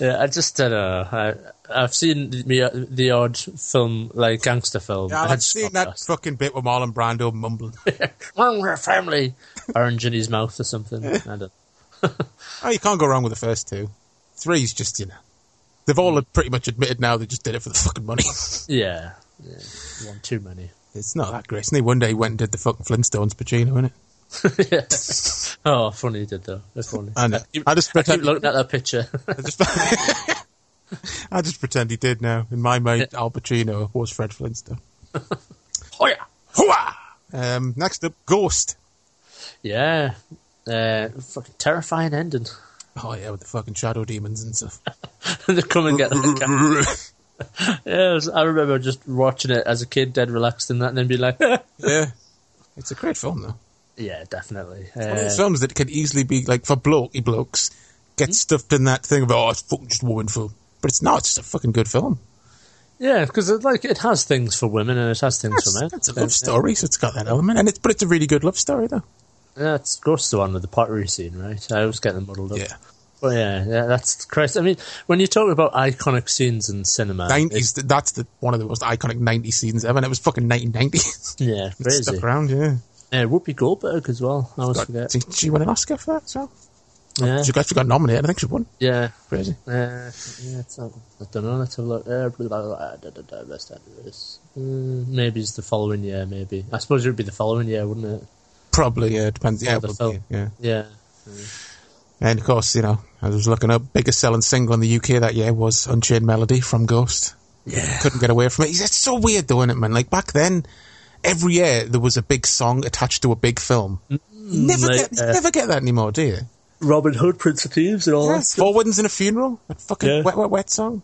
[SPEAKER 4] Yeah, I just don't know. I, I've seen the, the odd film, like gangster film.
[SPEAKER 3] Yeah,
[SPEAKER 4] I
[SPEAKER 3] I've
[SPEAKER 4] just
[SPEAKER 3] seen
[SPEAKER 4] got
[SPEAKER 3] that
[SPEAKER 4] lost.
[SPEAKER 3] fucking bit with Marlon Brando mumbling.
[SPEAKER 4] Wrong with our family. Orange in his mouth or something. I don't.
[SPEAKER 3] oh, you can't go wrong with the first two. Three's just you know. They've
[SPEAKER 4] Hmm.
[SPEAKER 3] all pretty much admitted now they just did it for the fucking money.
[SPEAKER 4] Yeah, yeah. one too many.
[SPEAKER 3] It's not that great. It's only one day he went and did the fucking Flintstones Pacino, isn't it?
[SPEAKER 4] Oh, funny he did though. That's funny.
[SPEAKER 3] I know. uh, I just
[SPEAKER 4] I keep
[SPEAKER 3] pretend.
[SPEAKER 4] looking at that picture.
[SPEAKER 3] I just, I just pretend he did now. In my mind, Al Pacino was Fred Flintstone.
[SPEAKER 4] oh yeah.
[SPEAKER 3] Hooah! Um, next up, Ghost.
[SPEAKER 4] Yeah. Uh, fucking terrifying ending.
[SPEAKER 3] Oh yeah, with the fucking shadow demons and stuff.
[SPEAKER 4] they come and get the cat. Yeah, it was- I remember just watching it as a kid, dead relaxed in that, and then be like,
[SPEAKER 3] yeah, it's a great film though.
[SPEAKER 4] yeah, definitely.
[SPEAKER 3] One of
[SPEAKER 4] Uh, Hmm?
[SPEAKER 3] those films that could easily be like for blokey blokes get stuffed in that thing of oh it's fucking just woman film, but it's not. It's just a fucking good film.
[SPEAKER 4] yeah, because like it has things for women and it has things
[SPEAKER 3] It's,
[SPEAKER 4] for men.
[SPEAKER 3] it's a
[SPEAKER 4] Yeah,
[SPEAKER 3] love story, so it's got that element, and it's but it's a really good love story though.
[SPEAKER 4] Yeah, that's Ghost the one with the pottery scene, right? I was getting muddled up.
[SPEAKER 3] Yeah.
[SPEAKER 4] But yeah, yeah, that's Christ. I mean, when you talk about iconic scenes in cinema,
[SPEAKER 3] Nineties. That's the one of the most iconic '90s scenes ever, and it was fucking 1990.
[SPEAKER 4] it's- yeah, crazy.
[SPEAKER 3] Stuck around, yeah.
[SPEAKER 4] Yeah, Uh, Whoopi Goldberg as well. I always
[SPEAKER 3] God,
[SPEAKER 4] forget.
[SPEAKER 3] did she win an Oscar for that as well?
[SPEAKER 4] Yeah,
[SPEAKER 3] She got, she got nominated. I think she won.
[SPEAKER 4] yeah,
[SPEAKER 3] Crazy.
[SPEAKER 4] uh, yeah. It's not, I don't know. Let's have a look. Uh, blah, blah, blah, da, da, da, best actress. Mm, maybe it's the following year. Maybe I suppose it would be the following year, wouldn't it?
[SPEAKER 3] Probably, yeah. Depends. Yeah,
[SPEAKER 4] the
[SPEAKER 3] probably,
[SPEAKER 4] film.
[SPEAKER 3] yeah.
[SPEAKER 4] Yeah.
[SPEAKER 3] And of course, you know, I was looking up. Biggest selling single in the UK that year was "Unchained Melody" from Ghost. Yeah, couldn't get away from it. It's so weird, though, isn't it, man? Like back then, every year there was a big song attached to a big film. You never,
[SPEAKER 4] Mm, like,
[SPEAKER 3] get, you
[SPEAKER 4] uh,
[SPEAKER 3] never get that anymore, do you?
[SPEAKER 4] Robin Hood, Prince of Thieves, and all
[SPEAKER 3] Yeah, Four weddings and a funeral. That fucking
[SPEAKER 4] Yeah.
[SPEAKER 3] wet, wet, wet song.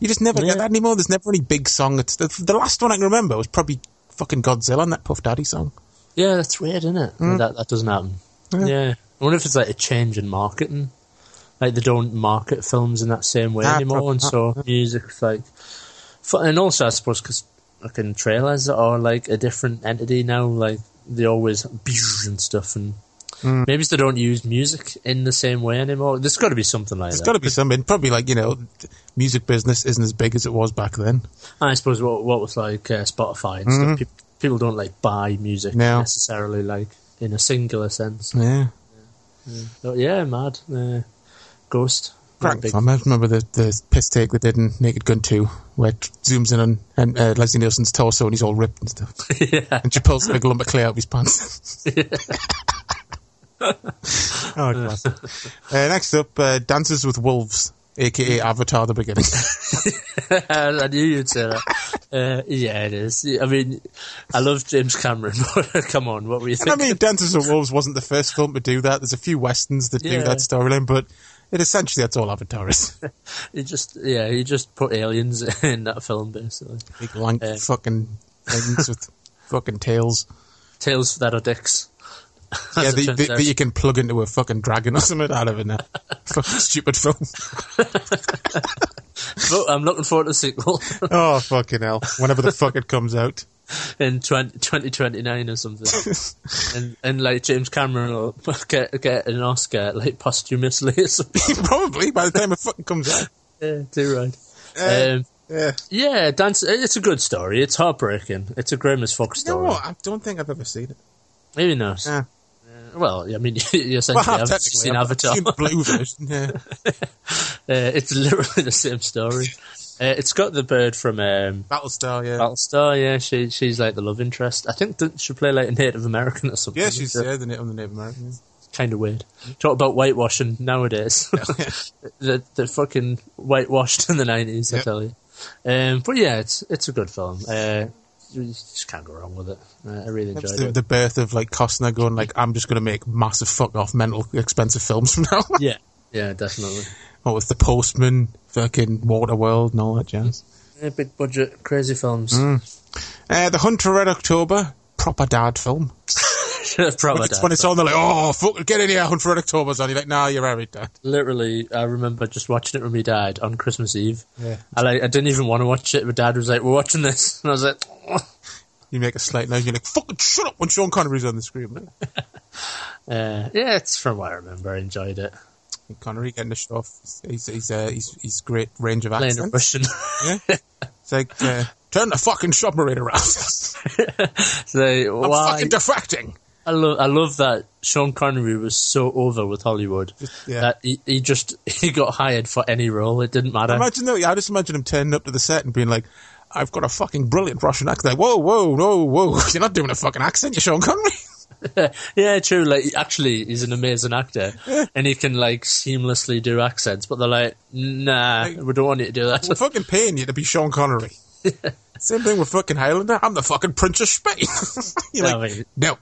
[SPEAKER 3] You just never
[SPEAKER 4] Yeah.
[SPEAKER 3] get that anymore. There's never any big song. It's, the, the last one I can remember was probably fucking Godzilla and that Puff Daddy song.
[SPEAKER 4] Yeah, that's weird, isn't it?
[SPEAKER 3] Hmm.
[SPEAKER 4] That that doesn't happen. Yeah. I wonder if it's like a change in marketing. Like they don't market films in that same way
[SPEAKER 3] Ah,
[SPEAKER 4] anymore,
[SPEAKER 3] prob-
[SPEAKER 4] and so music's like. f- And also, I suppose because fucking trailers are like a different entity now. Like they always and stuff, and
[SPEAKER 3] Hmm.
[SPEAKER 4] maybe it's they don't use music in the same way anymore. There's got to be something like
[SPEAKER 3] There's
[SPEAKER 4] that.
[SPEAKER 3] got to be something. Probably like you know, th- music business isn't as big as it was back then.
[SPEAKER 4] I suppose what what was like uh, Spotify and
[SPEAKER 3] Hmm.
[SPEAKER 4] stuff. People, people don't like buy music
[SPEAKER 3] No.
[SPEAKER 4] necessarily, like in a singular sense.
[SPEAKER 3] Yeah.
[SPEAKER 4] Oh, yeah, mad. Uh, Ghost.
[SPEAKER 3] Crack
[SPEAKER 4] Big-
[SPEAKER 3] film. I remember the, the piss take they did in Naked Gun 2, where it zooms in on and, uh, Leslie Nielsen's torso and he's all ripped and stuff.
[SPEAKER 4] yeah.
[SPEAKER 3] And she pulls the big lump of clay out of his pants. oh, class. Uh, next up, uh, Dances with Wolves, aka Avatar the Beginning.
[SPEAKER 4] I knew you'd say that. Uh, yeah, it is. I mean, I love James Cameron, but come on, what were you
[SPEAKER 3] and I
[SPEAKER 4] thinking?
[SPEAKER 3] mean, Dances with Wolves wasn't the first film to do that. There's a few westerns that do
[SPEAKER 4] Yeah.
[SPEAKER 3] that storyline, but it essentially that's all Avatar is.
[SPEAKER 4] he just, yeah, he just put aliens in that film, basically.
[SPEAKER 3] big, lank,
[SPEAKER 4] Yeah.
[SPEAKER 3] fucking things with fucking tails.
[SPEAKER 4] Tales that are dicks. As
[SPEAKER 3] Yeah,
[SPEAKER 4] it
[SPEAKER 3] that,
[SPEAKER 4] turns
[SPEAKER 3] that,
[SPEAKER 4] out.
[SPEAKER 3] that you can plug into a fucking dragon or something. I don't know. fucking stupid film.
[SPEAKER 4] But I'm looking forward to the sequel
[SPEAKER 3] Oh, fucking hell. Whenever the fuck it comes out.
[SPEAKER 4] in 20, 2029 or something. and, and like, James Cameron will get, get an Oscar, like, posthumously or something.
[SPEAKER 3] Probably by the time it fucking comes out.
[SPEAKER 4] Yeah, too right.
[SPEAKER 3] Uh,
[SPEAKER 4] um,
[SPEAKER 3] Um, yeah.
[SPEAKER 4] Yeah, dance. It's a good story. It's heartbreaking. It's a grim as fuck
[SPEAKER 3] You know
[SPEAKER 4] story.
[SPEAKER 3] what? I don't think I've ever seen it.
[SPEAKER 4] Who knows?
[SPEAKER 3] Yeah.
[SPEAKER 4] Uh, Well, I mean, you're essentially
[SPEAKER 3] Well,
[SPEAKER 4] have
[SPEAKER 3] technically,
[SPEAKER 4] seen
[SPEAKER 3] I've- I've
[SPEAKER 4] Avatar.
[SPEAKER 3] seen the blue version. Yeah.
[SPEAKER 4] Uh, it's literally the same story. Uh, it's got the bird from um,
[SPEAKER 3] Battlestar, yeah.
[SPEAKER 4] Battlestar. Yeah, she she's like the love interest. I think that she play like a Native American or something.
[SPEAKER 3] yeah, she's yeah, the Native, the Native American.
[SPEAKER 4] kind of weird. Talk about whitewashing nowadays. the the fucking whitewashed in the nineties, I
[SPEAKER 3] Yep.
[SPEAKER 4] tell you. Um, but yeah, it's it's a good film. Uh, you just can't go wrong with it. Uh, I really enjoyed
[SPEAKER 3] It's the,
[SPEAKER 4] it.
[SPEAKER 3] the birth of like Costner going like, I'm just going to make massive fuck off mental expensive films from now. on.
[SPEAKER 4] yeah, yeah, definitely.
[SPEAKER 3] What was the Postman, fucking Waterworld, and all that jazz.
[SPEAKER 4] Yeah, big budget, crazy films.
[SPEAKER 3] Uh, the Hunt for Red October, proper dad film.
[SPEAKER 4] Proper
[SPEAKER 3] When it's,
[SPEAKER 4] dad
[SPEAKER 3] when it's on, they're like, oh fuck, get in here, Hunt for Red October's on. You're like, nah, you're married, dad.
[SPEAKER 4] literally, I remember just watching it with my dad on Christmas Eve. Yeah. I like, I didn't even want to watch it. My dad was like, "We're watching this," and I was like,
[SPEAKER 3] You make a slight noise, you're like, fucking shut up when Sean Connery's on the screen. Like,
[SPEAKER 4] uh, "Yeah, it's from what I remember. I enjoyed it."
[SPEAKER 3] Connery getting the shit off. He's he's uh, he's, he's great range of
[SPEAKER 4] Playing a
[SPEAKER 3] accents.
[SPEAKER 4] Russian.
[SPEAKER 3] Yeah. It's like uh, turn the fucking submarine around.
[SPEAKER 4] so,
[SPEAKER 3] I'm
[SPEAKER 4] why?
[SPEAKER 3] fucking defracting.
[SPEAKER 4] I love I love that Sean Connery was so over with Hollywood
[SPEAKER 3] yeah.
[SPEAKER 4] that he, he just he got hired for any role. It didn't matter.
[SPEAKER 3] Imagine though, yeah, I just imagine him turning up to the set and being like, "I've got a fucking brilliant Russian accent." Like, whoa, whoa, whoa, whoa! You're not doing a fucking accent, you're Sean Connery.
[SPEAKER 4] yeah, true. Like he- actually, he's an amazing actor, and he can like seamlessly do accents. But they're like, nah, we don't want you to do
[SPEAKER 3] We're
[SPEAKER 4] that.
[SPEAKER 3] fucking paying you to be Sean Connery. Same thing with fucking Highlander. I'm the fucking Prince of Spain. you're
[SPEAKER 4] I
[SPEAKER 3] like,
[SPEAKER 4] mean-
[SPEAKER 3] no,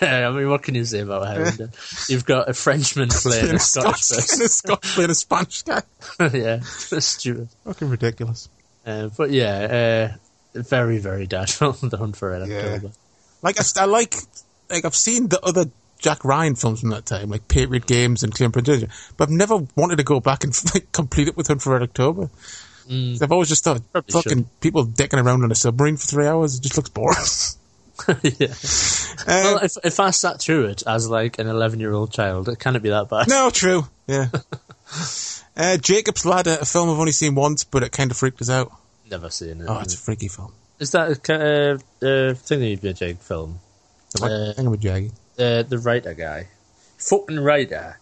[SPEAKER 4] I mean, what can you say about Highlander? You've got a Frenchman playing a
[SPEAKER 3] playing a
[SPEAKER 4] Scottish
[SPEAKER 3] Scotch, playing a Scotch, playing a Spanish guy.
[SPEAKER 4] person. yeah, stupid.
[SPEAKER 3] Fucking ridiculous.
[SPEAKER 4] Uh, but yeah, uh, very very dad film, The Hunt for Red
[SPEAKER 3] Yeah.
[SPEAKER 4] October.
[SPEAKER 3] Like I, I like like I've seen the other Jack Ryan films from that time, like Patriot Games and Clear and Present Danger, but I've never wanted to go back and like, complete it with Hunt for Red October. So I've always just thought
[SPEAKER 4] Mm. Probably
[SPEAKER 3] fucking people dicking around on a submarine for three hours. It just looks boring.
[SPEAKER 4] yeah.
[SPEAKER 3] Uh,
[SPEAKER 4] Well, if, if I sat through it as like an 11 year old child, it can't be that bad.
[SPEAKER 3] no, true. Yeah. uh, Jacob's Ladder, a film I've only seen once, but it kind of freaked us out.
[SPEAKER 4] Never seen it.
[SPEAKER 3] Oh, it's a freaky film.
[SPEAKER 4] Is that a kind of uh, thingy jig film?
[SPEAKER 3] I think I'm a jaggy.
[SPEAKER 4] Uh, the writer guy, fucking writer.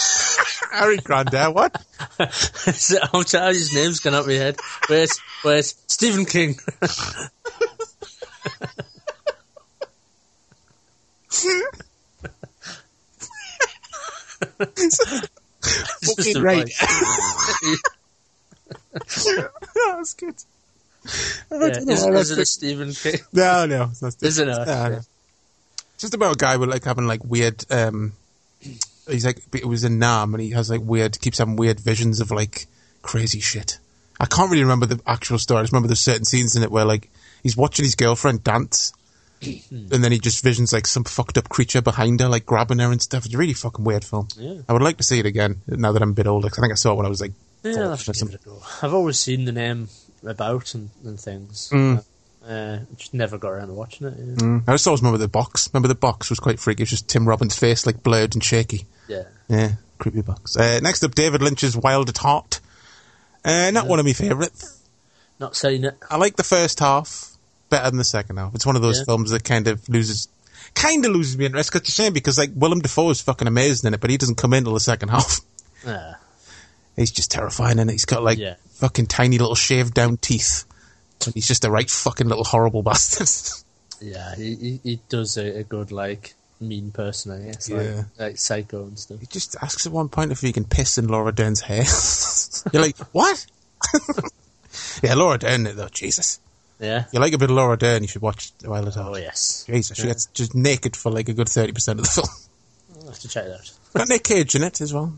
[SPEAKER 3] Harry Grandad, what?
[SPEAKER 4] So, I'm trying, his name's gone up my head. Wait, wait, Stephen King. It's just
[SPEAKER 3] Fucking
[SPEAKER 4] a
[SPEAKER 3] right.
[SPEAKER 4] voice.
[SPEAKER 3] that was good.
[SPEAKER 4] yeah, is, is it a Stephen King?
[SPEAKER 3] No, no, it's uh, not.
[SPEAKER 4] Is it
[SPEAKER 3] No,
[SPEAKER 4] not?
[SPEAKER 3] no. It's just about a guy with like having like weird. um He's like it was in Nam, and he has like weird, keeps having weird visions of like crazy shit. I can't really remember the actual story. I just remember there's certain scenes in it where like he's watching his girlfriend dance, and then he just visions like some fucked up creature behind her, like grabbing her and stuff. It's a really fucking weird film. I would like to see it again now that I'm a bit older. 'cause I think I saw it when I was like
[SPEAKER 4] Yeah, I'll have to
[SPEAKER 3] or
[SPEAKER 4] give
[SPEAKER 3] something.
[SPEAKER 4] it a go. I've always seen the name about and, and things.
[SPEAKER 3] Hmm.
[SPEAKER 4] Uh, just never got around to watching it. Yeah.
[SPEAKER 3] I just always remember the box. Remember the box was quite freaky. It was just Tim Robbins' face like blurred and shaky.
[SPEAKER 4] Yeah.
[SPEAKER 3] Yeah, creepy box. Uh, next up, David Lynch's Wild at Heart. Uh, not one of my favourites.
[SPEAKER 4] Not seen it.
[SPEAKER 3] I like the first half better than the second half. It's one of those
[SPEAKER 4] Yeah.
[SPEAKER 3] films that kind of loses, kind of loses me interest. 'cause it's a shame because like Willem Dafoe is fucking amazing in it, but he doesn't come in till the second half.
[SPEAKER 4] Uh,
[SPEAKER 3] He's just terrifying in it. He's got like
[SPEAKER 4] Yeah.
[SPEAKER 3] fucking tiny little shaved down teeth. And he's just a right fucking little horrible bastard.
[SPEAKER 4] yeah, he, he, he does a, a good, like, mean person, I guess. Like,
[SPEAKER 3] Yeah.
[SPEAKER 4] like psycho and stuff.
[SPEAKER 3] he just asks at one point if he can piss in Laura Dern's hair. You're like, what? yeah, Laura Dern though, Jesus.
[SPEAKER 4] Yeah.
[SPEAKER 3] you like a bit of Laura Dern, you should watch Wild at Heart.
[SPEAKER 4] Oh, yes.
[SPEAKER 3] Jesus, she gets just naked for like a good 30% of the film.
[SPEAKER 4] I'll have to check it out.
[SPEAKER 3] Got Nick Cage in it as well.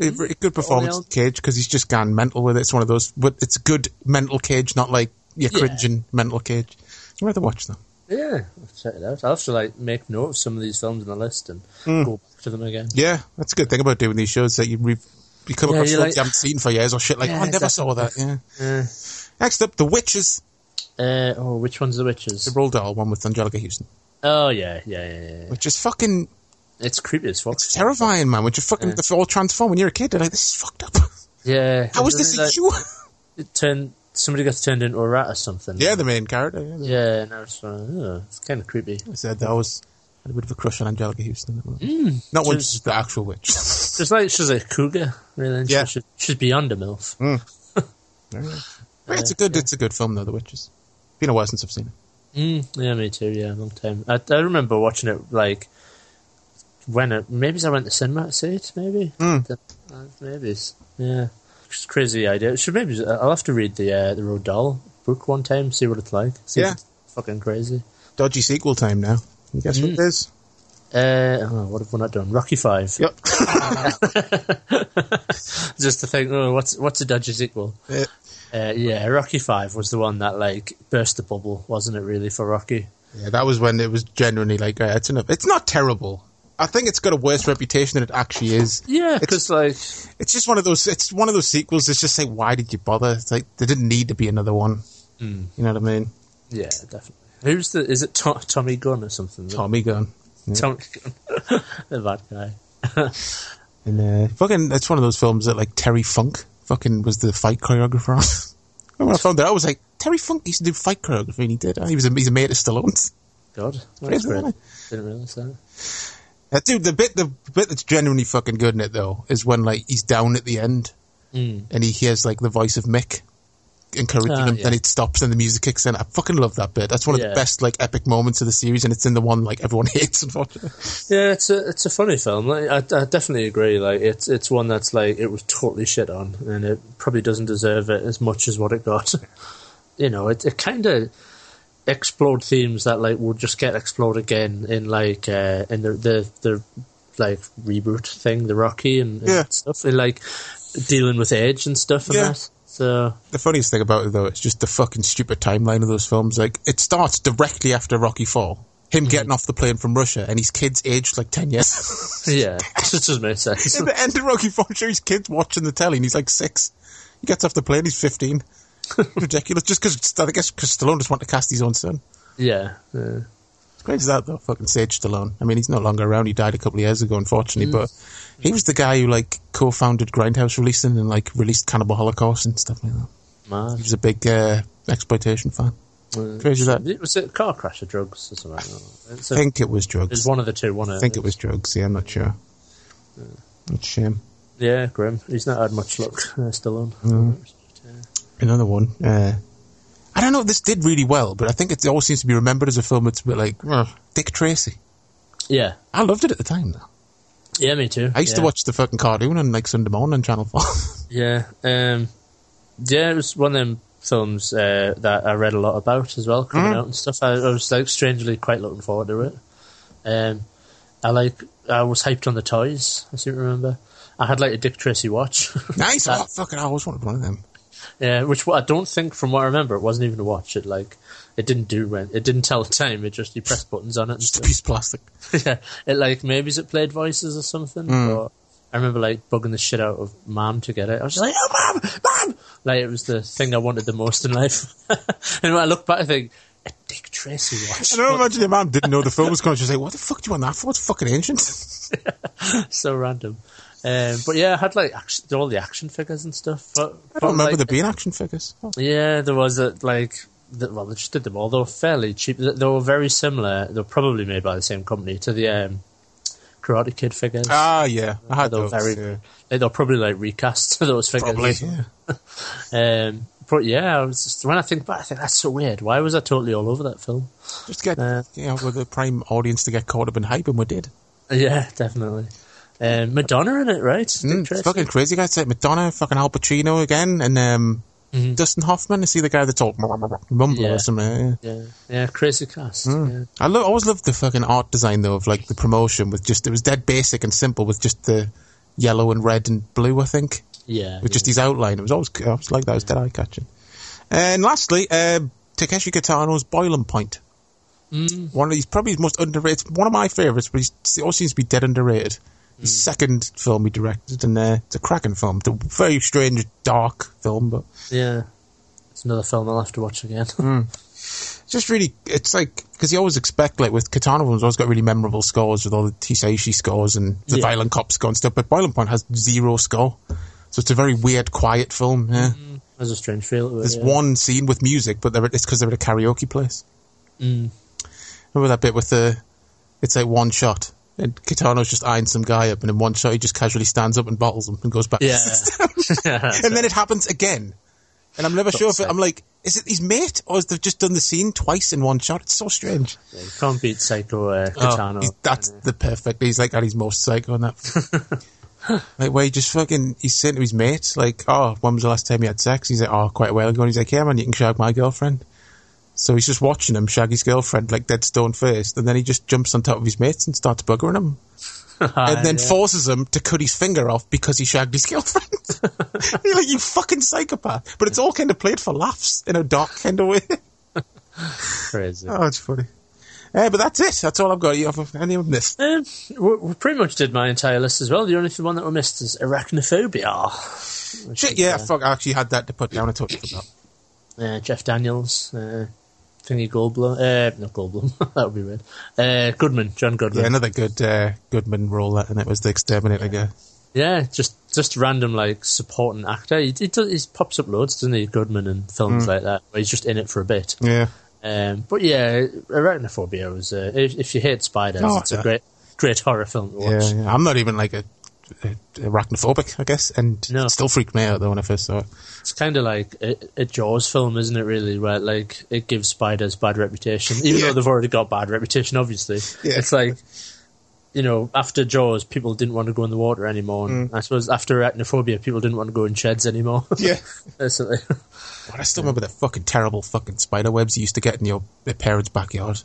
[SPEAKER 3] A
[SPEAKER 4] Hmm?
[SPEAKER 3] very
[SPEAKER 4] Oh,
[SPEAKER 3] good performance,
[SPEAKER 4] old-
[SPEAKER 3] Cage, because he's just gone mental with it. It's one of those, but it's good mental Cage, not like your
[SPEAKER 4] Yeah.
[SPEAKER 3] cringing mental Cage. You have to watch them.
[SPEAKER 4] Yeah, I'll have to check it out. I'll have to, like, make note of some of these films on the list and
[SPEAKER 3] Hmm.
[SPEAKER 4] go back to them again.
[SPEAKER 3] Yeah, that's a good thing about doing these shows that you re- you come
[SPEAKER 4] Yeah,
[SPEAKER 3] across
[SPEAKER 4] you
[SPEAKER 3] films
[SPEAKER 4] like-
[SPEAKER 3] you haven't seen for years or shit like,
[SPEAKER 4] Yeah,
[SPEAKER 3] oh, I never
[SPEAKER 4] exactly.
[SPEAKER 3] saw that. Yeah. Next up, The Witches.
[SPEAKER 4] Uh, oh, which one's The Witches?
[SPEAKER 3] The Roald Dahl one with Angelica Houston,
[SPEAKER 4] oh, yeah, yeah, yeah, yeah.
[SPEAKER 3] which is fucking
[SPEAKER 4] It's creepy as fuck.
[SPEAKER 3] it's terrifying, man. Which is fucking the all transform when you're a kid. They're like, this is fucked up.
[SPEAKER 4] Yeah.
[SPEAKER 3] How is this
[SPEAKER 4] Doesn't it, like,
[SPEAKER 3] you?
[SPEAKER 4] it turned, somebody gets turned into a rat or something.
[SPEAKER 3] Yeah, the main character. Yeah,
[SPEAKER 4] Yeah, no, it's, uh, yeah, it's kind of oh, creepy.
[SPEAKER 3] I said that was had a bit of a crush on Angelica Houston. at one point. Not when she's the actual witch.
[SPEAKER 4] It's like she's a cougar, really. and she-
[SPEAKER 3] Yeah.
[SPEAKER 4] She, she's beyond a MILF.
[SPEAKER 3] But it's a good, it's a good film though. The Witches. Been a while since I've seen it.
[SPEAKER 4] Mm, yeah, me too. Yeah, long time. I, I remember watching it like when it, maybe I went to cinema to see it. Maybe,
[SPEAKER 3] Hmm. Mm.
[SPEAKER 4] The- uh, maybe, it's- yeah. It's a crazy idea. Should maybe I'll have to read the uh, the Roald Dahl book one time, see what it's like. See if
[SPEAKER 3] Yeah.
[SPEAKER 4] it's fucking crazy.
[SPEAKER 3] Dodgy sequel time now. You guess what it is?
[SPEAKER 4] Uh, oh, what have we not done? Rocky Five.
[SPEAKER 3] Yep.
[SPEAKER 4] Just to think, oh, what's what's a dodgy sequel?
[SPEAKER 3] Yeah.
[SPEAKER 4] Uh, yeah, Rocky Five was the one that like burst the bubble, wasn't it? Really for Rocky.
[SPEAKER 3] Yeah, that was when it was genuinely like, uh, it's enough. It's not terrible. I think it's got a worse reputation than it actually is.
[SPEAKER 4] Yeah,
[SPEAKER 3] It's-
[SPEAKER 4] because like
[SPEAKER 3] It's just one of those. It's one of those sequels. It's just like, why did you bother? It's like there didn't need to be another one. You know what I mean?
[SPEAKER 4] yeah, definitely. Who's the? Is it To- Tommy Gunn or something?
[SPEAKER 3] Tommy Gunn.
[SPEAKER 4] Tom, the bad guy.
[SPEAKER 3] And uh, fucking, that's one of those films that like Terry Funk fucking was the fight choreographer on. And when I found that, I was like, Terry Funk used to do fight choreography, and he did. He was a, he's a mate of Stallone's.
[SPEAKER 4] God, that's
[SPEAKER 3] Crazy,
[SPEAKER 4] great.
[SPEAKER 3] isn't
[SPEAKER 4] Didn't realize that.
[SPEAKER 3] Uh, dude, the bit the bit that's genuinely fucking good in it though is when like he's down at the end, and he hears like the voice of Mick encouraging
[SPEAKER 4] Mm. Ah,
[SPEAKER 3] him.
[SPEAKER 4] yeah.
[SPEAKER 3] Then it stops and the music kicks in. I fucking love that bit. That's one of
[SPEAKER 4] Yeah.
[SPEAKER 3] the best like epic moments of the series, and it's in the one like everyone hates. Unfortunately,
[SPEAKER 4] Yeah, it's a it's a funny film. Like, I, I definitely agree. Like it's it's one that's like it was totally shit on, and it probably doesn't deserve it as much as what it got. you know, it it kind of explored themes that like would just get explored again in like uh, in the the the like reboot thing, the Rocky and, and
[SPEAKER 3] Yeah.
[SPEAKER 4] stuff, and, like dealing with age and stuff and
[SPEAKER 3] Yeah.
[SPEAKER 4] that. So
[SPEAKER 3] the funniest thing about it though is just the fucking stupid timeline of those films. Like it starts directly after Rocky Fall. Him getting off the plane from Russia and his kids aged like ten years.
[SPEAKER 4] yeah, it just makes sense.
[SPEAKER 3] At the end of Rocky Fall, show his kids watching the telly and he's like six. He gets off the plane, he's fifteen. Ridiculous. Just because I guess because Stallone just wanted to cast his own son.
[SPEAKER 4] Yeah, Uh, yeah.
[SPEAKER 3] As great as that though, fucking Sage Stallone. I mean, he's no longer around. He died a couple of years ago, unfortunately. But he was the guy who like co-founded Grindhouse Releasing and like released Cannibal Holocaust and stuff like that.
[SPEAKER 4] mad.
[SPEAKER 3] He was a big uh, exploitation fan. Crazy as that.
[SPEAKER 4] It was a car crash or drugs or something. It's
[SPEAKER 3] I
[SPEAKER 4] a,
[SPEAKER 3] think it was
[SPEAKER 4] it was
[SPEAKER 3] drugs.
[SPEAKER 4] one of the two. One.
[SPEAKER 3] I think it was drugs. Yeah, I'm not sure. It's a shame.
[SPEAKER 4] Yeah, grim. He's not had much luck. Uh, still on.
[SPEAKER 3] Mm. Another one. Uh, I don't know. This did really well, but I think it always seems to be remembered as a film that's a bit like "Ugh, Dick Tracy.
[SPEAKER 4] Yeah.
[SPEAKER 3] I loved it at the time, though.
[SPEAKER 4] Yeah, me too.
[SPEAKER 3] I used to
[SPEAKER 4] Yeah.
[SPEAKER 3] watch the fucking cartoon on like Sunday morning on Channel Four.
[SPEAKER 4] Yeah. Um, yeah, it was one of them films uh, that I read a lot about as well,
[SPEAKER 3] Mm.
[SPEAKER 4] coming out and stuff. I, I was like strangely quite looking forward to it. Um, I like. I was hyped on the toys. I seem to remember. I had like a Dick Tracy watch.
[SPEAKER 3] nice. Oh, fucking, I always wanted one of them.
[SPEAKER 4] Yeah, which I don't think, from what I remember, it wasn't even a watch. It like it didn't do when it didn't tell the time. It just you pressed buttons on it. And
[SPEAKER 3] Just a
[SPEAKER 4] stuff.
[SPEAKER 3] piece of plastic.
[SPEAKER 4] yeah, it like maybe it played voices or something.
[SPEAKER 3] Hmm.
[SPEAKER 4] Or I remember like bugging the shit out of mom to get it. I was just like, "Oh, mom, mom!" Like it was the thing I wanted the most in life. and when I look back, I think a Dick Tracy watch.
[SPEAKER 3] I don't imagine your mum didn't know the film was coming. She was like, "What the fuck do you want that for? It's fucking ancient."
[SPEAKER 4] so random. Um, but yeah, I had like action, all the action figures and stuff. But
[SPEAKER 3] I don't remember
[SPEAKER 4] like,
[SPEAKER 3] there being action figures. Oh.
[SPEAKER 4] Yeah, there was a like. The, well, they just did them all. They were fairly cheap. They, they were very similar. They were probably made by the same company to the um, Karate Kid figures.
[SPEAKER 3] Ah, yeah, I had
[SPEAKER 4] they were
[SPEAKER 3] those.
[SPEAKER 4] very.
[SPEAKER 3] yeah.
[SPEAKER 4] They, they'll probably like recast those figures.
[SPEAKER 3] Probably. Yeah.
[SPEAKER 4] Um, but yeah, I was just, when I think back, I think that's so weird. Why was I totally all over that film?
[SPEAKER 3] Just to get
[SPEAKER 4] Uh,
[SPEAKER 3] you know, with the prime audience to get caught up in hype, and we did.
[SPEAKER 4] Yeah, definitely. Um, Madonna in it, right? Dick
[SPEAKER 3] Mm, it's
[SPEAKER 4] Tracy?
[SPEAKER 3] fucking crazy guys like Madonna, fucking Al Pacino again, and um, Dustin Hoffman. I see the guy that's all mumble
[SPEAKER 4] Mm-hmm. Yeah.
[SPEAKER 3] or something. yeah.
[SPEAKER 4] Yeah, yeah, crazy cast. Yeah.
[SPEAKER 3] I lo- always loved the fucking art design though of like the promotion with just it was dead basic and simple with just the yellow and red and blue. I think
[SPEAKER 4] Yeah,
[SPEAKER 3] with just
[SPEAKER 4] yeah.
[SPEAKER 3] his outline. It was always I was like that. It was dead eye catching. And lastly, uh, Takeshi Kitano's Boiling Point. One of these probably his most underrated. One of my favorites, but he's, he always seems to be dead underrated. His second film he directed, and uh, it's a cracking film. It's a very strange, dark film, but
[SPEAKER 4] yeah. It's another film I'll have to watch again.
[SPEAKER 3] Mm. it's just really, it's like because you always expect like with Katana ones, always got really memorable scores with all the Tisaishi scores and the
[SPEAKER 4] Yeah.
[SPEAKER 3] Violent Cop score and stuff. But Boiling Point has zero score, so it's a very weird, quiet film. Yeah.
[SPEAKER 4] There's a strange feel to it.
[SPEAKER 3] There's
[SPEAKER 4] yeah.
[SPEAKER 3] one scene with
[SPEAKER 4] Mm.
[SPEAKER 3] music, but they're, it's because they're at a karaoke place. Remember that bit with the It's like one shot. And Kitano's just eyeing some guy up, and in one shot, he just casually stands up and bottles him and goes back.
[SPEAKER 4] Yeah.
[SPEAKER 3] and then it happens again. And I'm never sure if it, I'm like, is it his mate or is they've just done the scene twice in one shot? It's so strange.
[SPEAKER 4] You can't beat Psycho uh,
[SPEAKER 3] Oh,
[SPEAKER 4] Kitano.
[SPEAKER 3] he's- that's the perfect. He's like at his most psycho on that. like where he just fucking he's saying to his mates like, "Oh, when was the last time you had sex?" He's like, "Oh, quite a while ago." And he's like, "Yeah, man, you can shag my girlfriend." So he's just watching him shag his girlfriend like dead stone faced, and then he just jumps on top of his mates and starts buggering him, and then forces him to cut his finger off because he shagged his girlfriend. You're like, you fucking psychopath! But it's all kind of played for laughs in a dark kind of way.
[SPEAKER 4] crazy.
[SPEAKER 3] oh, it's funny. Yeah, but that's it. That's all I've got. You have any of this?
[SPEAKER 4] Um, we, we pretty much did my entire list as well. The only one that we missed is arachnophobia.
[SPEAKER 3] Shit, yeah, fuck. I actually had that to put down. I totally forgot.
[SPEAKER 4] Uh, Jeff Daniels, uh, Thingy Goldblum, uh, not Goldblum, that would be weird. Uh, Goodman, John
[SPEAKER 3] Yeah,
[SPEAKER 4] Goodman.
[SPEAKER 3] another good uh, Goodman role, that, and it was the exterminator guy.
[SPEAKER 4] Yeah, just just random like supporting actor. He, he, does, he pops up loads, doesn't he? Goodman in
[SPEAKER 3] Mm.
[SPEAKER 4] films like that, where he's just in it for a bit.
[SPEAKER 3] Yeah,
[SPEAKER 4] Um, but yeah, Arachnophobia was. Uh, if, if you hate spiders,
[SPEAKER 3] Oh,
[SPEAKER 4] it's a
[SPEAKER 3] yeah.
[SPEAKER 4] great great horror film to watch.
[SPEAKER 3] yeah, yeah. I'm not even like a, a arachnophobic, I guess, and
[SPEAKER 4] No.
[SPEAKER 3] it still freaked me out though when I first saw it.
[SPEAKER 4] It's kind of like a, a Jaws film, isn't it? Really, where like it gives spiders bad reputation, even
[SPEAKER 3] Yeah.
[SPEAKER 4] though they've already got bad reputation. Obviously,
[SPEAKER 3] Yeah.
[SPEAKER 4] it's like you know, after Jaws, people didn't want to go in the water anymore. And
[SPEAKER 3] Mm.
[SPEAKER 4] I suppose after arachnophobia, people didn't want to go in sheds anymore.
[SPEAKER 3] Yeah.
[SPEAKER 4] Basically.
[SPEAKER 3] But I still remember the fucking terrible fucking spider webs you used to get in your, your parents' backyard.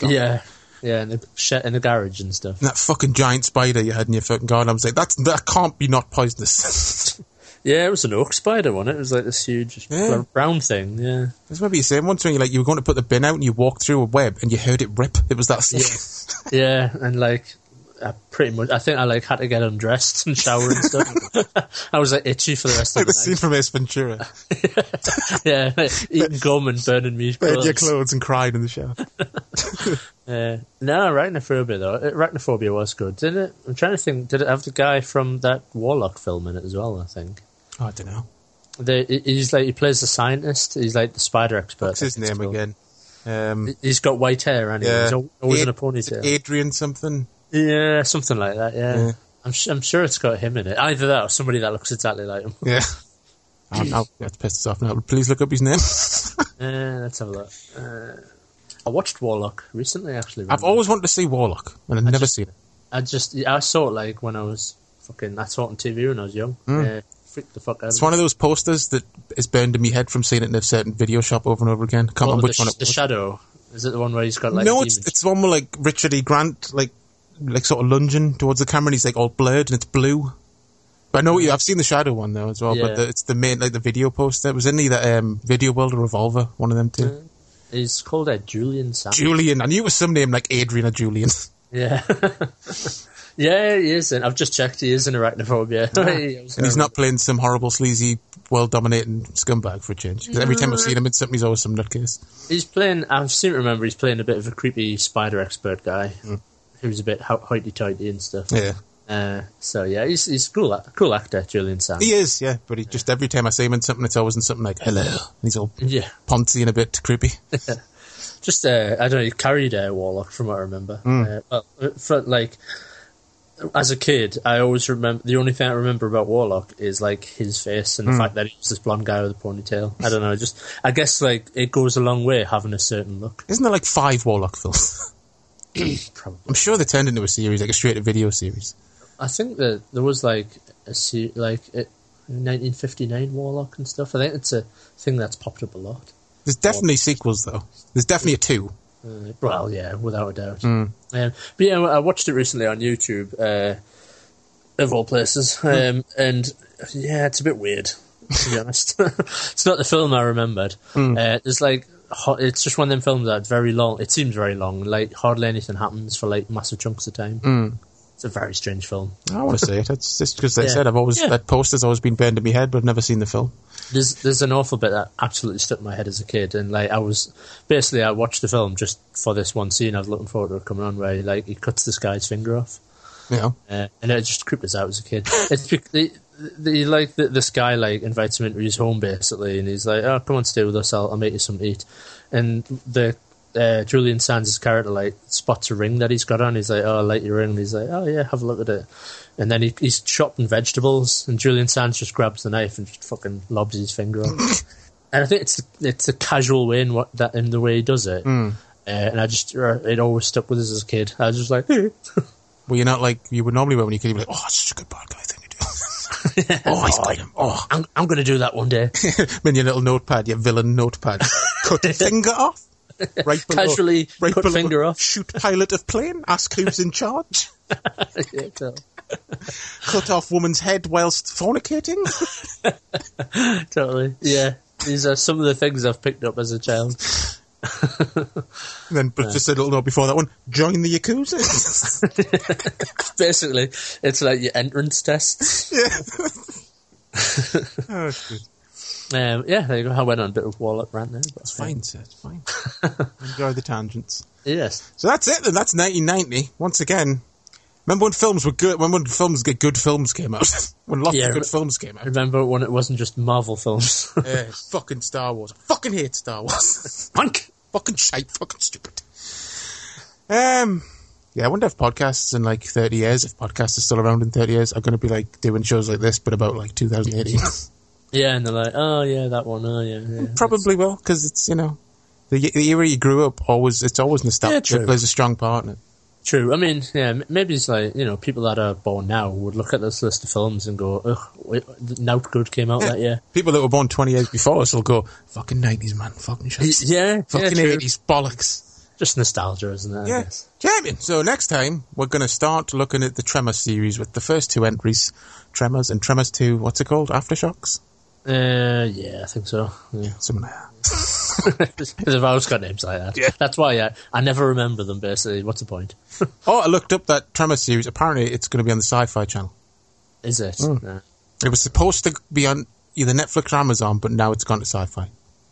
[SPEAKER 3] God.
[SPEAKER 4] yeah, yeah, in a shed in a garage and stuff.
[SPEAKER 3] And that fucking giant spider you had in your fucking garden. I was like, that's that can't be not poisonous.
[SPEAKER 4] Yeah, it was an oak spider one. It was like this huge
[SPEAKER 3] Yeah.
[SPEAKER 4] brown thing. Yeah.
[SPEAKER 3] That's what you saying once when you like you were going to put the bin out and you walked through a web and you heard it rip. It was that.
[SPEAKER 4] Yeah, and like I pretty much, I think I like had to get undressed and shower and stuff. I was like itchy for the rest of
[SPEAKER 3] like the
[SPEAKER 4] the
[SPEAKER 3] scene from Ace Ventura.
[SPEAKER 4] night. Yeah, like, eating gum and burning me
[SPEAKER 3] Burned
[SPEAKER 4] clothes.
[SPEAKER 3] your clothes and cried in the shower.
[SPEAKER 4] Yeah. No, arachnophobia though. Uh, Arachnophobia was good, didn't it? I'm trying to think. Did it have the guy from that Warlock film in it as well? I think.
[SPEAKER 3] Oh, I don't know.
[SPEAKER 4] The, he- he's like he plays the scientist. He's like the spider expert.
[SPEAKER 3] What's
[SPEAKER 4] I
[SPEAKER 3] his
[SPEAKER 4] think it's
[SPEAKER 3] name
[SPEAKER 4] called.
[SPEAKER 3] again? Um,
[SPEAKER 4] He's got white hair and
[SPEAKER 3] yeah.
[SPEAKER 4] he's al- always in a
[SPEAKER 3] Ad-
[SPEAKER 4] ponytail.
[SPEAKER 3] Adrian something.
[SPEAKER 4] yeah, something like that. Yeah,
[SPEAKER 3] Yeah.
[SPEAKER 4] I'm, su- I'm sure it's got him in it. Either that or somebody that looks exactly like him.
[SPEAKER 3] Yeah. Oh, now that's pissed us off now. Please look up his name.
[SPEAKER 4] Uh, let's have a look. Uh, I watched Warlock recently, actually.
[SPEAKER 3] I've
[SPEAKER 4] remember.
[SPEAKER 3] always wanted to see Warlock, and I've never
[SPEAKER 4] just-
[SPEAKER 3] seen it.
[SPEAKER 4] I just, yeah, I saw it like when I was fucking, I saw it on TV when I was young. Uh, freaked the fuck out.
[SPEAKER 3] Hmm. It's one of those posters that is burned in my head from seeing it in a certain video shop over and over again. Can't remember which
[SPEAKER 4] the,
[SPEAKER 3] one it
[SPEAKER 4] the
[SPEAKER 3] was.
[SPEAKER 4] shadow. Is it the one where he's got like?
[SPEAKER 3] no, it's
[SPEAKER 4] demons?
[SPEAKER 3] it's the one where like Richard E. Grant like like sort of lunging towards the camera, and he's like all blurred and it's blue. But I know what you, I've seen the shadow one though as well.
[SPEAKER 4] Yeah.
[SPEAKER 3] But the, it's the main like the video poster. It was in either um, Video World or Revolver, one of them two.
[SPEAKER 4] He's called a Julian Sam.
[SPEAKER 3] Julian. I knew it was some name like Adrian or Julian.
[SPEAKER 4] yeah. Yeah, he is. In. I've just checked. He is in arachnophobia. He was-
[SPEAKER 3] And Ah, he's not playing some horrible, sleazy, world dominating scumbag for a change. 'Cause every time I've seen him in something, he's always some nutcase.
[SPEAKER 4] He's playing. I seem to remember he's playing a bit of a creepy spider expert guy,
[SPEAKER 3] Hmm.
[SPEAKER 4] who's a bit ho- hoity-toity and stuff.
[SPEAKER 3] Yeah.
[SPEAKER 4] Uh, so yeah, he's he's a cool, ac- cool actor, Julian Sam.
[SPEAKER 3] He is, yeah. But he just every time I see him in something, it's always in something like, hello. And he's all
[SPEAKER 4] Yeah,
[SPEAKER 3] poncy and a bit creepy.
[SPEAKER 4] just uh, I don't know. He carried a warlock, from what I remember. Uh, well, uh, for, like as a kid, I always remember the only thing I remember about Warlock is like his face and the fact that he was this blonde guy with a ponytail. I don't know. Just I guess like it goes a long way having a certain look.
[SPEAKER 3] Isn't there like five Warlock films?
[SPEAKER 4] Probably.
[SPEAKER 3] I'm sure they turned into a series, like a straight to video series.
[SPEAKER 4] I think that there was like a se- like a 1959 Warlock and stuff. I think it's a thing that's popped up a lot.
[SPEAKER 3] There's definitely sequels, though. There's definitely a two.
[SPEAKER 4] Uh, well, yeah, without a doubt. Um, but yeah, I watched it recently on YouTube, uh, of all places, um, and yeah, it's a bit weird. To be honest, it's not the film I remembered. Uh, it's like ho- it's just one of them films that's very long. It seems very long. Like hardly anything happens for like massive chunks of time. It's a very strange film.
[SPEAKER 3] I want to say it. It's just because, like I
[SPEAKER 4] Yeah.
[SPEAKER 3] said, I've always
[SPEAKER 4] Yeah.
[SPEAKER 3] that poster's always been burned in my head, but I've never seen the film.
[SPEAKER 4] There's there's an awful bit that absolutely stuck in my head as a kid, and like I was basically I watched the film just for this one scene. I was looking forward to it coming on where he, like he cuts this guy's finger off,
[SPEAKER 3] You know,
[SPEAKER 4] uh, and it just creeped us out as a kid. It's bec- the, the like the, this guy like invites him into his home basically, and he's like, "Oh, come on, stay with us. I'll, I'll make you something to eat," and the uh, Julian Sands' character like spots a ring that he's got on. He's like, "Oh, I like your ring." And he's like, "Oh yeah, have a look at it." And then he, he's chopping vegetables, and Julian Sands just grabs the knife and just fucking lobs his finger on. and I think it's it's a casual way in what that in the way he does it. Uh, and I just uh, it always stuck with us as a kid. I was just like,
[SPEAKER 3] Well, you're not like you would normally when you could be like, oh, it's such a good bad guy thing to do. oh, he's got him. Oh,
[SPEAKER 4] I'm I'm gonna do that one day.
[SPEAKER 3] in your little notepad, your villain notepad, cut finger off. Right below,
[SPEAKER 4] Casually cut finger off.
[SPEAKER 3] Shoot pilot of plane. Ask who's in charge.
[SPEAKER 4] Yeah, tell-
[SPEAKER 3] cut off woman's head whilst fornicating.
[SPEAKER 4] totally. Yeah. These are some of the things I've picked up as a child.
[SPEAKER 3] And then, but just a little note before that one. Join the yakuza.
[SPEAKER 4] Basically, it's like your entrance tests.
[SPEAKER 3] oh, it's good.
[SPEAKER 4] Um, yeah, there you go. I went on a bit of wallet rant there. But,
[SPEAKER 3] It's fine, sir. It's fine. Enjoy the tangents.
[SPEAKER 4] yes.
[SPEAKER 3] So that's it. Then that's 1990. Once again, remember when films were good? Remember when films get good films came out? when lots
[SPEAKER 4] Yeah.
[SPEAKER 3] of good films came out.
[SPEAKER 4] Remember when it wasn't just Marvel films?
[SPEAKER 3] Eh, fucking Star Wars. I fucking hate Star Wars.
[SPEAKER 4] Punk!
[SPEAKER 3] fucking shite. Fucking stupid. Um. Yeah, I wonder if podcasts in like 30 years, if podcasts are still around in 30 years, are going to be like doing shows like this, but about like 2018.
[SPEAKER 4] Yeah, and they're like, oh, yeah, that one. Oh, yeah. yeah.
[SPEAKER 3] Probably will, because it's, you know, the, y- the era you grew up, always it's always nostalgia.
[SPEAKER 4] Yeah, true.
[SPEAKER 3] it plays a strong part in it.
[SPEAKER 4] True. I mean, yeah, m- maybe it's like, you know, people that are born now would look at this list of films and go, ugh, wait, Nout Good came out that year.
[SPEAKER 3] People that were born 20 years before us will go, fucking 90s, man. Fucking shit.
[SPEAKER 4] Yeah,
[SPEAKER 3] Fucking
[SPEAKER 4] yeah, true.
[SPEAKER 3] 80s, bollocks.
[SPEAKER 4] Just nostalgia, isn't it? I
[SPEAKER 3] Yeah.
[SPEAKER 4] guess.
[SPEAKER 3] Jamie, so next time, we're going to start looking at the Tremor series with the first two entries Tremors and Tremors 2, what's it called? Aftershocks?
[SPEAKER 4] Uh, yeah, I think so. Yeah.
[SPEAKER 3] Something like that.
[SPEAKER 4] They've always got names like that. That's why I, I never remember them, basically. What's the point?
[SPEAKER 3] Oh, I looked up that Tremor series. Apparently, it's going to be on the Sci Fi channel.
[SPEAKER 4] Is it? Nah.
[SPEAKER 3] It was supposed to be on either Netflix or Amazon, but now it's gone to Sci Fi.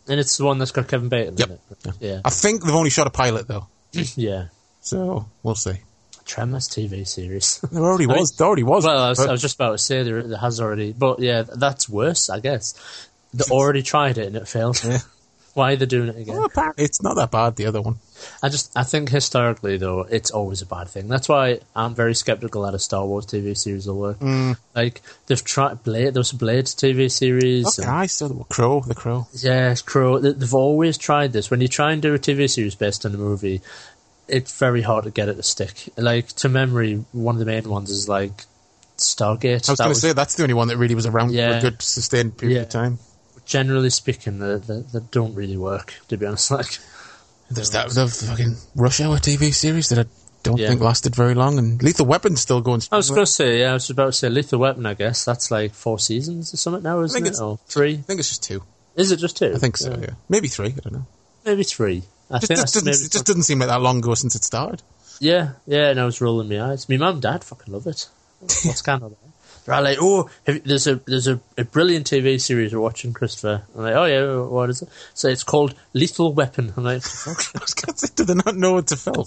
[SPEAKER 4] And it's the one that's got Kevin Bacon in
[SPEAKER 3] Yep.
[SPEAKER 4] it. Yeah.
[SPEAKER 3] I think they've only shot a pilot, though.
[SPEAKER 4] Yeah.
[SPEAKER 3] So we'll see.
[SPEAKER 4] Tremors TV series.
[SPEAKER 3] There already
[SPEAKER 4] I mean-
[SPEAKER 3] was. There already was.
[SPEAKER 4] Well, I was,
[SPEAKER 3] but
[SPEAKER 4] I was just about to say there, there has already, but yeah, th- that's worse, I guess. They already tried it and it failed. Why are they doing it again?
[SPEAKER 3] well, apparently it's not that bad. The other one.
[SPEAKER 4] I just, I think historically though, it's always a bad thing. That's why I'm very skeptical that a Star Wars TV series will work. Like they've tried Blade, there was a Blade TV series.
[SPEAKER 3] Okay,
[SPEAKER 4] and-
[SPEAKER 3] I saw the crow. The crow.
[SPEAKER 4] Yes, Crow. th- They've always tried this. When you try and do a TV series based on a movie, it's very hard to get it to stick. Like to memory, one of the main ones is like Stargate.
[SPEAKER 3] I was
[SPEAKER 4] That
[SPEAKER 3] going to
[SPEAKER 4] was-
[SPEAKER 3] say that's the only one that really was around for
[SPEAKER 4] Yeah.
[SPEAKER 3] a good sustained period of
[SPEAKER 4] Yeah.
[SPEAKER 3] time.
[SPEAKER 4] generally speaking, they, they, they don't really work. To be honest, like
[SPEAKER 3] There's that the fucking Rush Hour TV series that I don't
[SPEAKER 4] Yeah.
[SPEAKER 3] think lasted very long, and Lethal Weapon's still going.
[SPEAKER 4] I was going
[SPEAKER 3] strong.
[SPEAKER 4] to say, yeah, I was about to say Lethal Weapon. I guess that's like four seasons or something now, isn't
[SPEAKER 3] think
[SPEAKER 4] it?
[SPEAKER 3] it's-
[SPEAKER 4] Or three?
[SPEAKER 3] Oh, I think it's just two.
[SPEAKER 4] Is it just two?
[SPEAKER 3] I think so. Yeah, maybe three. I don't know.
[SPEAKER 4] maybe three. I
[SPEAKER 3] Just,
[SPEAKER 4] think
[SPEAKER 3] it
[SPEAKER 4] that's
[SPEAKER 3] doesn't,
[SPEAKER 4] maybe
[SPEAKER 3] it just doesn't seem like that long ago since it started.
[SPEAKER 4] Yeah, yeah, and I was rolling my eyes. My mum and dad fucking love it. What's kind of that? They're like, oh, have, there's a there's a, a brilliant TV series we're watching, Christopher. I'm like, oh yeah, what is it? So it's called Lethal Weapon. I'm like,
[SPEAKER 3] I was going to say, do they not know it's a film?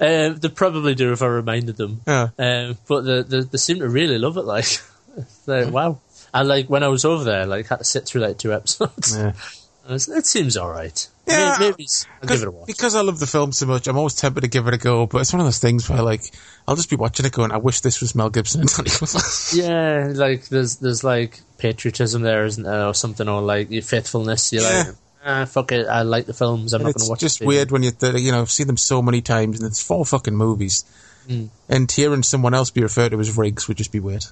[SPEAKER 4] uh, they probably do if I reminded them.
[SPEAKER 3] Yeah.
[SPEAKER 4] Um, but they, they they seem to really love it. Like, It's like, wow. And like when I was over there, like had to sit through like two episodes.
[SPEAKER 3] Yeah.
[SPEAKER 4] I was, it seems all right. May-
[SPEAKER 3] Yeah.
[SPEAKER 4] Maybe, it's- I'll give
[SPEAKER 3] Because-
[SPEAKER 4] it a watch.
[SPEAKER 3] Because I love the film so much, I'm always tempted to give it a go, but it's one of those things where, like, I'll just be watching it going, I wish this was Mel Gibson and Danny Glover.
[SPEAKER 4] Yeah, like there's there's like patriotism there, isn't there, or something, or like your faithfulness. You're
[SPEAKER 3] Yeah.
[SPEAKER 4] like, ah, fuck it, I like the films. I'm not going
[SPEAKER 3] it's
[SPEAKER 4] to watch.
[SPEAKER 3] just
[SPEAKER 4] the
[SPEAKER 3] weird when you, th- you know, see them so many times and it's four fucking movies.
[SPEAKER 4] Hmm.
[SPEAKER 3] And hearing someone else be referred to as Riggs would just be weird.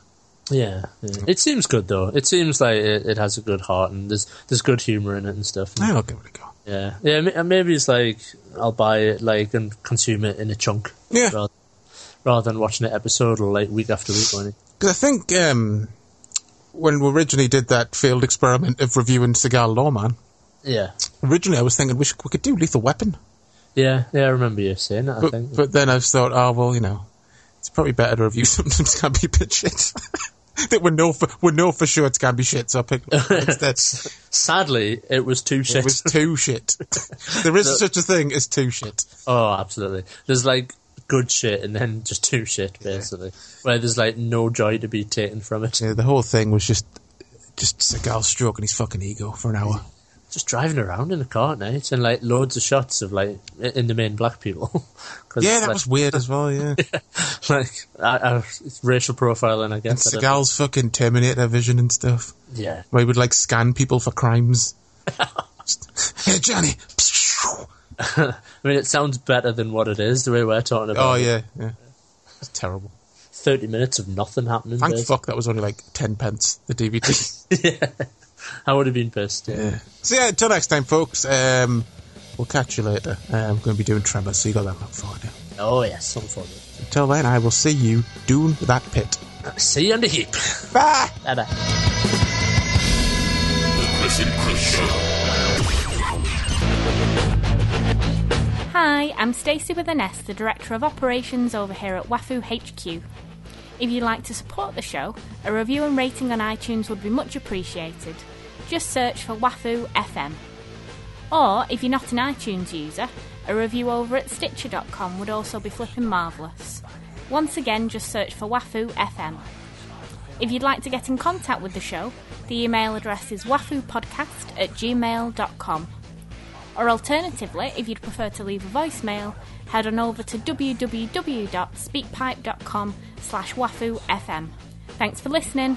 [SPEAKER 4] Yeah, yeah. it seems good though. It seems like it, it has a good heart and there's there's good humor in it and stuff. And,
[SPEAKER 3] I'll give it a go.
[SPEAKER 4] yeah, yeah. ma- and Maybe it's like I'll buy it like and consume it in a chunk.
[SPEAKER 3] Yeah.
[SPEAKER 4] Rather, rather than watching it episode or like week after week. Or anything.
[SPEAKER 3] Because I think um, when we originally did that failed experiment of reviewing Cigar Lawman,
[SPEAKER 4] Yeah.
[SPEAKER 3] originally I was thinking we, should, we could do Lethal Weapon.
[SPEAKER 4] Yeah, yeah, I remember you saying that. I
[SPEAKER 3] But,
[SPEAKER 4] think
[SPEAKER 3] but then I thought, oh well, you know, it's probably better to review something that's gonna be a bit shit. that we know for we know for sure it's gonna be shit. So I picked that's
[SPEAKER 4] sadly, it was too shit.
[SPEAKER 3] it was too shit. there is such a thing as too shit.
[SPEAKER 4] Oh, absolutely. There's like good shit and then just two shit basically, where there's like no joy to be taken from it.
[SPEAKER 3] Yeah, the whole thing was just just Seagal stroking his fucking ego for an hour.
[SPEAKER 4] just driving around in a car at night and like loads of shots of like i- in the main black people. 'Cause,
[SPEAKER 3] Yeah, that
[SPEAKER 4] like,
[SPEAKER 3] was weird as well. Yeah,
[SPEAKER 4] like I, I, it's racial profiling, I
[SPEAKER 3] and
[SPEAKER 4] guess. I don't-
[SPEAKER 3] Seagal's fucking Terminator vision and stuff.
[SPEAKER 4] yeah,
[SPEAKER 3] Where he would like scan people for crimes. hey Johnny.
[SPEAKER 4] I mean, it sounds better than what it is the way we're talking about.
[SPEAKER 3] Oh
[SPEAKER 4] it.
[SPEAKER 3] yeah, yeah. It's terrible.
[SPEAKER 4] thirty minutes of nothing happening.
[SPEAKER 3] Thank
[SPEAKER 4] basically.
[SPEAKER 3] fuck that was only like ten pence the DVD.
[SPEAKER 4] I would have been pissed. Yeah.
[SPEAKER 3] So yeah, until next time, folks. Um, we'll catch you later. Uh, I'm going to be doing Tremor, so you got that look forward to.
[SPEAKER 4] Oh yes, some fun.
[SPEAKER 3] Until then, I will see you doing that pit.
[SPEAKER 4] See you on the heap.
[SPEAKER 3] Bye.
[SPEAKER 4] Bye bye.
[SPEAKER 2] The Chris and Chris Show.
[SPEAKER 1] Hi, I'm Stacey with an S, the Director of Operations over here at Wafu HQ. If you'd like to support the show, a review and rating on iTunes would be much appreciated. Just search for Wafu FM. Or, if you're not an iTunes user, a review over at Stitcher.com would also be flipping marvellous. Once again, just search for Wafu FM. If you'd like to get in contact with the show, the email address is wafupodcast at gmail.com or alternatively, if you'd prefer to leave a voicemail, head on over to www.speakpipe.com slash wafufm. Thanks for listening.